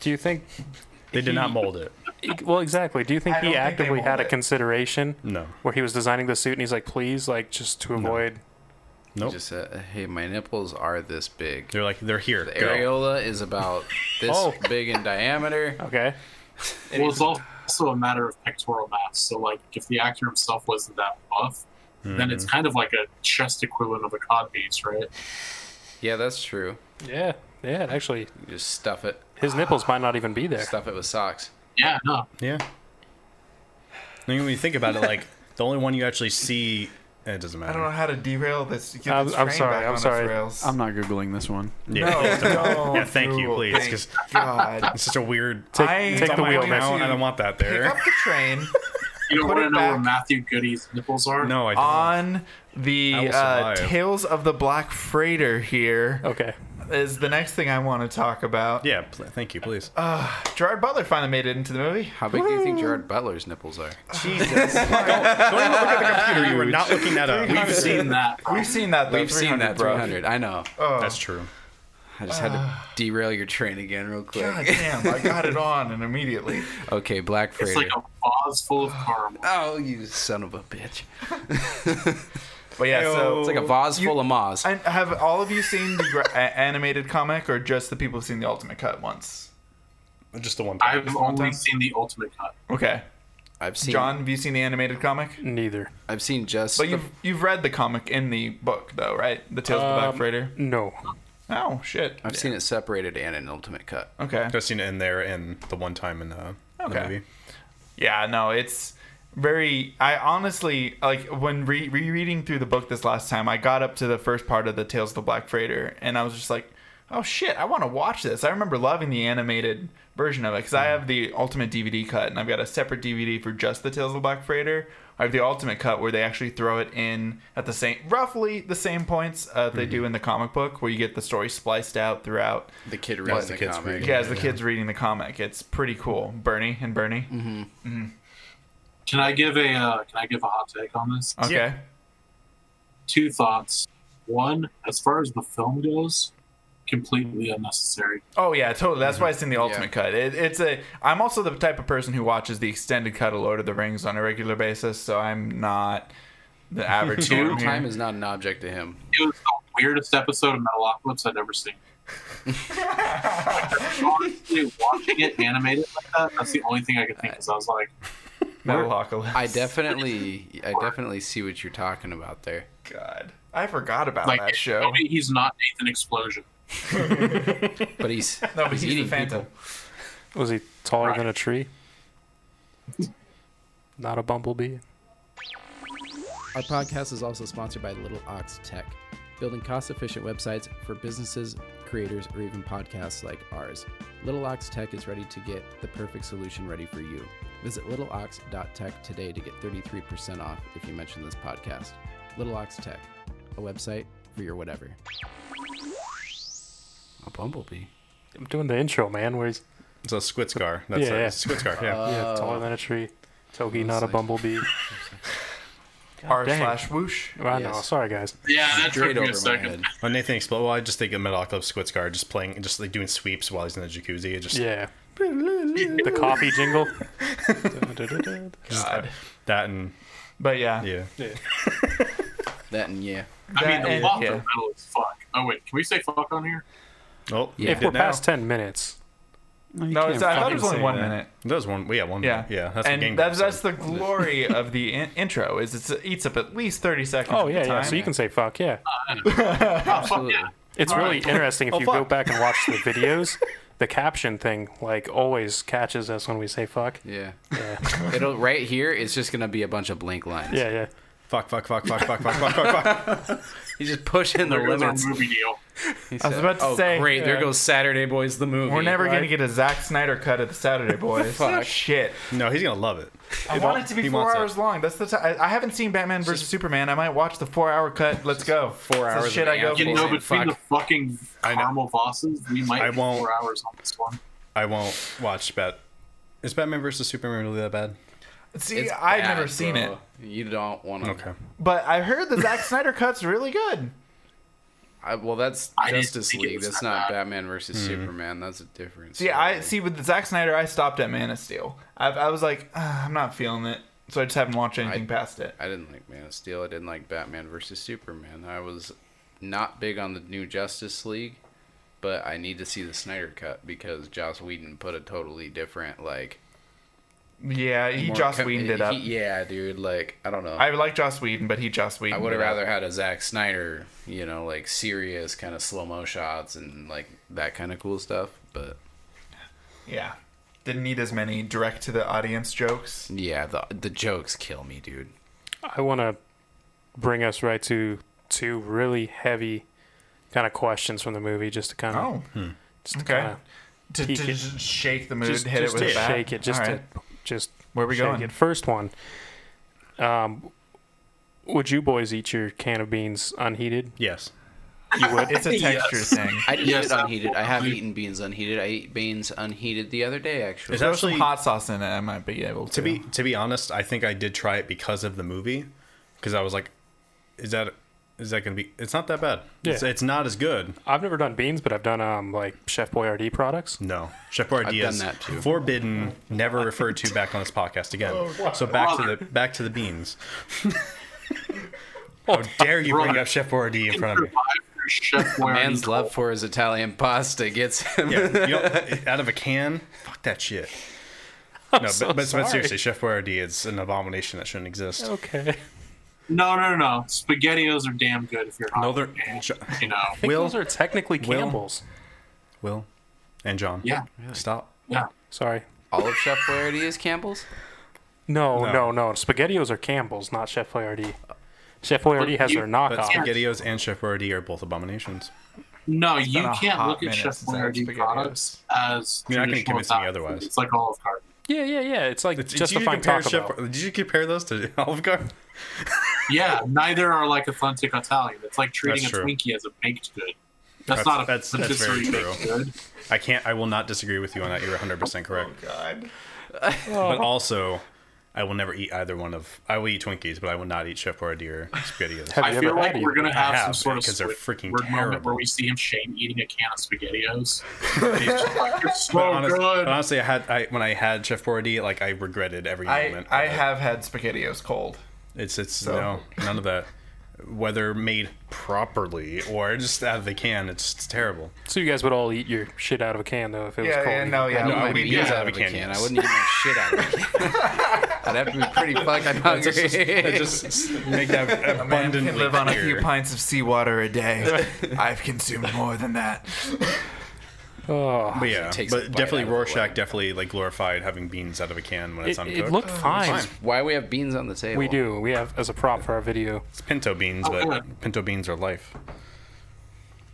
[SPEAKER 1] do you think?
[SPEAKER 4] They did not mold it.
[SPEAKER 1] Well, exactly. Do you think
[SPEAKER 3] I
[SPEAKER 1] he
[SPEAKER 3] don't think they
[SPEAKER 1] actively had a
[SPEAKER 3] mold it.
[SPEAKER 1] consideration
[SPEAKER 4] No.
[SPEAKER 1] where he was designing the suit and he's like, please, like, just to avoid
[SPEAKER 4] Nope.
[SPEAKER 2] Just uh, hey, my nipples are this big.
[SPEAKER 4] They're like, they're here.
[SPEAKER 2] The
[SPEAKER 4] go.
[SPEAKER 2] areola is about this big in diameter.
[SPEAKER 1] Okay.
[SPEAKER 5] Well, it's also a matter of pectoral mass. So, like, if the actor himself wasn't that buff, then it's kind of like a chest equivalent of a cod piece, right?
[SPEAKER 2] Yeah, that's true.
[SPEAKER 1] Yeah. Yeah. Actually,
[SPEAKER 2] You just stuff it.
[SPEAKER 1] his nipples might not even be there.
[SPEAKER 2] Stuff it with socks.
[SPEAKER 5] Yeah, no.
[SPEAKER 4] Yeah. I mean, when you think about it, like the only one you actually see, it doesn't matter.
[SPEAKER 3] I don't know how to derail this. Get
[SPEAKER 1] I'm-
[SPEAKER 3] this
[SPEAKER 1] I'm
[SPEAKER 3] train
[SPEAKER 1] sorry,
[SPEAKER 3] back
[SPEAKER 1] I'm
[SPEAKER 3] on its
[SPEAKER 1] sorry.
[SPEAKER 3] rails.
[SPEAKER 6] I'm not googling this one.
[SPEAKER 4] Yeah.
[SPEAKER 3] no, don't.
[SPEAKER 4] Yeah, thank you,
[SPEAKER 3] Google.
[SPEAKER 4] please.
[SPEAKER 3] Thank
[SPEAKER 4] 'cause
[SPEAKER 3] God.
[SPEAKER 4] It's such a weird.
[SPEAKER 1] Take,
[SPEAKER 3] I-
[SPEAKER 1] take
[SPEAKER 4] it's
[SPEAKER 1] the
[SPEAKER 4] on my
[SPEAKER 1] wheel
[SPEAKER 4] own
[SPEAKER 1] now.
[SPEAKER 4] now, and I don't want that
[SPEAKER 3] Pick up
[SPEAKER 4] there.
[SPEAKER 3] the train
[SPEAKER 5] You don't
[SPEAKER 3] Put
[SPEAKER 5] want
[SPEAKER 3] it
[SPEAKER 5] to know where
[SPEAKER 3] back.
[SPEAKER 5] Matthew Goody's nipples are?
[SPEAKER 4] No, I don't.
[SPEAKER 3] on the
[SPEAKER 4] I will
[SPEAKER 3] uh,
[SPEAKER 4] survive.
[SPEAKER 3] Tales of the Black Freighter here
[SPEAKER 1] Okay.
[SPEAKER 3] is the next thing I want to talk about.
[SPEAKER 4] yeah, pl- thank you, please.
[SPEAKER 3] Oh, Gerard Butler finally made it into the movie.
[SPEAKER 2] How big do you think Gerard Butler's nipples are?
[SPEAKER 3] Uh,
[SPEAKER 4] Peter, you were not looking that up.
[SPEAKER 5] I've seen that. bro.
[SPEAKER 3] We've seen that. Though,
[SPEAKER 2] We've seen that
[SPEAKER 3] 300, bro.
[SPEAKER 2] 300. I know.
[SPEAKER 3] Oh.
[SPEAKER 4] That's true.
[SPEAKER 2] I just had to derail your train again real quick.
[SPEAKER 3] God damn! I got it on and immediately.
[SPEAKER 2] Okay, Black Freighter.
[SPEAKER 5] It's like a vase full of caramel.
[SPEAKER 2] oh, you son of a bitch.
[SPEAKER 3] But yeah, so
[SPEAKER 2] It's like a vase
[SPEAKER 3] You-
[SPEAKER 2] full of moss.
[SPEAKER 3] And have all of you seen the gra- a- animated comic, or just the people who've seen the ultimate cut once?
[SPEAKER 4] Just the one. time.
[SPEAKER 5] I've only seen the Ultimate Cut.
[SPEAKER 3] Okay,
[SPEAKER 2] I've seen
[SPEAKER 3] John, have you seen the animated comic?
[SPEAKER 1] Neither.
[SPEAKER 2] I've seen just
[SPEAKER 3] But
[SPEAKER 2] the,
[SPEAKER 3] you've you've read the comic in the book though, right? The Tales of the Black
[SPEAKER 1] Um,
[SPEAKER 3] Freighter.
[SPEAKER 1] No.
[SPEAKER 3] Oh shit.
[SPEAKER 2] I've seen it separated and an ultimate cut.
[SPEAKER 3] Okay.
[SPEAKER 4] I've seen it in there and the one time in uh, the
[SPEAKER 3] Okay.
[SPEAKER 4] movie.
[SPEAKER 3] Yeah, no, it's very. I honestly like when re- rereading through the book this last time. I got up to the first part of the Tales of the Black Freighter, and I was just like, "Oh shit, I want to watch this." I remember loving the animated version of it because I have the Ultimate DVD cut, and I've got a separate DVD for just the Tales of the Black Freighter. I have the Ultimate cut where they actually throw it in at the same, roughly the same points uh, they do in the comic book, where you get the story spliced out throughout.
[SPEAKER 2] The kid reads
[SPEAKER 4] the
[SPEAKER 2] the,
[SPEAKER 4] kid's
[SPEAKER 2] comic.
[SPEAKER 4] reading.
[SPEAKER 3] Yeah, Mm-hmm. as the kids reading the comic, it's pretty cool. Bernie and Bernie.
[SPEAKER 5] Can I give a uh, Can I give a hot take on this?
[SPEAKER 3] Okay.
[SPEAKER 5] Two thoughts. One, as far as the film goes, completely unnecessary.
[SPEAKER 3] Oh yeah, totally. That's why it's in the ultimate cut. It, it's a. I'm also the type of person who watches the extended cut of Lord of the Rings on a regular basis, so I'm not the average.
[SPEAKER 5] Two
[SPEAKER 3] norm here.
[SPEAKER 2] Time is not an object to him.
[SPEAKER 5] It was the weirdest episode of Metalocalypse I'd ever seen. Honestly, watching it animated like that, that's the only thing I could think. Is I was like,
[SPEAKER 3] Metal Alchemist.
[SPEAKER 2] I definitely, I definitely see what you're talking about there.
[SPEAKER 3] God, I forgot about
[SPEAKER 5] Like,
[SPEAKER 3] that show.
[SPEAKER 5] tell me he's not Nathan Explosion.
[SPEAKER 2] But he's,
[SPEAKER 3] No, but
[SPEAKER 2] he's,
[SPEAKER 3] he's, the
[SPEAKER 2] eating
[SPEAKER 3] Phantom.
[SPEAKER 2] people.
[SPEAKER 1] Was he taller than a tree? Not a bumblebee.
[SPEAKER 7] Our podcast is also sponsored by Little Ox Tech, building cost efficient websites for businesses, creators, or even podcasts like ours. Little Ox Tech is ready to get the perfect solution ready for you. Visit littleox.tech today to get 33% off if you mention this podcast. Little Ox Tech, a website for your whatever.
[SPEAKER 2] A bumblebee.
[SPEAKER 1] I'm doing the intro, man. Where he's
[SPEAKER 4] It's a Squitscar. That's
[SPEAKER 1] Yeah,
[SPEAKER 4] yeah,
[SPEAKER 1] yeah.
[SPEAKER 4] a Squitscar. Yeah.
[SPEAKER 3] Uh,
[SPEAKER 1] yeah, taller than a tree. Togi, not a
[SPEAKER 2] like-
[SPEAKER 1] bumblebee.
[SPEAKER 3] R
[SPEAKER 1] dang.
[SPEAKER 3] slash whoosh.
[SPEAKER 1] I know.
[SPEAKER 2] Yes.
[SPEAKER 1] Sorry, guys.
[SPEAKER 5] Yeah, that
[SPEAKER 2] Straight
[SPEAKER 5] took
[SPEAKER 2] over
[SPEAKER 5] me a
[SPEAKER 2] my head.
[SPEAKER 5] second.
[SPEAKER 4] When Nathan explodes, well, I just think of Metal Alchemist Squitscar just playing, just like doing sweeps while he's in the jacuzzi. It Just
[SPEAKER 1] Yeah. the coffee jingle.
[SPEAKER 3] God.
[SPEAKER 4] that and
[SPEAKER 3] But yeah.
[SPEAKER 4] yeah.
[SPEAKER 2] That and yeah.
[SPEAKER 5] I mean,
[SPEAKER 3] That
[SPEAKER 5] the
[SPEAKER 3] and-
[SPEAKER 5] plot
[SPEAKER 3] yeah.
[SPEAKER 5] of metal is fuck. Oh wait, can we say fuck on here?
[SPEAKER 4] Oh,
[SPEAKER 2] Yeah.
[SPEAKER 4] you
[SPEAKER 1] If
[SPEAKER 4] did
[SPEAKER 1] we're
[SPEAKER 4] now.
[SPEAKER 1] past ten minutes,
[SPEAKER 6] you
[SPEAKER 3] No,
[SPEAKER 6] can't
[SPEAKER 3] it's, I thought it
[SPEAKER 6] fucking
[SPEAKER 3] was only
[SPEAKER 6] say
[SPEAKER 3] one
[SPEAKER 6] that.
[SPEAKER 3] minute.
[SPEAKER 4] that was one. Yeah, one.
[SPEAKER 3] Yeah,
[SPEAKER 4] yeah. That's
[SPEAKER 3] and
[SPEAKER 4] a game
[SPEAKER 3] that's, that's
[SPEAKER 4] episode.
[SPEAKER 3] the glory of the in- intro is it's, it eats up at least thirty seconds.
[SPEAKER 1] oh
[SPEAKER 3] of
[SPEAKER 1] yeah,
[SPEAKER 3] the
[SPEAKER 1] yeah.
[SPEAKER 3] time.
[SPEAKER 1] So you can say fuck, yeah.
[SPEAKER 5] Oh,
[SPEAKER 2] Absolutely.
[SPEAKER 1] It's really interesting if you go
[SPEAKER 4] fuck.
[SPEAKER 1] back and watch the videos. The caption thing, like, always catches us when we say fuck.
[SPEAKER 2] Yeah. It'll right here. It's just gonna be a bunch of blank lines.
[SPEAKER 1] Yeah, yeah.
[SPEAKER 4] fuck, fuck, fuck, fuck, fuck, fuck, fuck, fuck, fuck.
[SPEAKER 2] He's just pushing the
[SPEAKER 5] There goes our
[SPEAKER 2] limits.
[SPEAKER 5] movie deal.
[SPEAKER 2] He
[SPEAKER 3] I was
[SPEAKER 2] said,
[SPEAKER 3] about to
[SPEAKER 2] oh,
[SPEAKER 3] say,
[SPEAKER 2] great! There
[SPEAKER 3] yeah.
[SPEAKER 2] goes Saturday Boys, the movie.
[SPEAKER 3] We're never gonna get a Zack Snyder cut of the Saturday Boys.
[SPEAKER 2] Fuck.
[SPEAKER 3] Shit.
[SPEAKER 4] No, he's gonna love it.
[SPEAKER 3] I want it to be
[SPEAKER 4] He
[SPEAKER 3] four
[SPEAKER 4] wants it.
[SPEAKER 3] hours long. That's the time. I, I haven't seen Batman versus Superman. I might watch the four-hour cut. Let's go. Four
[SPEAKER 2] hours
[SPEAKER 3] The shit
[SPEAKER 2] of
[SPEAKER 3] I go
[SPEAKER 2] action.
[SPEAKER 5] You
[SPEAKER 3] for.
[SPEAKER 5] know,
[SPEAKER 2] Fuck.
[SPEAKER 5] between the fucking
[SPEAKER 4] know.
[SPEAKER 5] caramel bosses, we might
[SPEAKER 4] I
[SPEAKER 5] I
[SPEAKER 4] won't-
[SPEAKER 5] four hours on this one.
[SPEAKER 4] I won't watch Bat. Is Batman versus Superman really that bad?
[SPEAKER 3] See,
[SPEAKER 2] It's
[SPEAKER 3] I've
[SPEAKER 2] bad,
[SPEAKER 3] never seen
[SPEAKER 2] bro.
[SPEAKER 3] it,
[SPEAKER 2] You don't want to.
[SPEAKER 4] Okay.
[SPEAKER 3] but I heard the Zack Snyder cut's really good.
[SPEAKER 2] I, well, that's
[SPEAKER 5] I didn't
[SPEAKER 2] Justice
[SPEAKER 5] think it
[SPEAKER 2] League.
[SPEAKER 5] was
[SPEAKER 2] That's
[SPEAKER 5] that
[SPEAKER 2] not
[SPEAKER 5] bad.
[SPEAKER 2] Batman versus Superman. That's a difference.
[SPEAKER 3] See, I see with Zack Snyder, I stopped at Man of Steel. I, I was like, "Ah, I'm not feeling it, so I just haven't watched anything past it.
[SPEAKER 2] I didn't like Man of Steel. I didn't like Batman versus Superman. I was not big on the new Justice League, but I need to see the Snyder cut because Joss Whedon put a totally different like.
[SPEAKER 3] Yeah, he
[SPEAKER 2] more
[SPEAKER 3] Joss
[SPEAKER 2] co-
[SPEAKER 3] Whedon it
[SPEAKER 2] he-
[SPEAKER 3] up.
[SPEAKER 2] yeah, dude. Like I don't know.
[SPEAKER 3] I like Joss Whedon, but he Joss Whedon.
[SPEAKER 2] I would have
[SPEAKER 3] it up.
[SPEAKER 2] rather had a Zack Snyder, you know, like serious kind of slow mo shots and like that kind of cool stuff. But
[SPEAKER 3] Yeah, didn't need as many direct to the audience jokes.
[SPEAKER 2] yeah, the the jokes kill me, dude.
[SPEAKER 1] I want to bring us right to two really heavy kind of questions from the movie, just to kind of,
[SPEAKER 3] Oh,
[SPEAKER 1] just to
[SPEAKER 3] okay.
[SPEAKER 1] kind of
[SPEAKER 3] to, to
[SPEAKER 1] peek it.
[SPEAKER 3] just shake the mood,
[SPEAKER 1] just,
[SPEAKER 3] hit
[SPEAKER 1] just
[SPEAKER 3] it with
[SPEAKER 1] to
[SPEAKER 3] a bat.
[SPEAKER 1] shake it, just
[SPEAKER 3] All
[SPEAKER 1] to
[SPEAKER 3] right.
[SPEAKER 1] just
[SPEAKER 3] Where we
[SPEAKER 1] shake
[SPEAKER 3] going?
[SPEAKER 1] It. First one. Um, would you boys eat your can of beans unheated?
[SPEAKER 4] Yes.
[SPEAKER 1] You would.
[SPEAKER 3] It's a texture thing.
[SPEAKER 2] I eat
[SPEAKER 5] Yes,
[SPEAKER 2] it unheated. I have
[SPEAKER 5] absolutely.
[SPEAKER 2] eaten beans unheated. I ate beans unheated the other day, actually.
[SPEAKER 4] Is
[SPEAKER 3] Throw
[SPEAKER 4] actually-
[SPEAKER 3] some hot sauce in it. I might be able to.
[SPEAKER 4] To be to be honest, I think I did try it because of the movie, because I was like, is that is that gonna be? It's not that bad. It's,
[SPEAKER 1] Yeah.
[SPEAKER 4] it's not as good.
[SPEAKER 1] I've never done beans, but I've done um like Chef Boyardee products.
[SPEAKER 4] No, Chef Boyardee
[SPEAKER 2] done
[SPEAKER 4] is
[SPEAKER 2] that too.
[SPEAKER 4] forbidden, never referred to back on this podcast again. so back to the back to the beans. How dare you bring
[SPEAKER 5] brother.
[SPEAKER 4] up Chef Boyardee in front of me?
[SPEAKER 5] Survive through Chef
[SPEAKER 2] Man's
[SPEAKER 5] Boyardee's
[SPEAKER 2] love for his Italian pasta gets him.
[SPEAKER 4] Yeah, you don't, out of a can. Fuck that shit. No, but,
[SPEAKER 1] so
[SPEAKER 4] but, but
[SPEAKER 1] sorry. Oh.
[SPEAKER 4] seriously, Chef Boyardee is an abomination that shouldn't exist.
[SPEAKER 1] Okay.
[SPEAKER 5] No, no, no, no. Spaghettios are damn good if you're hot.
[SPEAKER 4] No, they're-
[SPEAKER 5] And, you know.
[SPEAKER 1] I think
[SPEAKER 4] Will-
[SPEAKER 1] those are technically
[SPEAKER 4] Will-
[SPEAKER 1] Campbell's.
[SPEAKER 4] Will and John.
[SPEAKER 5] Yeah,
[SPEAKER 4] Stop.
[SPEAKER 5] yeah.
[SPEAKER 1] Sorry.
[SPEAKER 2] All of Chef Boyardee is Campbell's.
[SPEAKER 1] No,
[SPEAKER 4] No.
[SPEAKER 1] no, no, Spaghettios are Campbell's, not Chef Boyardee. Chef Boyardee has
[SPEAKER 5] you-
[SPEAKER 1] their
[SPEAKER 4] But
[SPEAKER 1] knockoff.
[SPEAKER 4] SpaghettiOs and Chef Boyardee are both abominations.
[SPEAKER 5] No, you
[SPEAKER 3] been a
[SPEAKER 5] can't
[SPEAKER 3] hot
[SPEAKER 5] look at
[SPEAKER 3] minute
[SPEAKER 5] Chef
[SPEAKER 3] since I had
[SPEAKER 5] Boyardee
[SPEAKER 3] spaghettios.
[SPEAKER 5] products as.
[SPEAKER 4] You're not gonna
[SPEAKER 5] traditional
[SPEAKER 4] convince me
[SPEAKER 5] Italian
[SPEAKER 4] otherwise.
[SPEAKER 5] food. It's like Olive Garden.
[SPEAKER 1] Yeah, yeah, yeah. It's like
[SPEAKER 4] Did- did
[SPEAKER 1] just
[SPEAKER 4] you
[SPEAKER 1] a fine
[SPEAKER 4] compare
[SPEAKER 1] Taco
[SPEAKER 4] Chef-
[SPEAKER 1] Bell.
[SPEAKER 4] Did you compare those to Olive Garden?
[SPEAKER 5] Yeah, neither are like authentic Italian. It's like treating
[SPEAKER 4] That's
[SPEAKER 5] a
[SPEAKER 4] true.
[SPEAKER 5] Twinkie as a baked good. That's,
[SPEAKER 4] That's-
[SPEAKER 5] not a
[SPEAKER 4] that's- that's
[SPEAKER 5] patisserie
[SPEAKER 4] very
[SPEAKER 5] baked good.
[SPEAKER 4] I can't. I will not disagree with you on that. You're 100 percent correct.
[SPEAKER 3] God.
[SPEAKER 1] Oh.
[SPEAKER 4] But also, I will never eat either one of. I will eat Twinkies, but I will not eat Chef Boyardee or SpaghettiOs.
[SPEAKER 1] Have
[SPEAKER 5] I
[SPEAKER 1] you
[SPEAKER 5] feel
[SPEAKER 1] ever
[SPEAKER 5] like
[SPEAKER 1] had
[SPEAKER 5] we're
[SPEAKER 1] either?
[SPEAKER 5] gonna have, some
[SPEAKER 4] have,
[SPEAKER 5] sort of
[SPEAKER 4] because they're
[SPEAKER 5] Squid
[SPEAKER 4] freaking
[SPEAKER 5] Word moment
[SPEAKER 4] terrible.
[SPEAKER 5] where we see him Shane eating a can of SpaghettiOs. They're so
[SPEAKER 4] But,
[SPEAKER 3] Oh,
[SPEAKER 4] honest-
[SPEAKER 5] good.
[SPEAKER 4] but honestly, I had I, when I had Chef Boyardee, like I regretted every
[SPEAKER 3] I
[SPEAKER 4] moment.
[SPEAKER 3] I
[SPEAKER 4] of it.
[SPEAKER 3] have had spaghettios cold.
[SPEAKER 4] It's it's no none of that. whether made properly or just out of the can. It's, it's terrible.
[SPEAKER 1] So you guys would all eat your shit out of a can though if it was
[SPEAKER 3] Yeah,
[SPEAKER 1] cold.
[SPEAKER 3] yeah, no, yeah.
[SPEAKER 2] No, I
[SPEAKER 3] we-
[SPEAKER 2] would
[SPEAKER 3] we-
[SPEAKER 2] eat
[SPEAKER 3] yeah.
[SPEAKER 2] it out of a can. I wouldn't eat my shit out of a can. I'd have to be pretty fucking hungry.
[SPEAKER 4] Just make that
[SPEAKER 3] A man
[SPEAKER 4] abundantly
[SPEAKER 3] can live on a few
[SPEAKER 4] clear.
[SPEAKER 3] pints of seawater a day. I've consumed more than that.
[SPEAKER 1] Oh,
[SPEAKER 4] But yeah,
[SPEAKER 2] takes a
[SPEAKER 4] but
[SPEAKER 2] bite
[SPEAKER 4] definitely
[SPEAKER 2] out of the
[SPEAKER 4] Rorschach
[SPEAKER 2] way.
[SPEAKER 4] definitely like glorified having beans out of a can when it's
[SPEAKER 1] it,
[SPEAKER 4] uncooked.
[SPEAKER 1] it looked fine.
[SPEAKER 2] Why we have beans on the table?
[SPEAKER 1] We do. We have as a prop for our video.
[SPEAKER 4] It's pinto
[SPEAKER 3] Oh,
[SPEAKER 4] beans,
[SPEAKER 5] yeah.
[SPEAKER 4] but pinto beans are life.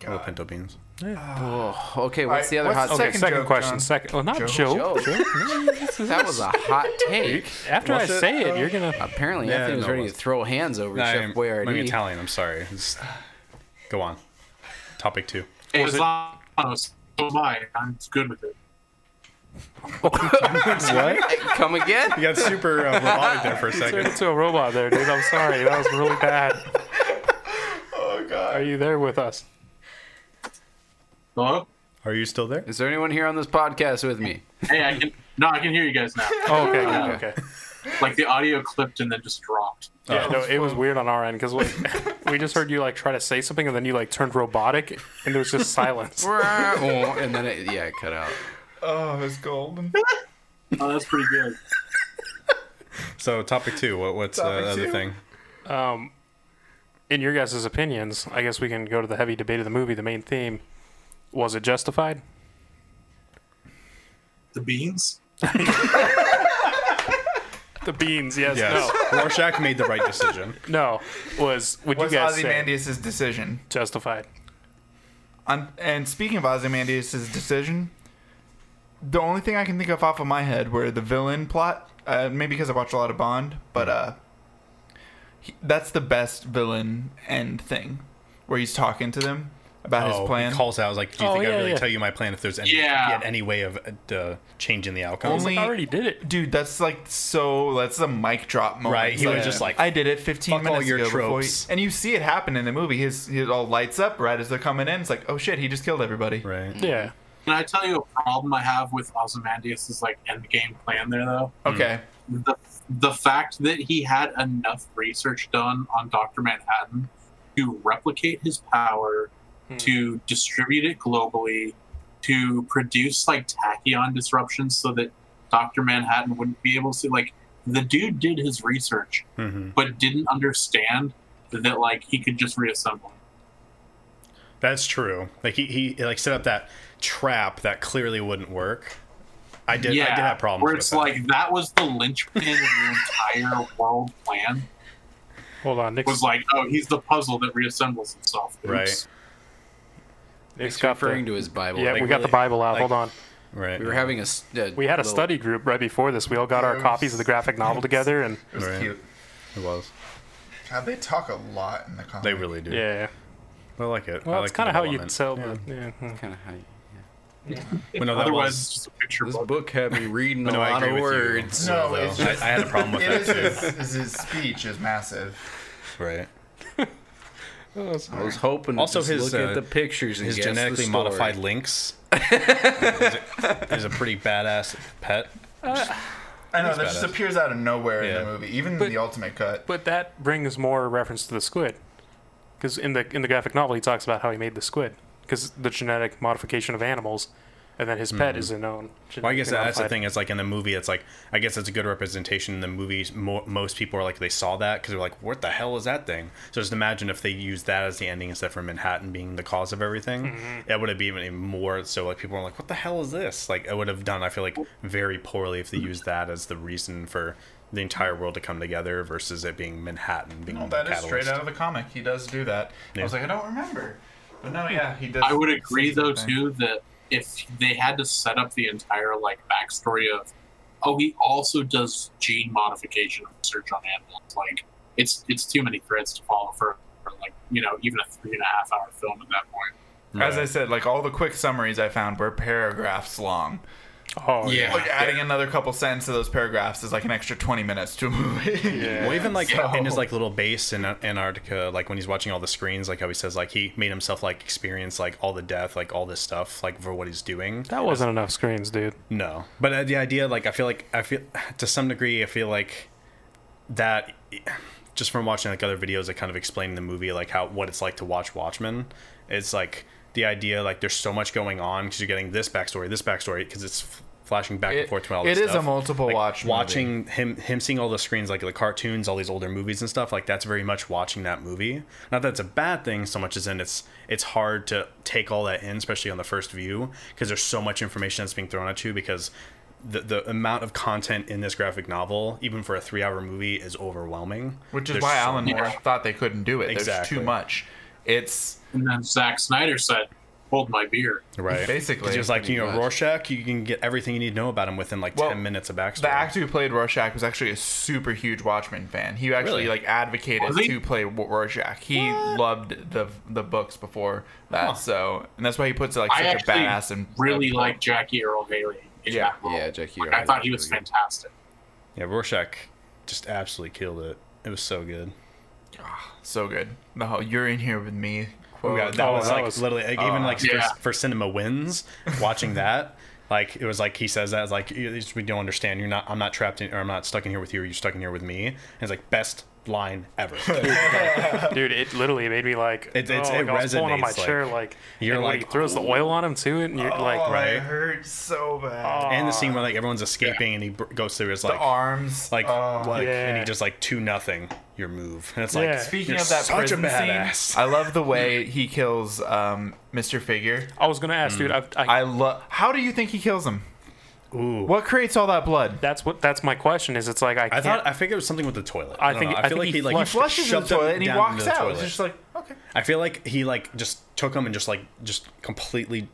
[SPEAKER 4] I love pinto beans.
[SPEAKER 2] Oh, okay, what's
[SPEAKER 3] Alright,
[SPEAKER 2] the other
[SPEAKER 3] what's
[SPEAKER 2] hot
[SPEAKER 3] the
[SPEAKER 2] take?
[SPEAKER 1] Okay,
[SPEAKER 3] Second
[SPEAKER 1] second,
[SPEAKER 3] joke,
[SPEAKER 1] question.
[SPEAKER 3] John.
[SPEAKER 1] Second, well, not joke.
[SPEAKER 2] Joe, that was a hot take.
[SPEAKER 1] After I say it, you're gonna.
[SPEAKER 2] Apparently,
[SPEAKER 4] Yeah,
[SPEAKER 2] Anthony was
[SPEAKER 4] no, it
[SPEAKER 2] ready to
[SPEAKER 4] wasn't.
[SPEAKER 2] throw hands over
[SPEAKER 4] I'm,
[SPEAKER 2] Chef Boyardee.
[SPEAKER 4] I'm Italian. I'm sorry. It's- go on. Topic two.
[SPEAKER 5] Hey, it's not- so am I. I'm good with it.
[SPEAKER 4] What?
[SPEAKER 2] Come again?
[SPEAKER 4] You got super uh, robotic there for a
[SPEAKER 1] Turned
[SPEAKER 4] second.
[SPEAKER 1] into a robot there, dude. I'm sorry. That was really bad.
[SPEAKER 3] Oh
[SPEAKER 1] Are
[SPEAKER 3] god.
[SPEAKER 1] you there with us?
[SPEAKER 5] Hello?
[SPEAKER 4] Are you still there?
[SPEAKER 2] Is there anyone here on this podcast with me?
[SPEAKER 5] Hey, I can. No, I can hear you guys now.
[SPEAKER 1] Oh, okay, good, okay.
[SPEAKER 5] Like the audio clipped and then just dropped.
[SPEAKER 4] Oh,
[SPEAKER 1] Yeah, no, it was weird on our end because like, we just heard you like try to say something and then you like turned robotic and there was just silence.
[SPEAKER 2] and then it, yeah, it cut out.
[SPEAKER 3] Oh, it was golden.
[SPEAKER 5] Oh, that's pretty good.
[SPEAKER 4] So topic two. What, what's
[SPEAKER 3] Topic
[SPEAKER 4] the other
[SPEAKER 3] two.
[SPEAKER 4] thing?
[SPEAKER 1] Um, in your guys' opinions, I guess we can go to the heavy debate of the movie. The main theme was it justified?
[SPEAKER 5] The beans?
[SPEAKER 1] The beans, yes,
[SPEAKER 4] Yes. Rorschach made the right decision.
[SPEAKER 1] no, no. Was would
[SPEAKER 3] Was
[SPEAKER 1] you guys say
[SPEAKER 3] Ozymandias' decision?
[SPEAKER 1] justified?
[SPEAKER 3] On, and speaking of Ozymandias' decision, the only thing I can think of off of my head were the villain plot, uh, maybe because I watch a lot of Bond, but uh, he, that's the best villain end thing, where he's talking to them about
[SPEAKER 4] oh,
[SPEAKER 3] his plan.
[SPEAKER 4] He calls out. I was like, "Do you
[SPEAKER 1] Oh,
[SPEAKER 4] think I
[SPEAKER 1] yeah,
[SPEAKER 4] really
[SPEAKER 1] yeah.
[SPEAKER 4] tell you my plan if there's any
[SPEAKER 5] Yeah.
[SPEAKER 4] yet any way of uh, uh, changing the outcome?"
[SPEAKER 3] Only-
[SPEAKER 1] I already did it.
[SPEAKER 3] Dude, that's like so. That's a mic drop moment.
[SPEAKER 4] Right, he
[SPEAKER 3] Like,
[SPEAKER 4] was just like,
[SPEAKER 3] "I did it 15
[SPEAKER 4] "Fuck all
[SPEAKER 3] minutes
[SPEAKER 4] your
[SPEAKER 3] ago." before you-
[SPEAKER 4] tropes.
[SPEAKER 3] and you see it happen in the movie. His his all lights up right as they're coming in. It's like, oh shit, he just killed everybody.
[SPEAKER 4] right.
[SPEAKER 1] Yeah.
[SPEAKER 5] Can I tell you a problem I have with Ozymandias' like end game plan there though?
[SPEAKER 3] Okay,
[SPEAKER 5] The the fact that he had enough research done on Doctor Manhattan to replicate his power,
[SPEAKER 1] Hmm.
[SPEAKER 5] to distribute it globally, to produce like tachyon disruptions so that Doctor Manhattan wouldn't be able to like the dude did his research
[SPEAKER 4] hmm
[SPEAKER 5] but didn't understand that like he could just reassemble.
[SPEAKER 4] That's true. Like he, he like set up that trap that clearly wouldn't work. I did. I did have problems.
[SPEAKER 5] Where
[SPEAKER 4] with
[SPEAKER 5] it's
[SPEAKER 4] that.
[SPEAKER 5] like that was the linchpin of your entire world plan.
[SPEAKER 1] Hold on, Nick.
[SPEAKER 5] Was like, oh, he's the puzzle that reassembles himself. Oops.
[SPEAKER 4] Right.
[SPEAKER 1] Nick's got the-
[SPEAKER 2] Referring to his Bible.
[SPEAKER 1] yeah,
[SPEAKER 2] Like,
[SPEAKER 1] we got the
[SPEAKER 2] really-
[SPEAKER 1] Bible out.
[SPEAKER 4] like-
[SPEAKER 1] Hold on.
[SPEAKER 4] right.
[SPEAKER 2] We were having a. s-
[SPEAKER 1] We had a
[SPEAKER 2] little-
[SPEAKER 1] study group right before this. We all got our
[SPEAKER 3] Yeah,
[SPEAKER 1] copies of the graphic novel together, and
[SPEAKER 3] it was
[SPEAKER 4] Right.
[SPEAKER 3] cute.
[SPEAKER 4] It was.
[SPEAKER 3] God, they talk a lot in the comic.
[SPEAKER 4] They really do.
[SPEAKER 1] yeah.
[SPEAKER 4] I like it. I
[SPEAKER 1] Well,
[SPEAKER 4] like
[SPEAKER 1] that's
[SPEAKER 4] the
[SPEAKER 1] kind of how you
[SPEAKER 4] development.
[SPEAKER 1] tell. the Yeah. hmm.
[SPEAKER 2] Kinda high.
[SPEAKER 4] But no, that
[SPEAKER 5] Otherwise, it's
[SPEAKER 4] was.
[SPEAKER 5] just a picture
[SPEAKER 2] This
[SPEAKER 5] book.
[SPEAKER 2] book had me reading a
[SPEAKER 4] No, I
[SPEAKER 2] lot
[SPEAKER 4] agree
[SPEAKER 2] of
[SPEAKER 4] with
[SPEAKER 2] words.
[SPEAKER 4] you.
[SPEAKER 3] No,
[SPEAKER 4] though.
[SPEAKER 3] it's just-
[SPEAKER 4] I, I had a problem with
[SPEAKER 3] It is
[SPEAKER 4] that
[SPEAKER 3] his, is his speech is massive.
[SPEAKER 4] too. Right.
[SPEAKER 2] I was hoping
[SPEAKER 4] Also
[SPEAKER 2] also to
[SPEAKER 4] his,
[SPEAKER 2] his, look
[SPEAKER 4] uh,
[SPEAKER 2] at the pictures and
[SPEAKER 4] His
[SPEAKER 2] guess the
[SPEAKER 4] genetically
[SPEAKER 2] story.
[SPEAKER 4] modified lynx is, a, is a pretty badass pet.
[SPEAKER 3] I know that
[SPEAKER 4] badass.
[SPEAKER 3] just appears out of nowhere
[SPEAKER 4] Yeah.
[SPEAKER 3] in the movie, even in the ultimate cut.
[SPEAKER 1] But that brings more reference to the squid, because in the in the graphic novel he talks about how he made the squid, because the genetic modification of animals, and then his pet is a known.
[SPEAKER 4] Well, I guess
[SPEAKER 1] genetically
[SPEAKER 4] that's the
[SPEAKER 1] modified-
[SPEAKER 4] thing. It's like in the movie, it's like I guess it's a good representation in the movies. Mo- most people are like they saw that because they're like, "What the hell is that thing?" So just imagine if they used that as the ending instead for Manhattan being the cause of everything.
[SPEAKER 3] Mm-hmm.
[SPEAKER 4] That would have been even more. So like people are like, "What the hell is this?" Like it would have done. I feel like very poorly if they used that as the reason for the entire world to come together versus it being Manhattan being
[SPEAKER 3] No,
[SPEAKER 4] the
[SPEAKER 3] that is
[SPEAKER 4] catalyst.
[SPEAKER 3] straight out of the comic. He does do that. I was like, I don't remember. But no, yeah, he does.
[SPEAKER 5] I would agree
[SPEAKER 3] say
[SPEAKER 5] though
[SPEAKER 3] something.
[SPEAKER 5] too that if they had to set up the entire like backstory of, oh, he also does gene modification research on animals. Like, it's it's too many threads to follow for, for like you know even a three and a half hour film at that point.
[SPEAKER 3] As I said, like all the quick summaries I found were paragraphs long.
[SPEAKER 1] Oh yeah.
[SPEAKER 3] Like adding another couple sentences to those paragraphs is like an extra twenty minutes to a movie.
[SPEAKER 4] Well, even like
[SPEAKER 3] So-
[SPEAKER 4] in his like little base in uh, Antarctica, like when he's watching all the screens, like how he says, like he made himself like experience like all the death, like all this stuff, like for what he's doing.
[SPEAKER 1] That wasn't enough screens, dude.
[SPEAKER 4] No, but uh, the idea, like I feel like I feel to some degree, I feel like that just from watching like other videos that kind of explain the movie, like how what it's like to watch Watchmen. It's like the idea like there's so much going on because you're getting this backstory, this backstory because it's f- flashing back and
[SPEAKER 3] It-
[SPEAKER 4] forth to all
[SPEAKER 3] it
[SPEAKER 4] this
[SPEAKER 3] is a
[SPEAKER 4] stuff.
[SPEAKER 3] multiple
[SPEAKER 4] Like,
[SPEAKER 3] watch movie.
[SPEAKER 4] Watching him him seeing all the screens like the cartoons, all these older movies and stuff like that's very much watching that movie. Not that it's a bad thing so much as in it's it's hard to take all that in, especially on the first view, because there's so much information that's being thrown at you because the, the amount of content in this graphic novel, even for a three hour movie, is overwhelming.
[SPEAKER 3] Which is
[SPEAKER 4] There's
[SPEAKER 3] why
[SPEAKER 4] so
[SPEAKER 3] Alan Moore thought they couldn't do it. There's
[SPEAKER 4] Exactly.
[SPEAKER 3] too much. It's
[SPEAKER 5] And then Zack Snyder said, "Hold my beer."
[SPEAKER 4] Right.
[SPEAKER 3] Basically,
[SPEAKER 4] it's just like you know,
[SPEAKER 2] much.
[SPEAKER 4] Rorschach. You can get everything you need to know about him within like
[SPEAKER 3] Well,
[SPEAKER 4] ten minutes of backstory.
[SPEAKER 3] the actor who played Rorschach was actually a super huge Watchmen fan. He actually
[SPEAKER 4] Really?
[SPEAKER 3] like advocated
[SPEAKER 5] Was he?
[SPEAKER 3] to play Wo- Rorschach. He loved the the books before that, so and that's why he puts like
[SPEAKER 5] I
[SPEAKER 3] such a
[SPEAKER 5] actually
[SPEAKER 3] badass and
[SPEAKER 5] really like Jackie Earl Haley. in
[SPEAKER 3] Yeah.
[SPEAKER 5] that role.
[SPEAKER 2] Yeah, Jackie
[SPEAKER 5] Like,
[SPEAKER 2] Earle
[SPEAKER 5] I thought
[SPEAKER 2] Haley
[SPEAKER 5] he
[SPEAKER 2] was
[SPEAKER 5] was
[SPEAKER 2] really good.
[SPEAKER 5] fantastic.
[SPEAKER 4] yeah, Rorschach just absolutely killed it. It was so good.
[SPEAKER 3] so good. The whole "You're in here with me"
[SPEAKER 4] Oh,
[SPEAKER 3] quote.
[SPEAKER 4] God, that
[SPEAKER 1] oh,
[SPEAKER 4] was
[SPEAKER 1] that
[SPEAKER 4] like
[SPEAKER 1] was-
[SPEAKER 4] literally like, even like
[SPEAKER 3] Ah,
[SPEAKER 5] yeah.
[SPEAKER 4] for, for cinema wins. Watching that, like it was like he says that it's like "You- it's- we don't understand. You're not. I'm not trapped in. Or I'm not stuck in here with you. You're stuck in here with me. And it's like best line ever.
[SPEAKER 1] Dude, it literally made me like,
[SPEAKER 4] It- it's-
[SPEAKER 1] oh,
[SPEAKER 4] it
[SPEAKER 1] like I was pulling on my
[SPEAKER 4] resonates, like,
[SPEAKER 1] chair, like,
[SPEAKER 4] you're
[SPEAKER 1] and when
[SPEAKER 4] like, Oh,
[SPEAKER 1] he throws the oil on him too, and you're like,
[SPEAKER 4] right.
[SPEAKER 3] it hurt so bad.
[SPEAKER 4] and the scene where like everyone's escaping and he br- goes through his like
[SPEAKER 3] Arms
[SPEAKER 4] like
[SPEAKER 3] oh.
[SPEAKER 4] like and
[SPEAKER 1] Yeah.
[SPEAKER 4] he just like two nothing your move and it's like
[SPEAKER 1] Yeah.
[SPEAKER 3] Speaking
[SPEAKER 4] you're
[SPEAKER 3] of that
[SPEAKER 4] such a
[SPEAKER 3] prison
[SPEAKER 4] badass
[SPEAKER 3] scene, I love the way he kills um, Mr. Figure.
[SPEAKER 1] I was gonna ask, dude,
[SPEAKER 4] Hmm.
[SPEAKER 1] I've, I,
[SPEAKER 3] I love. How do you think he kills him?
[SPEAKER 4] Ooh.
[SPEAKER 3] What creates all that blood?
[SPEAKER 1] that's what that's my question. Is it's like I,
[SPEAKER 4] I
[SPEAKER 1] can't,
[SPEAKER 4] thought I think it was something with the toilet.
[SPEAKER 1] I
[SPEAKER 4] don't
[SPEAKER 1] think-
[SPEAKER 4] know.
[SPEAKER 1] I
[SPEAKER 4] feel
[SPEAKER 1] think
[SPEAKER 4] like
[SPEAKER 1] he
[SPEAKER 4] he, like
[SPEAKER 1] flushed
[SPEAKER 3] flushes in the
[SPEAKER 4] shoved him
[SPEAKER 3] toilet and he
[SPEAKER 4] down
[SPEAKER 3] walks
[SPEAKER 4] into the
[SPEAKER 3] out. It's
[SPEAKER 4] toilet.
[SPEAKER 3] just like okay.
[SPEAKER 4] I feel like he like just took him and just like just completely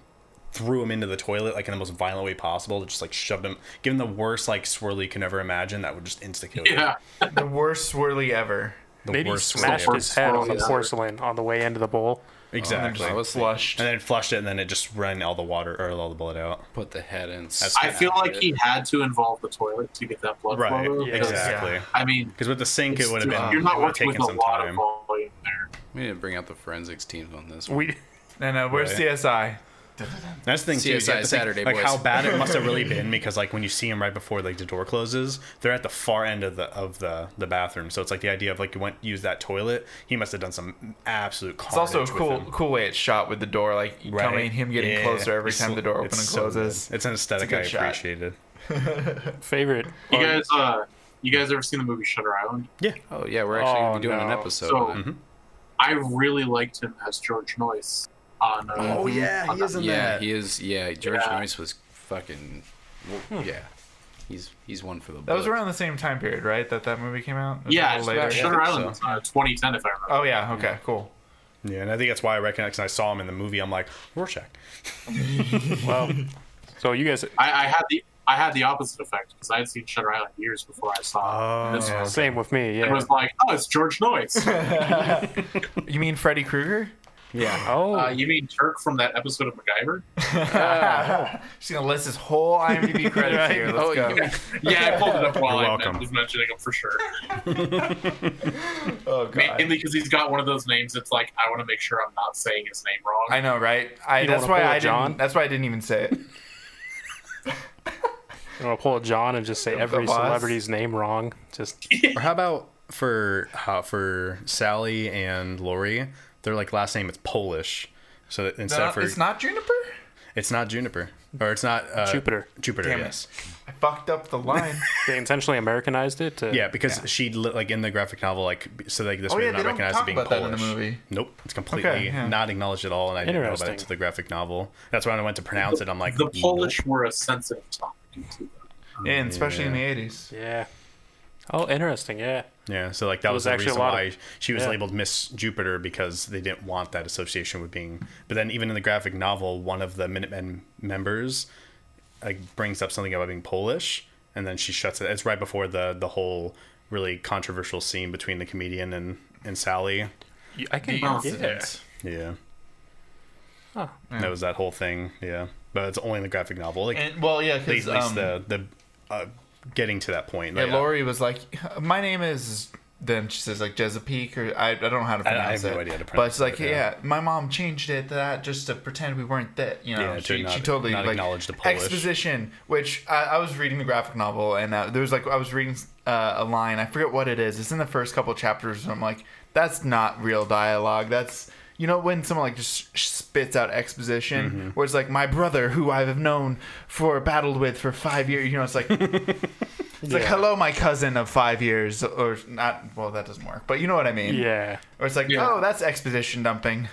[SPEAKER 4] threw him into the toilet like in the most violent way possible. Just like shoved him, give him the worst like swirl you can ever imagine. That would just insta kill you.
[SPEAKER 5] Yeah,
[SPEAKER 3] The worst swirly ever.
[SPEAKER 4] the
[SPEAKER 1] maybe he
[SPEAKER 4] worst swirl
[SPEAKER 1] smashed
[SPEAKER 4] ever.
[SPEAKER 1] his head on the
[SPEAKER 5] Yeah.
[SPEAKER 1] porcelain on the way into the bowl.
[SPEAKER 4] exactly.
[SPEAKER 2] I
[SPEAKER 4] And
[SPEAKER 2] Oh, was like,
[SPEAKER 3] Flushed.
[SPEAKER 4] then flushed it, and then it just ran all the water or all the blood out.
[SPEAKER 2] put the head in.
[SPEAKER 5] I feel like he had to involve the toilet to get that blood
[SPEAKER 4] Right,
[SPEAKER 5] flow. because,
[SPEAKER 4] exactly.
[SPEAKER 3] Yeah.
[SPEAKER 5] I mean,
[SPEAKER 4] Because with the sink, it would have been
[SPEAKER 5] you're not
[SPEAKER 4] it would've
[SPEAKER 5] working with
[SPEAKER 4] taken
[SPEAKER 5] a
[SPEAKER 4] some
[SPEAKER 5] lot
[SPEAKER 4] time.
[SPEAKER 5] of volume there.
[SPEAKER 2] We need to bring out the forensics teams on this. One.
[SPEAKER 1] We
[SPEAKER 3] No, no, where's
[SPEAKER 4] Right.
[SPEAKER 3] CSI?
[SPEAKER 4] That's the thing too. is you
[SPEAKER 2] CSI
[SPEAKER 4] have to think,
[SPEAKER 2] Saturday,
[SPEAKER 4] like
[SPEAKER 2] boys.
[SPEAKER 4] how bad it must have really been because like when you see him right before like the door closes, they're at the far end of the of the the bathroom. So it's like the idea of like you went use that toilet. He must have done some absolute.
[SPEAKER 3] It's also a cool, cool way it's shot with the door, like coming him getting closer every time the door opens and closes.
[SPEAKER 4] It's an aesthetic
[SPEAKER 3] good
[SPEAKER 4] I
[SPEAKER 3] shot.
[SPEAKER 4] appreciated.
[SPEAKER 1] favorite.
[SPEAKER 5] You guys, uh, you guys ever seen the movie Shutter Island?
[SPEAKER 2] Oh yeah, we're actually gonna
[SPEAKER 1] Oh,
[SPEAKER 2] be doing an
[SPEAKER 1] no.
[SPEAKER 2] episode.
[SPEAKER 5] So
[SPEAKER 2] on
[SPEAKER 4] mm-hmm.
[SPEAKER 2] it.
[SPEAKER 5] I really liked him as George Noyce on. Uh,
[SPEAKER 4] Oh,
[SPEAKER 5] on
[SPEAKER 3] Mm.
[SPEAKER 5] that-
[SPEAKER 2] yeah, he is. Yeah, George
[SPEAKER 5] Yeah.
[SPEAKER 2] Noyce was fucking. well,
[SPEAKER 3] Hmm.
[SPEAKER 2] Yeah, he's he's one for the.
[SPEAKER 3] That was
[SPEAKER 2] books.
[SPEAKER 3] around the same time period, right? That that movie came out. It was a
[SPEAKER 5] yeah,
[SPEAKER 3] little
[SPEAKER 5] it's-
[SPEAKER 3] later.
[SPEAKER 5] Shutter Island was uh, 2010, if I remember.
[SPEAKER 3] Oh yeah. Okay. Cool.
[SPEAKER 4] Yeah, and I think that's why I recognize. Cause I saw him in the movie. I'm like Rorschach.
[SPEAKER 1] Well, so you guys,
[SPEAKER 5] I, I had the I had the opposite effect because I had seen Shutter Island years before I saw
[SPEAKER 4] Oh,
[SPEAKER 5] this.
[SPEAKER 3] yeah.
[SPEAKER 5] one.
[SPEAKER 1] same with me.
[SPEAKER 5] It
[SPEAKER 1] Yeah.
[SPEAKER 5] was like, oh, it's George Noyce.
[SPEAKER 3] You mean Freddy Krueger?
[SPEAKER 4] Yeah.
[SPEAKER 1] Oh,
[SPEAKER 5] uh, you mean Turk from that episode of MacGyver?
[SPEAKER 3] She's gonna list his whole IMDb credits
[SPEAKER 1] Right.
[SPEAKER 3] here. Let's
[SPEAKER 2] Oh,
[SPEAKER 3] go.
[SPEAKER 2] yeah.
[SPEAKER 5] Yeah, I pulled it up while
[SPEAKER 4] You're
[SPEAKER 5] I
[SPEAKER 4] welcome.
[SPEAKER 5] was mentioning him for sure.
[SPEAKER 3] Oh god.
[SPEAKER 5] Mainly because he's got one of those names. It's like I want to make sure I'm not saying his name wrong.
[SPEAKER 3] I know, right? I,
[SPEAKER 1] You don't
[SPEAKER 3] that's
[SPEAKER 1] wanna
[SPEAKER 3] why
[SPEAKER 1] pull a
[SPEAKER 3] I
[SPEAKER 1] John?
[SPEAKER 3] didn't. That's why I didn't even say it.
[SPEAKER 1] I'm gonna pull a John and just say every
[SPEAKER 3] boss.
[SPEAKER 1] celebrity's name wrong. Just
[SPEAKER 4] Or how about for uh, for Sally and Lori? Their like last name is Polish. So that instead
[SPEAKER 3] No,
[SPEAKER 4] for
[SPEAKER 3] it's not Juniper.
[SPEAKER 4] It's not juniper, or it's not uh,
[SPEAKER 1] Jupiter.
[SPEAKER 4] Jupiter,
[SPEAKER 3] Damn it.
[SPEAKER 4] yes.
[SPEAKER 3] I fucked up the line.
[SPEAKER 1] they intentionally Americanized it. To,
[SPEAKER 4] Yeah, because she li- like in the graphic novel, like b- so like this
[SPEAKER 3] Oh,
[SPEAKER 4] way
[SPEAKER 3] yeah,
[SPEAKER 4] not
[SPEAKER 3] they don't
[SPEAKER 4] recognized
[SPEAKER 3] talk
[SPEAKER 4] as being
[SPEAKER 3] about that in the
[SPEAKER 4] Polish.
[SPEAKER 3] movie.
[SPEAKER 4] Nope, it's completely
[SPEAKER 3] Okay, yeah.
[SPEAKER 4] not acknowledged at all, and I didn't know about it
[SPEAKER 1] Interesting.
[SPEAKER 4] to the graphic novel. That's why when I went to pronounce it, I'm like
[SPEAKER 5] the
[SPEAKER 4] nope.
[SPEAKER 5] Polish were a sensitive topic. to them.
[SPEAKER 3] and especially in the eighties.
[SPEAKER 1] Yeah. Oh, interesting. Yeah.
[SPEAKER 4] Yeah, so like that was,
[SPEAKER 1] was
[SPEAKER 4] the
[SPEAKER 1] actually a
[SPEAKER 4] reason
[SPEAKER 1] lot
[SPEAKER 4] why
[SPEAKER 1] of-
[SPEAKER 4] she was
[SPEAKER 1] yeah.
[SPEAKER 4] labeled Miss Jupiter because they didn't want that association with being. But then even in the graphic novel, one of the Minutemen members like brings up something about being Polish, and then she shuts it. It's right before the the whole really controversial scene between the comedian and and Sally.
[SPEAKER 1] You- I can.
[SPEAKER 5] Oh,
[SPEAKER 1] yeah.
[SPEAKER 4] Yeah. That was that whole thing. Yeah, but it's only in the graphic novel. Like
[SPEAKER 3] And well, yeah, um,
[SPEAKER 4] at least
[SPEAKER 3] because
[SPEAKER 4] the the uh, getting to that point.
[SPEAKER 3] yeah,
[SPEAKER 4] like,
[SPEAKER 3] Lori was like, "My name is then she says like Chesapeake or I, I don't know how to
[SPEAKER 4] I- I
[SPEAKER 3] pronounce
[SPEAKER 4] have
[SPEAKER 3] it.
[SPEAKER 4] no idea how to
[SPEAKER 3] but it's
[SPEAKER 4] pronounce
[SPEAKER 3] like
[SPEAKER 4] it,
[SPEAKER 3] yeah.
[SPEAKER 4] yeah.
[SPEAKER 3] my mom changed it to that just to pretend we weren't that. You know,
[SPEAKER 4] Yeah, to
[SPEAKER 3] she,
[SPEAKER 4] not-
[SPEAKER 3] she totally
[SPEAKER 4] not
[SPEAKER 3] like
[SPEAKER 4] acknowledge the Polish.
[SPEAKER 3] exposition. Which I, I was reading the graphic novel and uh, there was like I was reading uh, a line I forget what it is. It's in the first couple chapters and I'm like that's not real dialogue. That's you know when someone like just spits out exposition
[SPEAKER 4] Mm-hmm.
[SPEAKER 3] where it's like my brother who I have known for battled with for five years. You know, it's like it's like, hello, my cousin of five years, or not. Well, that doesn't work, but you know what I mean.
[SPEAKER 1] Yeah.
[SPEAKER 3] Or it's like,
[SPEAKER 5] Yeah.
[SPEAKER 3] oh, that's exposition dumping.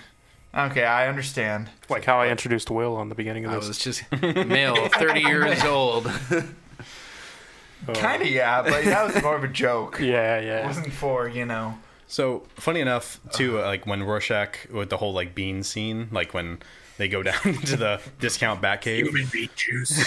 [SPEAKER 3] Okay, I understand.
[SPEAKER 1] Like how I introduced Will on the beginning of
[SPEAKER 2] I
[SPEAKER 1] this.
[SPEAKER 2] was just male, 30 years old.
[SPEAKER 3] Kind of, yeah, but that was more of a joke.
[SPEAKER 1] Oh. yeah,
[SPEAKER 3] It
[SPEAKER 1] yeah.
[SPEAKER 3] wasn't for, you know.
[SPEAKER 4] So funny enough, too, uh, like when Rorschach with the whole like bean scene, like when they go down into the discount Batcave.
[SPEAKER 5] Human bean juice.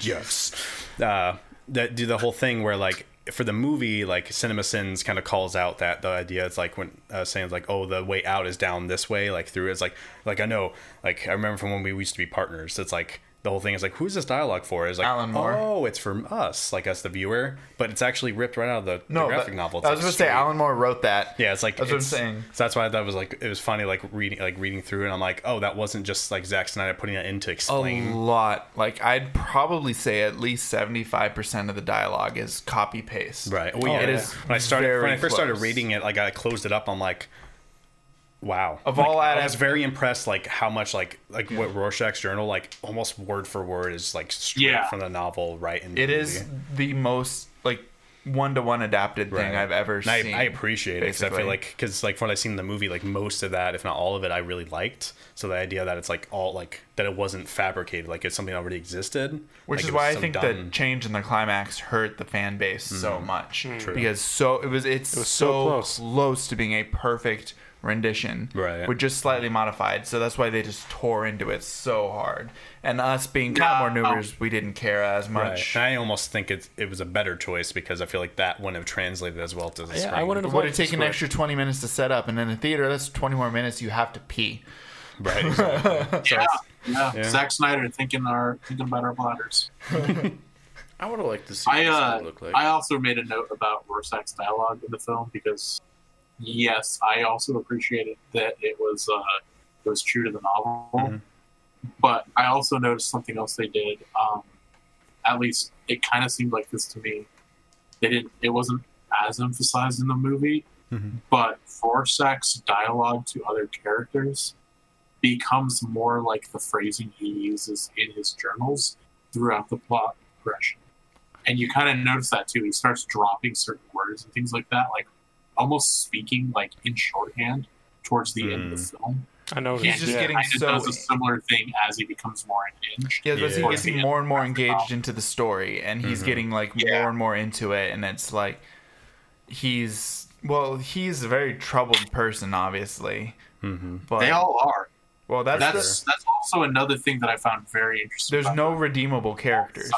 [SPEAKER 4] yes. Uh, that do the whole thing where like for the movie, like CinemaSins kind of calls out that the idea it's like when uh, saying like, oh, the way out is down this way, like through. It's like like I know, like I remember from when we used to be partners. It's like the whole thing is like, who's this dialogue for? It's like,
[SPEAKER 3] Alan Moore.
[SPEAKER 4] oh, it's from us, like us the viewer, but it's actually ripped right out of the, the
[SPEAKER 3] No,
[SPEAKER 4] graphic
[SPEAKER 3] that-
[SPEAKER 4] novel. It's,
[SPEAKER 3] I
[SPEAKER 4] like,
[SPEAKER 3] was going to say
[SPEAKER 4] straight-
[SPEAKER 3] Alan Moore wrote that.
[SPEAKER 4] yeah, it's like
[SPEAKER 3] That's what I'm
[SPEAKER 4] it's-
[SPEAKER 3] saying.
[SPEAKER 4] So that's why I thought it was like it was funny, like reading like reading through, it, and I'm like, oh, that wasn't just like Zack Snyder putting that in to
[SPEAKER 3] A
[SPEAKER 4] explain.
[SPEAKER 3] lot. Like, I'd probably say at least 75% of the dialogue is copy paste.
[SPEAKER 4] Right. Well, yeah.
[SPEAKER 3] It is
[SPEAKER 4] when I started
[SPEAKER 3] Oh. very
[SPEAKER 4] when I first started
[SPEAKER 3] close.
[SPEAKER 4] reading it, like I closed it up. I'm like, wow.
[SPEAKER 3] Of
[SPEAKER 4] Like,
[SPEAKER 3] all
[SPEAKER 4] I
[SPEAKER 3] adap-
[SPEAKER 4] was very impressed, like how much like like what Rorschach's journal, like almost word for word, is like straight
[SPEAKER 5] Yeah.
[SPEAKER 4] from the novel, right? into
[SPEAKER 3] It
[SPEAKER 4] the
[SPEAKER 3] is
[SPEAKER 4] movie.
[SPEAKER 3] the most, like, one to one adapted thing
[SPEAKER 4] Right.
[SPEAKER 3] I've ever
[SPEAKER 4] And I,
[SPEAKER 3] seen.
[SPEAKER 4] I appreciate it because I feel
[SPEAKER 3] basically.
[SPEAKER 4] like because like from what I seen in the movie, like most of that, if not all of it, I really liked. So the idea that it's like all like that it wasn't fabricated, like it's something that already existed,
[SPEAKER 3] Which
[SPEAKER 4] like,
[SPEAKER 3] is
[SPEAKER 4] it was
[SPEAKER 3] why I
[SPEAKER 4] some
[SPEAKER 3] think the
[SPEAKER 4] done-
[SPEAKER 3] change in the climax hurt the fan base so much
[SPEAKER 4] Mm-hmm. True.
[SPEAKER 3] because so it was it's
[SPEAKER 1] was so
[SPEAKER 3] so,
[SPEAKER 1] close.
[SPEAKER 3] close. to being a perfect rendition,
[SPEAKER 4] Right.
[SPEAKER 3] With just slightly modified, so that's why they just tore into it so hard. And us being kind of more
[SPEAKER 5] No.
[SPEAKER 3] newbers, we didn't care as much.
[SPEAKER 4] Right. And I almost think it it was a better choice because I feel like that wouldn't have translated as well to the
[SPEAKER 1] yeah,
[SPEAKER 4] screen.
[SPEAKER 1] I wouldn't
[SPEAKER 3] It
[SPEAKER 1] have
[SPEAKER 3] would
[SPEAKER 1] liked
[SPEAKER 3] have taken
[SPEAKER 1] the
[SPEAKER 3] an
[SPEAKER 1] script.
[SPEAKER 3] extra twenty minutes to set up, and in the theater, that's twenty more minutes you have to pee.
[SPEAKER 4] Right. exactly.
[SPEAKER 5] yeah, yeah. Zack Snyder thinking our thinking about our bladders.
[SPEAKER 2] I would have liked to see what
[SPEAKER 5] I
[SPEAKER 2] this
[SPEAKER 5] uh,
[SPEAKER 2] would look like.
[SPEAKER 5] I also made a note about Rorschach's dialogue in the film because, yes, I also appreciated that it was uh, it was true to the novel,
[SPEAKER 2] Mm-hmm.
[SPEAKER 5] but I also noticed something else they did. Um, at least it kind of seemed like this to me. They didn't. It wasn't as emphasized in the movie, but Rorschach's dialogue to other characters becomes more like the phrasing he uses in his journals throughout the plot progression. And you kind of notice that too. He starts dropping certain words and things like that, like almost speaking like in shorthand towards the end of the film.
[SPEAKER 1] I know.
[SPEAKER 3] He's just
[SPEAKER 1] yeah.
[SPEAKER 3] getting
[SPEAKER 5] Kind of
[SPEAKER 3] so-
[SPEAKER 5] does a similar thing as he becomes more unhinged.
[SPEAKER 3] Yeah, because
[SPEAKER 4] Yeah.
[SPEAKER 3] he gets more and more engaged into the story, and
[SPEAKER 5] Mm-hmm.
[SPEAKER 3] he's getting like
[SPEAKER 5] Yeah.
[SPEAKER 3] more and more into it, and it's like he's well, he's a very troubled person, obviously. Mm-hmm. But
[SPEAKER 5] They all are.
[SPEAKER 3] well, that's,
[SPEAKER 5] That's that's also another thing that I found very interesting.
[SPEAKER 3] there's
[SPEAKER 5] about
[SPEAKER 3] no redeemable characters.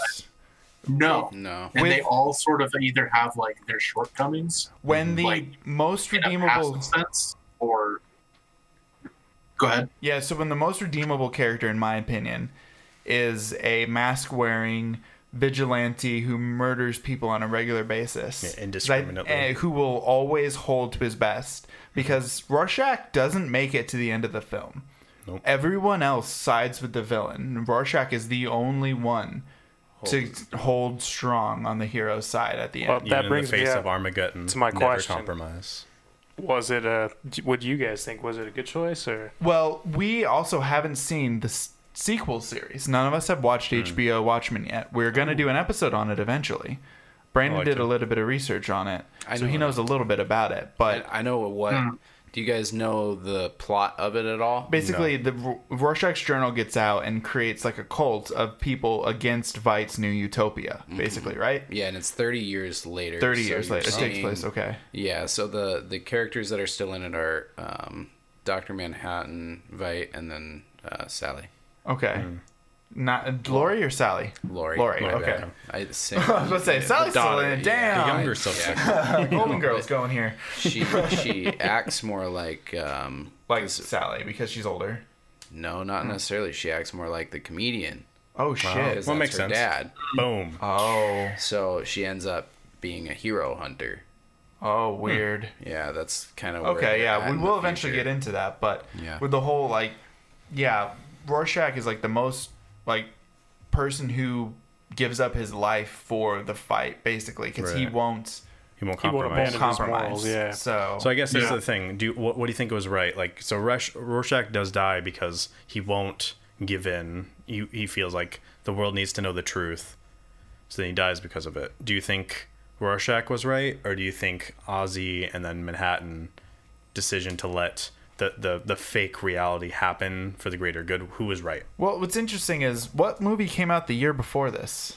[SPEAKER 5] no,
[SPEAKER 2] no.
[SPEAKER 5] and they
[SPEAKER 3] With-
[SPEAKER 5] all sort of either have like their shortcomings
[SPEAKER 3] When the
[SPEAKER 5] Like,
[SPEAKER 3] most
[SPEAKER 5] in a passive
[SPEAKER 3] redeemable,
[SPEAKER 5] sense, or go ahead.
[SPEAKER 3] yeah, so when the most redeemable character, in my opinion, is a mask wearing vigilante who murders people on a regular basis
[SPEAKER 4] Yeah,
[SPEAKER 3] 'Cause I-
[SPEAKER 4] indiscriminately. Mm-hmm.
[SPEAKER 3] eh, who will always hold to his best because Rorschach doesn't make it to the end of the film.
[SPEAKER 4] Nope.
[SPEAKER 3] Everyone else sides with the villain. Rorschach is the only one to hold strong on the hero's side at the
[SPEAKER 1] Well,
[SPEAKER 3] end.
[SPEAKER 4] Even
[SPEAKER 1] that brings
[SPEAKER 4] in the face
[SPEAKER 1] me
[SPEAKER 4] of
[SPEAKER 1] up.
[SPEAKER 4] Armageddon.
[SPEAKER 1] to my
[SPEAKER 4] never
[SPEAKER 1] question.
[SPEAKER 4] compromise.
[SPEAKER 1] Was it a? Would you guys think was it a good choice or?
[SPEAKER 3] Well, we also haven't seen the s- sequel series. None of us have
[SPEAKER 2] Hmm.
[SPEAKER 3] watched HBO Watchmen yet. We're going to do an episode on it eventually. Brandon
[SPEAKER 4] like
[SPEAKER 3] did
[SPEAKER 4] it.
[SPEAKER 3] a little bit of research on it,
[SPEAKER 2] I
[SPEAKER 3] so
[SPEAKER 2] know
[SPEAKER 3] he
[SPEAKER 2] it.
[SPEAKER 3] knows a little bit about it. But
[SPEAKER 2] I know what.
[SPEAKER 3] Hmm.
[SPEAKER 2] Do you guys know the plot of it at all?
[SPEAKER 3] basically the R- Rorschach's journal gets out and creates like a cult of people against Veidt's new utopia, basically, right?
[SPEAKER 2] Mm-hmm. Yeah, and it's 30 years later.
[SPEAKER 3] 30
[SPEAKER 2] so
[SPEAKER 3] years
[SPEAKER 2] you're
[SPEAKER 3] later. It takes
[SPEAKER 2] seeing-
[SPEAKER 3] place, okay.
[SPEAKER 2] Yeah, so the the characters that are still in it are um, Doctor Manhattan, Vite, and then uh, Sally,
[SPEAKER 3] Okay. Not Lori or Sally?
[SPEAKER 2] Laurie.
[SPEAKER 3] Lori,
[SPEAKER 2] Hmm. My
[SPEAKER 3] okay.
[SPEAKER 2] bad. I, same,
[SPEAKER 3] I was about to say, Sally's still in it.
[SPEAKER 2] yeah.
[SPEAKER 3] Damn.
[SPEAKER 4] Younger subsequent.
[SPEAKER 3] Golden Girl's going here.
[SPEAKER 2] she she acts more like um,
[SPEAKER 3] Like Sally, because she's older.
[SPEAKER 2] no, not necessarily. She acts more like the comedian
[SPEAKER 3] Oh, shit.
[SPEAKER 2] because
[SPEAKER 4] Well,
[SPEAKER 2] that's
[SPEAKER 4] makes
[SPEAKER 2] her
[SPEAKER 4] sense.
[SPEAKER 2] dad.
[SPEAKER 1] Uh,
[SPEAKER 4] Boom.
[SPEAKER 3] Oh.
[SPEAKER 2] So she ends up being a hero hunter
[SPEAKER 3] Oh, weird.
[SPEAKER 2] Yeah, that's kind of
[SPEAKER 3] Okay, yeah, we will eventually get into that, but
[SPEAKER 2] Yeah.
[SPEAKER 3] with the whole like, yeah, Rorschach is like the most like person who gives up his life for the fight, basically, because he
[SPEAKER 4] Right.
[SPEAKER 3] won't
[SPEAKER 4] He won't
[SPEAKER 1] He won't
[SPEAKER 4] compromise.
[SPEAKER 1] abandon- his
[SPEAKER 3] compromise.
[SPEAKER 1] morals, yeah.
[SPEAKER 3] So,
[SPEAKER 4] So I guess this is
[SPEAKER 5] Yeah.
[SPEAKER 4] the thing. Do you, what, what do you think was right? Like, so Resh, Rorschach does die because he won't give in. He, he feels like the world needs to know the truth, so then he dies because of it. Do you think Rorschach was right, or do you think Ozzy and then Manhattan decision to let the, the, the fake reality happen for the greater good? Who was right?
[SPEAKER 3] well, what's interesting is what movie came out the year before this?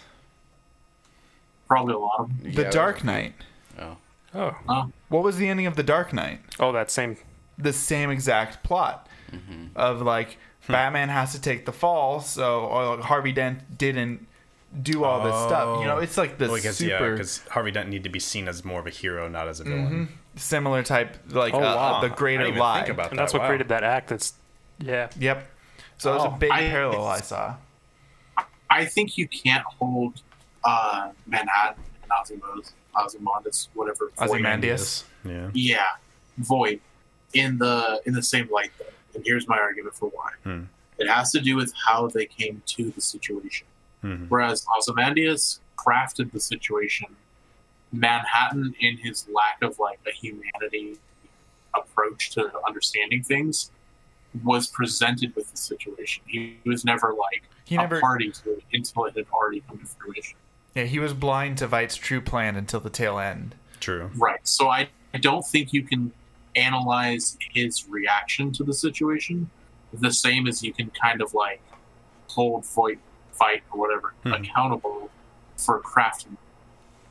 [SPEAKER 5] Probably a lot of them.
[SPEAKER 3] The
[SPEAKER 2] Yeah.
[SPEAKER 3] Dark Knight.
[SPEAKER 1] Oh,
[SPEAKER 3] What was the ending of The Dark Knight?
[SPEAKER 1] oh, that same.
[SPEAKER 3] the same exact plot
[SPEAKER 4] Mm-hmm.
[SPEAKER 3] of like
[SPEAKER 4] Hmm.
[SPEAKER 3] Batman has to take the fall, so or like, Harvey Dent didn't do all this stuff. You know, it's like this
[SPEAKER 4] Well, because Oh, yeah,
[SPEAKER 3] super
[SPEAKER 4] because Harvey Dent needed to be seen as more of a hero, not as a villain.
[SPEAKER 1] Mm-hmm.
[SPEAKER 3] similar type, like
[SPEAKER 4] Oh,
[SPEAKER 3] uh,
[SPEAKER 1] Ah,
[SPEAKER 4] wow.
[SPEAKER 3] the
[SPEAKER 4] I
[SPEAKER 3] greater
[SPEAKER 4] didn't even
[SPEAKER 3] lie.
[SPEAKER 4] think about
[SPEAKER 1] And that's
[SPEAKER 4] that.
[SPEAKER 1] what
[SPEAKER 4] Wow.
[SPEAKER 1] created that act. That's yeah.
[SPEAKER 3] Yep. So it's a
[SPEAKER 5] Oh,
[SPEAKER 3] big
[SPEAKER 5] I-
[SPEAKER 3] parallel I saw.
[SPEAKER 5] I think you can't hold uh, Manhattan and Ozymandias, Ozymandias whatever. void-
[SPEAKER 3] Ozymandias.
[SPEAKER 4] Yeah.
[SPEAKER 5] Yeah, void in the in the same light. Though. And here's my argument for why.
[SPEAKER 4] Hmm.
[SPEAKER 5] It has to do with how they came to the situation.
[SPEAKER 4] Mhm.
[SPEAKER 5] Whereas Ozymandias crafted the situation, Manhattan, in his lack of like a humanity approach to understanding things, was presented with the situation. He was never like
[SPEAKER 3] He
[SPEAKER 5] a
[SPEAKER 3] never.
[SPEAKER 5] party to it until it had already come to fruition.
[SPEAKER 3] Yeah, he was blind to Vite's true plan until the tail end.
[SPEAKER 4] True.
[SPEAKER 5] Right. So I, I don't think you can analyze his reaction to the situation the same as you can kind of like hold fight, fight or whatever
[SPEAKER 4] Hmm.
[SPEAKER 5] accountable for crafting.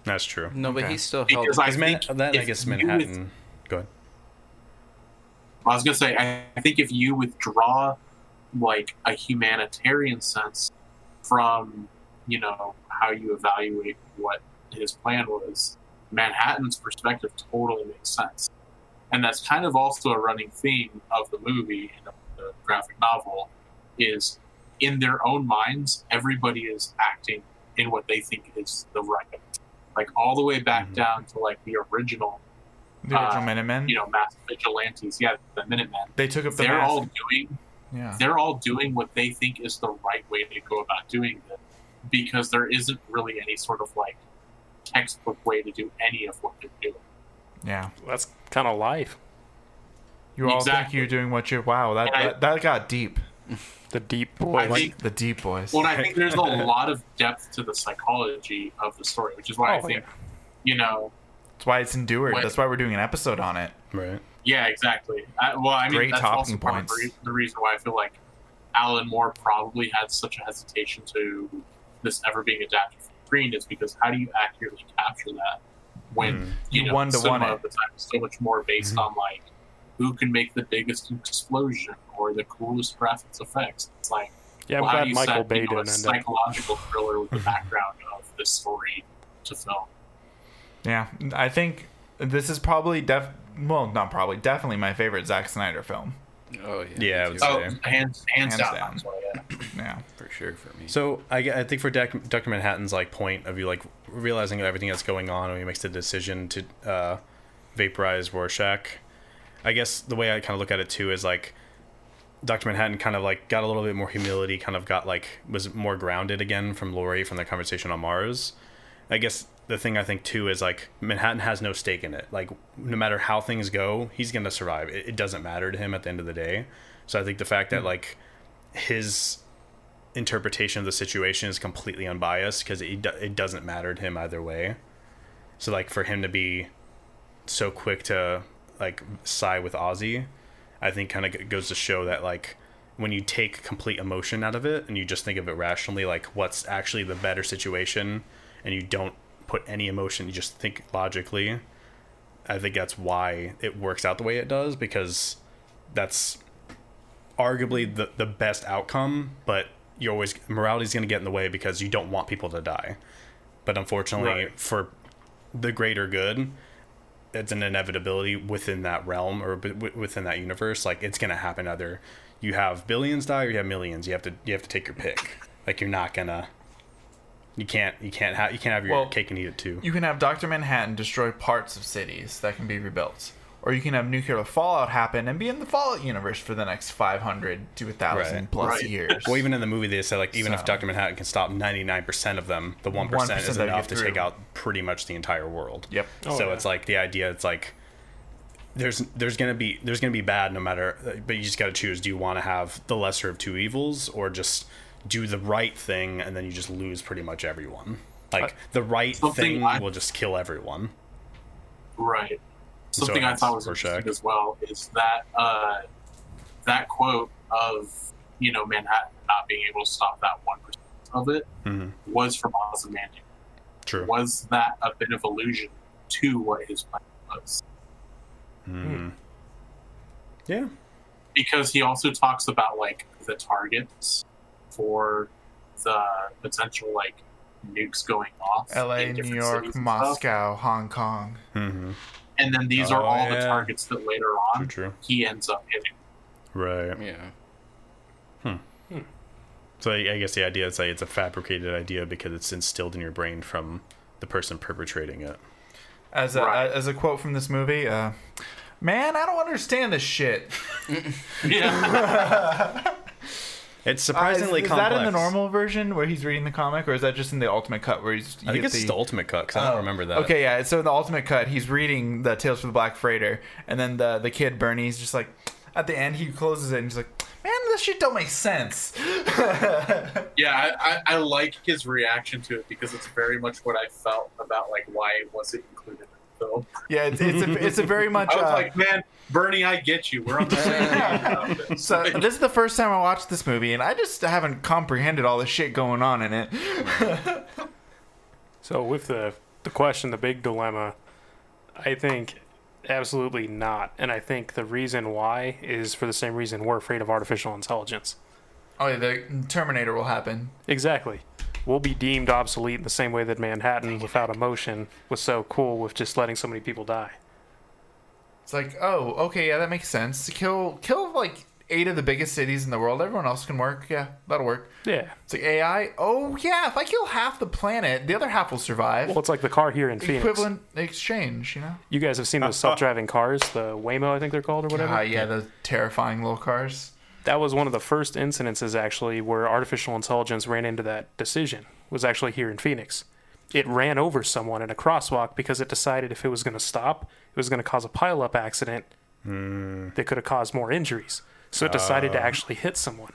[SPEAKER 4] That's true.
[SPEAKER 2] No, but
[SPEAKER 4] Okay.
[SPEAKER 2] he still held.
[SPEAKER 5] Because I,
[SPEAKER 4] Is Man-
[SPEAKER 5] think
[SPEAKER 4] Oh, that, I
[SPEAKER 5] if
[SPEAKER 4] guess
[SPEAKER 5] you with-
[SPEAKER 4] Manhattan. Go ahead.
[SPEAKER 5] I was gonna say I, I think if you withdraw like a humanitarian sense from you know how you evaluate what his plan was, Manhattan's perspective totally makes sense, and that's kind of also a running theme of the movie and of the graphic novel is in their own minds everybody is acting in what they think is the right, like all the way back
[SPEAKER 4] Mhm.
[SPEAKER 5] down to like the original
[SPEAKER 3] The original
[SPEAKER 5] Uh,
[SPEAKER 3] Minutemen.
[SPEAKER 5] you know mass vigilantes, yeah, the Minutemen
[SPEAKER 3] they took up the
[SPEAKER 5] they're
[SPEAKER 3] mask. Uh-huh.
[SPEAKER 5] all doing
[SPEAKER 3] yeah.
[SPEAKER 5] they're all doing what they think is the right way to go about doing it because there isn't really any sort of like textbook way to do any of what they're doing.
[SPEAKER 3] Yeah.
[SPEAKER 1] That's kind of life.
[SPEAKER 3] You all think
[SPEAKER 5] Exactly.
[SPEAKER 3] you're doing what you're. Wow, that,
[SPEAKER 5] And I-
[SPEAKER 3] that that got deep.
[SPEAKER 1] The deep
[SPEAKER 5] I
[SPEAKER 1] boy.
[SPEAKER 5] think
[SPEAKER 3] The deep boys.
[SPEAKER 5] well and I think there's a lot of depth to the psychology of the story, which is why I
[SPEAKER 1] Oh,
[SPEAKER 5] think you know
[SPEAKER 3] That's why it's endured.
[SPEAKER 5] Wait.
[SPEAKER 3] That's why we're doing an episode on it.
[SPEAKER 4] Right.
[SPEAKER 5] yeah, exactly. I, well, I mean,
[SPEAKER 3] Great
[SPEAKER 5] that's
[SPEAKER 3] talking
[SPEAKER 5] also part of
[SPEAKER 3] points.
[SPEAKER 5] the re- the reason why I feel like Alan Moore probably had such a hesitation to this ever being adapted for screen is because how do you accurately capture that when you
[SPEAKER 3] You
[SPEAKER 5] know
[SPEAKER 3] one to
[SPEAKER 5] cinema
[SPEAKER 3] one it.
[SPEAKER 5] of the time is so much more based on like who can make the biggest explosion or the coolest graphics effects? It's like
[SPEAKER 1] Yeah, I'm
[SPEAKER 5] well, how
[SPEAKER 1] glad
[SPEAKER 5] do you
[SPEAKER 1] Michael
[SPEAKER 5] set,
[SPEAKER 1] Bay
[SPEAKER 5] you know, a
[SPEAKER 1] didn't end up.
[SPEAKER 5] psychological thriller with the background of this story to film?
[SPEAKER 3] Yeah, I think this is probably def well, not probably, definitely my favorite Zack Snyder film.
[SPEAKER 2] Oh yeah.
[SPEAKER 4] Yeah,
[SPEAKER 2] me
[SPEAKER 4] it was-
[SPEAKER 2] too.
[SPEAKER 5] Oh,
[SPEAKER 3] Yeah.
[SPEAKER 5] hands hands,
[SPEAKER 3] Hands
[SPEAKER 5] down.
[SPEAKER 3] down.
[SPEAKER 5] that's why, yeah.
[SPEAKER 3] Yeah.
[SPEAKER 2] for sure for me.
[SPEAKER 4] So I, gue- I think for Dec- Dr. Manhattan's like point of view, like realizing everything that's going on when he makes the decision to uh, vaporize Rorschach, I guess the way I kind of look at it too is like Dr. Manhattan kind of like got a little bit more humility, kind of got like was more grounded again from Laurie from the conversation on Mars. I guess the thing I think too is like Manhattan has no stake in it. Like no matter how things go, he's gonna survive. It, it doesn't matter to him at the end of the day. So I think the fact that like his interpretation of the situation is completely unbiased because it, do- it doesn't matter to him either way. So like for him to be so quick to like sigh with Ozzy, I think kind of goes to show that like when you take complete emotion out of it and you just think of it rationally, like what's actually the better situation, and you don't put any emotion, you just think logically. I think that's why it works out the way it does because that's arguably the, the best outcome, but you always morality's going to get in the way because you don't want people to die. But unfortunately,
[SPEAKER 1] Right.
[SPEAKER 4] for the greater good, it's an inevitability within that realm or b- w- within that universe. Like it's going to happen. Either you have billions die or you have millions. You have to you have to take your pick. Like you're not gonna You can't you can't have you can't have your
[SPEAKER 3] Well,
[SPEAKER 4] cake and eat it too.
[SPEAKER 3] You can have Dr. Manhattan destroy parts of cities that can be rebuilt. Or you can have nuclear fallout happen and be in the Fallout universe for the next 500 to 1,000
[SPEAKER 4] Right.
[SPEAKER 3] plus
[SPEAKER 5] Right.
[SPEAKER 3] years.
[SPEAKER 4] well, even in the movie they said like even if
[SPEAKER 3] So-
[SPEAKER 4] Doctor Manhattan can stop ninety nine percent of them, the one
[SPEAKER 3] 1%
[SPEAKER 4] percent is
[SPEAKER 3] that you
[SPEAKER 4] enough
[SPEAKER 3] get
[SPEAKER 4] to
[SPEAKER 3] through.
[SPEAKER 4] take out pretty much the entire world.
[SPEAKER 3] Yep.
[SPEAKER 1] Oh,
[SPEAKER 4] so
[SPEAKER 1] yeah.
[SPEAKER 4] it's like the idea. It's like there's there's gonna be there's gonna be bad no matter, but you just gotta choose. Do you want to have the lesser of two evils, or just do the right thing and then you just lose pretty much everyone?
[SPEAKER 3] Uh,
[SPEAKER 4] Like the right
[SPEAKER 5] something
[SPEAKER 4] thing
[SPEAKER 5] I-
[SPEAKER 4] will just kill everyone.
[SPEAKER 5] Right.
[SPEAKER 4] So
[SPEAKER 5] Something I
[SPEAKER 4] that's
[SPEAKER 5] thought was
[SPEAKER 4] Rorschach.
[SPEAKER 5] interesting as well is that uh, that quote of you know Manhattan not being able to stop that one percent of it
[SPEAKER 4] Mhm.
[SPEAKER 5] was from Ozymandias.
[SPEAKER 4] True.
[SPEAKER 5] Was that a bit of allusion to what his plan was?
[SPEAKER 4] Mm. Yeah.
[SPEAKER 5] Because he also talks about like the targets for the potential like nukes going off.
[SPEAKER 3] LA,
[SPEAKER 5] in
[SPEAKER 3] New
[SPEAKER 5] different
[SPEAKER 3] York,
[SPEAKER 5] cities and stuff.
[SPEAKER 3] Moscow, Hong Kong.
[SPEAKER 4] Mm-hmm.
[SPEAKER 5] and then these are
[SPEAKER 4] Oh,
[SPEAKER 5] all the
[SPEAKER 4] yeah.
[SPEAKER 5] targets that later
[SPEAKER 4] True.
[SPEAKER 5] on
[SPEAKER 4] True.
[SPEAKER 5] he ends up hitting.
[SPEAKER 4] Right.
[SPEAKER 2] Yeah.
[SPEAKER 4] So I I guess the idea is like it's a fabricated idea because it's instilled in your brain from the person perpetrating it.
[SPEAKER 3] As a,
[SPEAKER 5] Right.
[SPEAKER 3] as a quote from this movie, uh, man, I don't understand this shit.
[SPEAKER 5] Yeah,
[SPEAKER 4] It's
[SPEAKER 3] Uh, is-
[SPEAKER 4] surprisingly
[SPEAKER 3] is,
[SPEAKER 4] complex.
[SPEAKER 3] that in the normal version where he's reading the comic, or is that just in the ultimate cut where he's? You
[SPEAKER 4] I think
[SPEAKER 3] get
[SPEAKER 4] it's just the ultimate cut 'cause I don't remember that.
[SPEAKER 3] Okay, yeah. So in the ultimate cut, he's reading the Tales from the Black Freighter, and then the the kid Bernie's just like, at the end he closes it and he's like, man, this shit don't make sense.
[SPEAKER 5] yeah. I, I, I like his reaction to it because it's very much what I felt about like why it wasn't included in the film.
[SPEAKER 3] yeah, it's it's a, it's a very much.
[SPEAKER 5] I was
[SPEAKER 3] uh,
[SPEAKER 5] like, man, Bernie, I get you. We're on the same page about this.
[SPEAKER 3] so this is the first time I watched this movie, and I just haven't comprehended all the shit going on in it.
[SPEAKER 1] So with the the question, the big dilemma, I think absolutely not. And I think the reason why is for the same reason we're afraid of artificial intelligence.
[SPEAKER 3] Oh, yeah, the Terminator will happen.
[SPEAKER 1] Exactly. We'll be deemed obsolete in the same way that Manhattan without emotion was so cool with just letting so many people die.
[SPEAKER 3] It's like, oh, okay, yeah, that makes sense. Kill kill like eight of the biggest cities in the world. Everyone else can work. Yeah, that'll work.
[SPEAKER 1] Yeah.
[SPEAKER 3] It's like AI. Oh yeah, if I kill half the planet, the other half will survive.
[SPEAKER 1] Well, it's like the car here in Phoenix.
[SPEAKER 3] Equivalent exchange, you know.
[SPEAKER 1] You guys have seen those self-driving cars, the Waymo, I think they're called, or whatever.
[SPEAKER 3] Ah, yeah, the terrifying little cars.
[SPEAKER 1] that was one of the first incidences actually where artificial intelligence ran into that decision was actually here in phoenix it ran over someone in a crosswalk because it decided if it was going to stop it was going to cause a pileup accident that could have caused more injuries so it decided to actually hit someone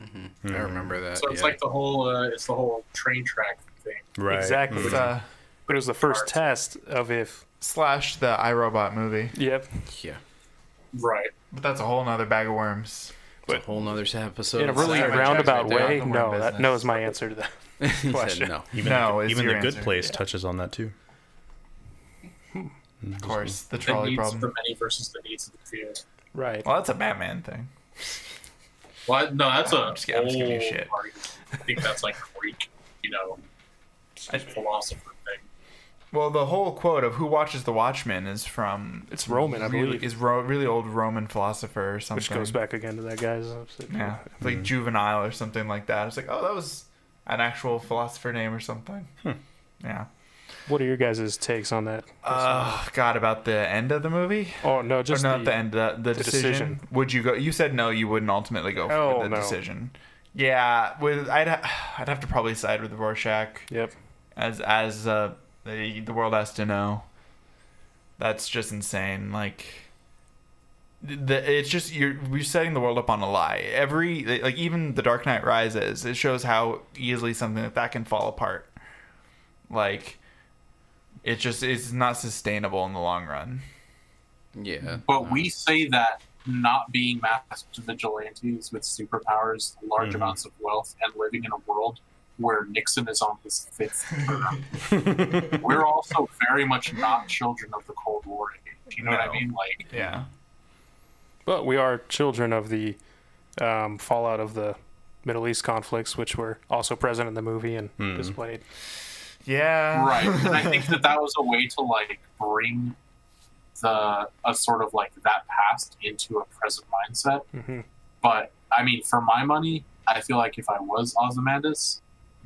[SPEAKER 3] Mm.
[SPEAKER 2] I remember that.
[SPEAKER 5] So it's
[SPEAKER 2] yeah.
[SPEAKER 5] like the whole uh, it's the whole train track thing.
[SPEAKER 4] Right.
[SPEAKER 1] exactly
[SPEAKER 3] It's, uh,
[SPEAKER 1] but it was the first test of if
[SPEAKER 3] slash the iRobot movie,
[SPEAKER 1] yep
[SPEAKER 2] yeah.
[SPEAKER 5] Right.
[SPEAKER 3] but that's a whole nother bag of worms.
[SPEAKER 2] It's a whole nother episode.
[SPEAKER 1] in a really
[SPEAKER 3] Sorry, my
[SPEAKER 1] roundabout
[SPEAKER 3] check's right there.
[SPEAKER 1] way
[SPEAKER 3] I'm in
[SPEAKER 1] no that
[SPEAKER 3] business.
[SPEAKER 1] no is my answer to that
[SPEAKER 2] He said
[SPEAKER 1] question.
[SPEAKER 2] no.
[SPEAKER 4] Even
[SPEAKER 3] No,
[SPEAKER 4] the,
[SPEAKER 3] is
[SPEAKER 4] even
[SPEAKER 3] your
[SPEAKER 4] the good
[SPEAKER 3] answer.
[SPEAKER 4] place
[SPEAKER 3] Yeah.
[SPEAKER 4] touches on that too.
[SPEAKER 3] Of course, the
[SPEAKER 5] The
[SPEAKER 3] trolley
[SPEAKER 5] needs of
[SPEAKER 3] problem.
[SPEAKER 5] the many versus the needs of the few.
[SPEAKER 1] right
[SPEAKER 3] Well, that's a Batman thing.
[SPEAKER 5] Well, I- no, that's a
[SPEAKER 3] I'm just- I'm just giving you
[SPEAKER 5] old
[SPEAKER 3] shit.
[SPEAKER 5] argument. I think that's like Greek, you know, philosopher thing.
[SPEAKER 3] Well, the whole quote of "Who watches the Watchmen" is from
[SPEAKER 1] it's roman i
[SPEAKER 3] really,
[SPEAKER 1] believe
[SPEAKER 3] is ro- really old Roman philosopher or something,
[SPEAKER 1] which goes back again to that guy's episode.
[SPEAKER 3] yeah, it's like juvenile or something like that. It's like, oh, that was an actual philosopher name or something.
[SPEAKER 4] Hmm.
[SPEAKER 3] Yeah.
[SPEAKER 1] what are your guys' takes on that
[SPEAKER 3] Oh God, about the end of the movie,
[SPEAKER 1] oh no
[SPEAKER 3] or
[SPEAKER 1] just
[SPEAKER 3] not
[SPEAKER 1] the-
[SPEAKER 3] the, end, the, the,
[SPEAKER 1] the
[SPEAKER 3] decision.
[SPEAKER 1] decision.
[SPEAKER 3] Would you go? You said no. You wouldn't ultimately go for
[SPEAKER 1] Hell
[SPEAKER 3] the
[SPEAKER 1] no.
[SPEAKER 3] decision. Yeah, with I'd ha- I'd have to probably side with Rorschach
[SPEAKER 1] yep
[SPEAKER 3] as as uh, the the world has to know. That's just insane. Like, the, it's just you're we're setting the world up on a lie. Every like even The Dark Knight Rises, it shows how easily something like that can fall apart. Like, it just it's not sustainable in the long run.
[SPEAKER 2] Yeah.
[SPEAKER 5] But we say that not being masked vigilantes with superpowers, large amounts of wealth, and living in a world where Nixon is on his fifth term, we're also very much not children of the Cold War age. You know what I
[SPEAKER 3] No.
[SPEAKER 5] mean? Like,
[SPEAKER 3] Yeah.
[SPEAKER 1] But we are children of the um, fallout of the Middle East conflicts, which were also present in the movie and displayed.
[SPEAKER 3] Yeah.
[SPEAKER 5] right. And I think that that was a way to like bring the a sort of like that past into a present mindset.
[SPEAKER 3] Mm-hmm.
[SPEAKER 1] Mhm.
[SPEAKER 5] But I mean, for my money, I feel like if I was Ozymandias,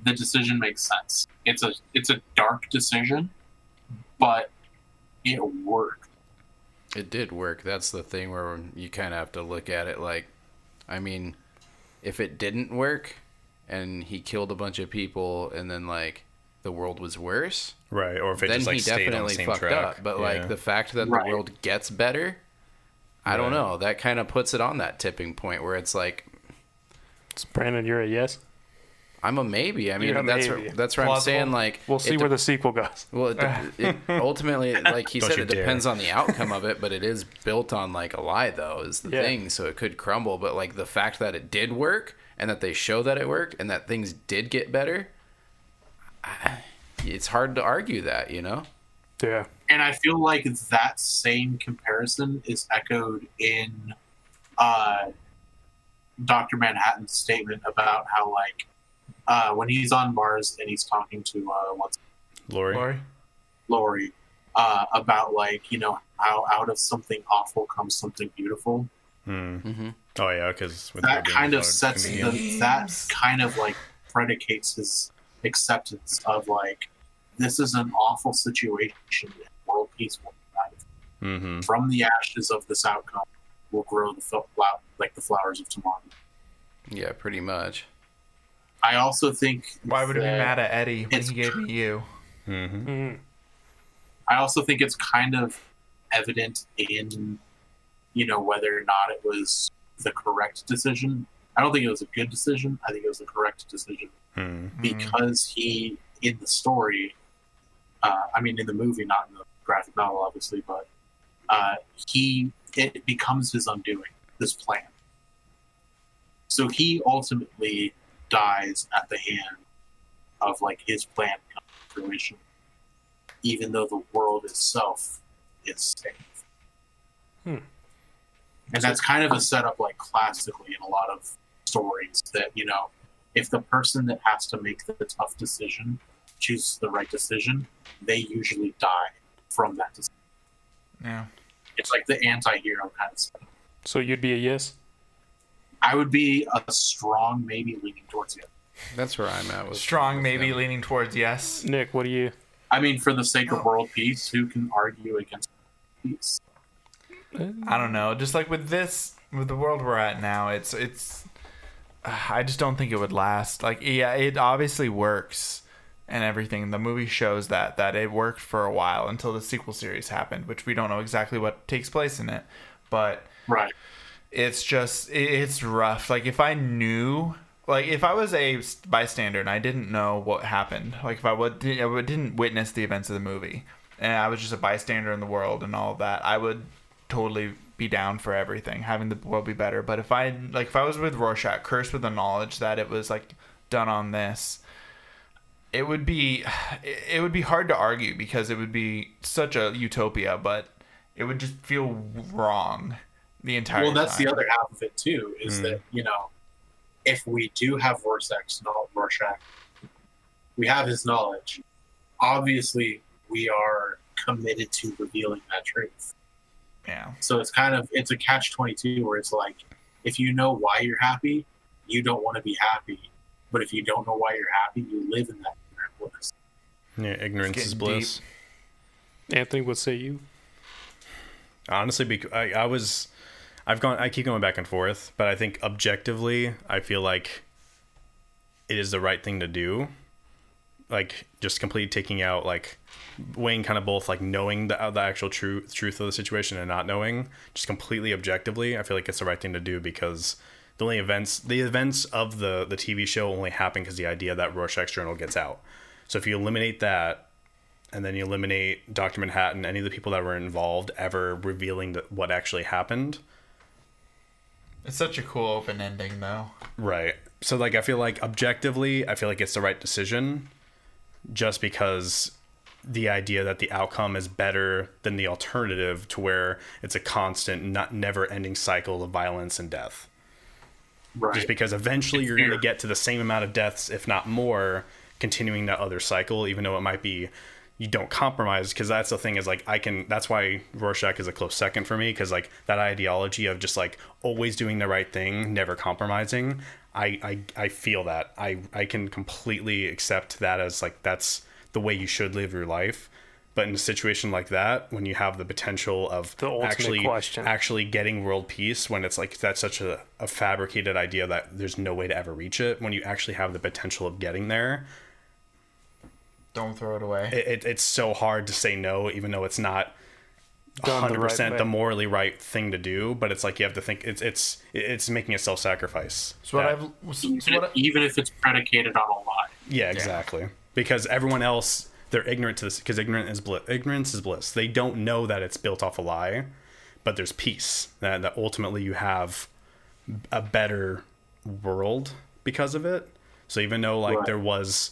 [SPEAKER 5] the decision makes sense. It's a it's a dark decision, but it worked.
[SPEAKER 2] It did work. That's the thing where you kind of have to look at it like, I mean, if it didn't work and he killed a bunch of people and then, like, the world was worse,
[SPEAKER 4] Right. Or if it
[SPEAKER 2] then
[SPEAKER 4] just like
[SPEAKER 2] he
[SPEAKER 4] stayed on the
[SPEAKER 2] definitely
[SPEAKER 4] same
[SPEAKER 2] fucked
[SPEAKER 4] track.
[SPEAKER 2] up. But,
[SPEAKER 4] Yeah.
[SPEAKER 2] like, the fact that
[SPEAKER 5] Right.
[SPEAKER 2] the world gets better, I don't
[SPEAKER 4] Right.
[SPEAKER 2] know. That kind of puts it on that tipping point where it's like,
[SPEAKER 1] Brandon, you're a yes.
[SPEAKER 2] I'm a maybe. I mean,
[SPEAKER 1] You're a
[SPEAKER 2] that's
[SPEAKER 1] maybe.
[SPEAKER 2] where, that's where I'm
[SPEAKER 3] Plausible.
[SPEAKER 2] saying like
[SPEAKER 1] We'll
[SPEAKER 2] it
[SPEAKER 1] see
[SPEAKER 2] de-
[SPEAKER 1] where the sequel goes.
[SPEAKER 2] Well, it, de- it, ultimately, like he
[SPEAKER 4] Don't
[SPEAKER 2] said,
[SPEAKER 4] you
[SPEAKER 2] it
[SPEAKER 4] dare.
[SPEAKER 2] depends on the outcome of it, but it is built on like a lie, though, is the
[SPEAKER 1] Yeah.
[SPEAKER 2] thing. So it could crumble. But like the fact that it did work and that they show that it worked and that things did get better, I, it's hard to argue that, you know?
[SPEAKER 1] Yeah.
[SPEAKER 5] And I feel like that same comparison is echoed in uh, Doctor Manhattan's statement about how like uh, when he's on Mars and he's talking to uh, what's
[SPEAKER 4] Lori.
[SPEAKER 3] Lori?
[SPEAKER 5] Lori uh, about like you know how out of something awful comes something beautiful.
[SPEAKER 4] Mm.
[SPEAKER 2] Mm-hmm.
[SPEAKER 4] Oh yeah, because
[SPEAKER 5] That kind of sets
[SPEAKER 4] the
[SPEAKER 5] the that kind of like predicates his acceptance of like this is an awful situation. World peace will arrive.
[SPEAKER 4] mm-hmm.
[SPEAKER 5] from the ashes of this outcome will grow the fl- flow- like the flowers of tomorrow.
[SPEAKER 2] Yeah, pretty much.
[SPEAKER 5] I also think
[SPEAKER 3] Why would we be
[SPEAKER 5] that-
[SPEAKER 3] mad at Eddie when
[SPEAKER 5] it's
[SPEAKER 3] he gave me you?
[SPEAKER 4] Mm-hmm.
[SPEAKER 1] Mm.
[SPEAKER 5] I also think it's kind of evident in, you know, whether or not it was the correct decision. I don't think it was a good decision. I think it was the correct decision
[SPEAKER 4] Mm.
[SPEAKER 3] Hmm, Mm-hmm.
[SPEAKER 5] because he, in the story, uh, I mean, in the movie, not in the graphic novel, obviously, but uh, he it becomes his undoing. This plan. So he ultimately dies at the hand of like his plan coming to fruition, even though the world itself is safe.
[SPEAKER 1] Hmm.
[SPEAKER 5] And that's kind of a setup like classically in a lot of stories that, you know, if the person that has to make the tough decision chooses the right decision, they usually die from that decision.
[SPEAKER 3] Yeah.
[SPEAKER 5] It's like the anti hero kind of stuff.
[SPEAKER 1] So you'd be a yes.
[SPEAKER 5] I would be a strong maybe leaning towards it.
[SPEAKER 2] That's where I'm at. With,
[SPEAKER 3] Strong,
[SPEAKER 2] with
[SPEAKER 3] maybe
[SPEAKER 2] them.
[SPEAKER 3] leaning towards yes.
[SPEAKER 1] Nick, what do you?
[SPEAKER 5] I mean, for the sake
[SPEAKER 3] Oh.
[SPEAKER 5] of world peace, who can argue against peace?
[SPEAKER 3] I don't know. Just like with this, with the world we're at now, it's it's. uh, I just don't think it would last. Like, yeah, it obviously works and everything. The movie shows that that it worked for a while until the sequel series happened, which we don't know exactly what takes place in it, but
[SPEAKER 5] Right.
[SPEAKER 3] it's just it- it's rough like if i knew like if i was a s- bystander and i didn't know what happened like if i would I would- didn't witness the events of the movie and i was just a bystander in the world and all of that i would totally be down for everything having the world be better but if i like if i was with rorschach cursed with the knowledge that it was like done on this it would be it would be hard to argue because it would be such a utopia but it would just feel wrong the entire
[SPEAKER 5] Well, that's
[SPEAKER 3] time. Hmm.
[SPEAKER 5] the other half of it too. Is that you know, if we do have Rorschach's knowledge, Rorschach, we have his knowledge. Obviously, we are committed to revealing that truth.
[SPEAKER 3] Yeah.
[SPEAKER 5] So it's kind of it's a catch twenty two where it's like, if you know why you're happy, you don't want to be happy. But if you don't know why you're happy, you live in that ignorance.
[SPEAKER 4] Yeah, ignorance
[SPEAKER 3] It's
[SPEAKER 4] is
[SPEAKER 3] getting
[SPEAKER 4] bliss.
[SPEAKER 1] Anthony, what say you?
[SPEAKER 4] Honestly, bec- I, I was, I've gone, I keep going back and forth, but I think objectively, I feel like it is the right thing to do. Like just completely taking out, like weighing kind of both, like knowing the the actual true truth of the situation and not knowing, just completely objectively. I feel like it's the right thing to do because the only events, the events of the the TV show only happen because the idea that Rorschach's journal gets out. So if you eliminate that, and then you eliminate Doctor Manhattan, any of the people that were involved ever revealing that what actually happened.
[SPEAKER 3] It's such a cool open ending, though.
[SPEAKER 4] Right. So like I feel like objectively, I feel like it's the right decision, just because the idea that the outcome is better than the alternative, to where it's a constant, not never-ending cycle of violence and death. just
[SPEAKER 5] Right.
[SPEAKER 4] because eventually
[SPEAKER 5] It's
[SPEAKER 4] you're going to
[SPEAKER 5] fear.
[SPEAKER 4] get to the same amount of deaths, if not more, continuing that other cycle, even though it might be you don't compromise because that's the thing is like I can that's why Rorschach is a close second for me because like that ideology of just like always doing the right thing, never compromising. I, I I feel that I I can completely accept that as like that's the way you should live your life. But in a situation like that, when you have the potential of
[SPEAKER 1] The ultimate
[SPEAKER 4] actually
[SPEAKER 1] question.
[SPEAKER 4] actually getting world peace, when it's like that's such a, a fabricated idea that there's no way to ever reach it, when you actually have the potential of getting there,
[SPEAKER 3] Don't throw it away.
[SPEAKER 4] it, it, it's so hard to say no, even though it's not
[SPEAKER 1] Done the right
[SPEAKER 4] 100 percent
[SPEAKER 1] way.
[SPEAKER 4] the morally right thing to do. But it's like you have to think it's it's it's making a self sacrifice.
[SPEAKER 3] so what I've so, so
[SPEAKER 5] Even,
[SPEAKER 3] what I-
[SPEAKER 5] if, even if it's predicated on a lie.
[SPEAKER 4] yeah, exactly. Because everyone else they're ignorant to this because ignorant is bliss. Ignorance is bliss. They don't know that it's built off a lie, but there's peace that that ultimately you have a better world because of it. So even though like
[SPEAKER 5] Right.
[SPEAKER 4] there was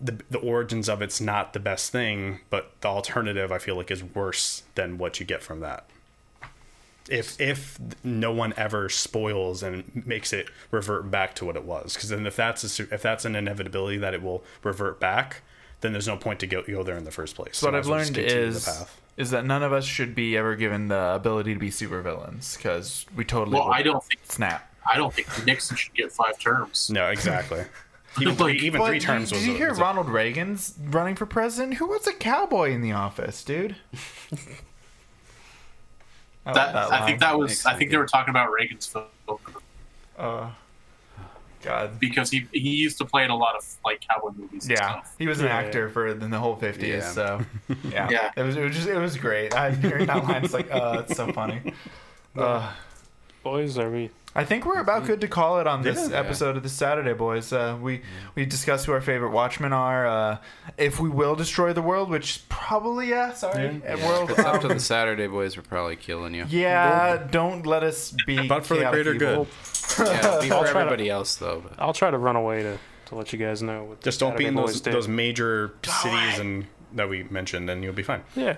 [SPEAKER 4] the, the origins of it's not the best thing, but the alternative I feel like is worse than what you get from that. If if no one ever spoils and makes it revert back to what it was, because then if that's a, su- if that's an inevitability that it will revert back, then there's no point to go go there in the first place.
[SPEAKER 3] so what
[SPEAKER 4] Might
[SPEAKER 3] I've
[SPEAKER 4] as well just
[SPEAKER 3] learned
[SPEAKER 4] continue the
[SPEAKER 3] is
[SPEAKER 4] path.
[SPEAKER 3] is that none of us should be ever given the ability to be supervillains because we totally
[SPEAKER 5] Well,
[SPEAKER 3] would
[SPEAKER 5] I don't think
[SPEAKER 3] snap.
[SPEAKER 5] I don't think Nixon should get five terms.
[SPEAKER 4] no exactly. Even three,
[SPEAKER 5] Like,
[SPEAKER 4] even three terms
[SPEAKER 3] Did
[SPEAKER 4] was
[SPEAKER 3] you
[SPEAKER 4] a-
[SPEAKER 3] hear
[SPEAKER 4] was a-
[SPEAKER 3] Ronald Reagan's running for president? Who wants a cowboy in the office, dude? I, like
[SPEAKER 5] That, I
[SPEAKER 3] line.
[SPEAKER 5] think that was I think they were talking about Reagan's film
[SPEAKER 3] Uh, God.
[SPEAKER 5] because he he used to play in a lot of like cowboy movies. And
[SPEAKER 3] Yeah,
[SPEAKER 5] stuff.
[SPEAKER 3] he was an
[SPEAKER 1] Yeah,
[SPEAKER 3] actor for in the whole fifties.
[SPEAKER 2] Yeah.
[SPEAKER 3] So, yeah.
[SPEAKER 5] Yeah.
[SPEAKER 3] it was it was just it was great. I hearing that line, it's like, uh, it's so funny. Uh,
[SPEAKER 1] Boys, are we?
[SPEAKER 3] I think we're about good to call it on this
[SPEAKER 2] Yeah.
[SPEAKER 3] episode of the Saturday Boys. Uh, we we discussed who our favorite Watchmen are. Uh, if we will destroy the world, which probably yeah, sorry, uh, world.
[SPEAKER 2] It's up to
[SPEAKER 3] um,
[SPEAKER 2] the Saturday boys. We're probably killing you.
[SPEAKER 3] yeah, don't let us be.
[SPEAKER 4] But for the
[SPEAKER 3] chaotic
[SPEAKER 4] greater
[SPEAKER 3] evil. Oh,
[SPEAKER 4] good.
[SPEAKER 2] Yeah, be for
[SPEAKER 1] try to-
[SPEAKER 2] everybody else though. but-
[SPEAKER 1] I'll try to run away to, to let you guys know. What
[SPEAKER 4] Just don't be
[SPEAKER 1] Saturday
[SPEAKER 4] in
[SPEAKER 1] Boys
[SPEAKER 4] those
[SPEAKER 1] did.
[SPEAKER 4] those major cities and that we mentioned, and you'll be fine.
[SPEAKER 1] Yeah.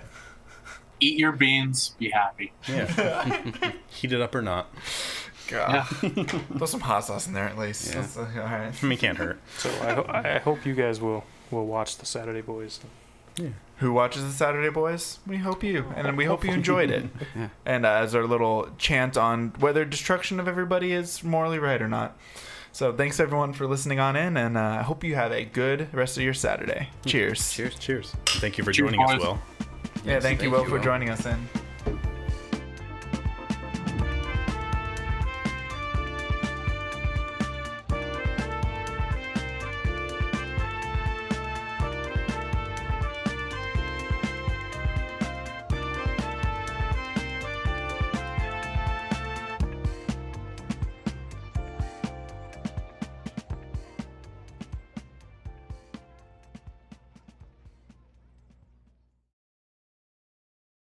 [SPEAKER 5] Eat your beans, be happy.
[SPEAKER 4] Yeah, heat it up or not,
[SPEAKER 3] God. Throw some hot sauce in there at least.
[SPEAKER 2] Yeah.
[SPEAKER 3] That's, uh, all right.
[SPEAKER 4] I mean, can't hurt.
[SPEAKER 1] So I, ho- I hope you guys will will watch the Saturday Boys.
[SPEAKER 3] who watches the Saturday Boys, we hope you, and then we hope you enjoyed it. And uh, as our little chant on whether destruction of everybody is morally right or not. So thanks everyone for listening on in, and uh, I hope you have a good rest of your Saturday. Cheers.
[SPEAKER 2] Cheers.
[SPEAKER 4] Cheers. Thank you for
[SPEAKER 5] Cheers,
[SPEAKER 4] joining us,
[SPEAKER 5] boys.
[SPEAKER 4] Will.
[SPEAKER 3] Yeah, thank, you, Will, for
[SPEAKER 2] Will.
[SPEAKER 3] joining us in.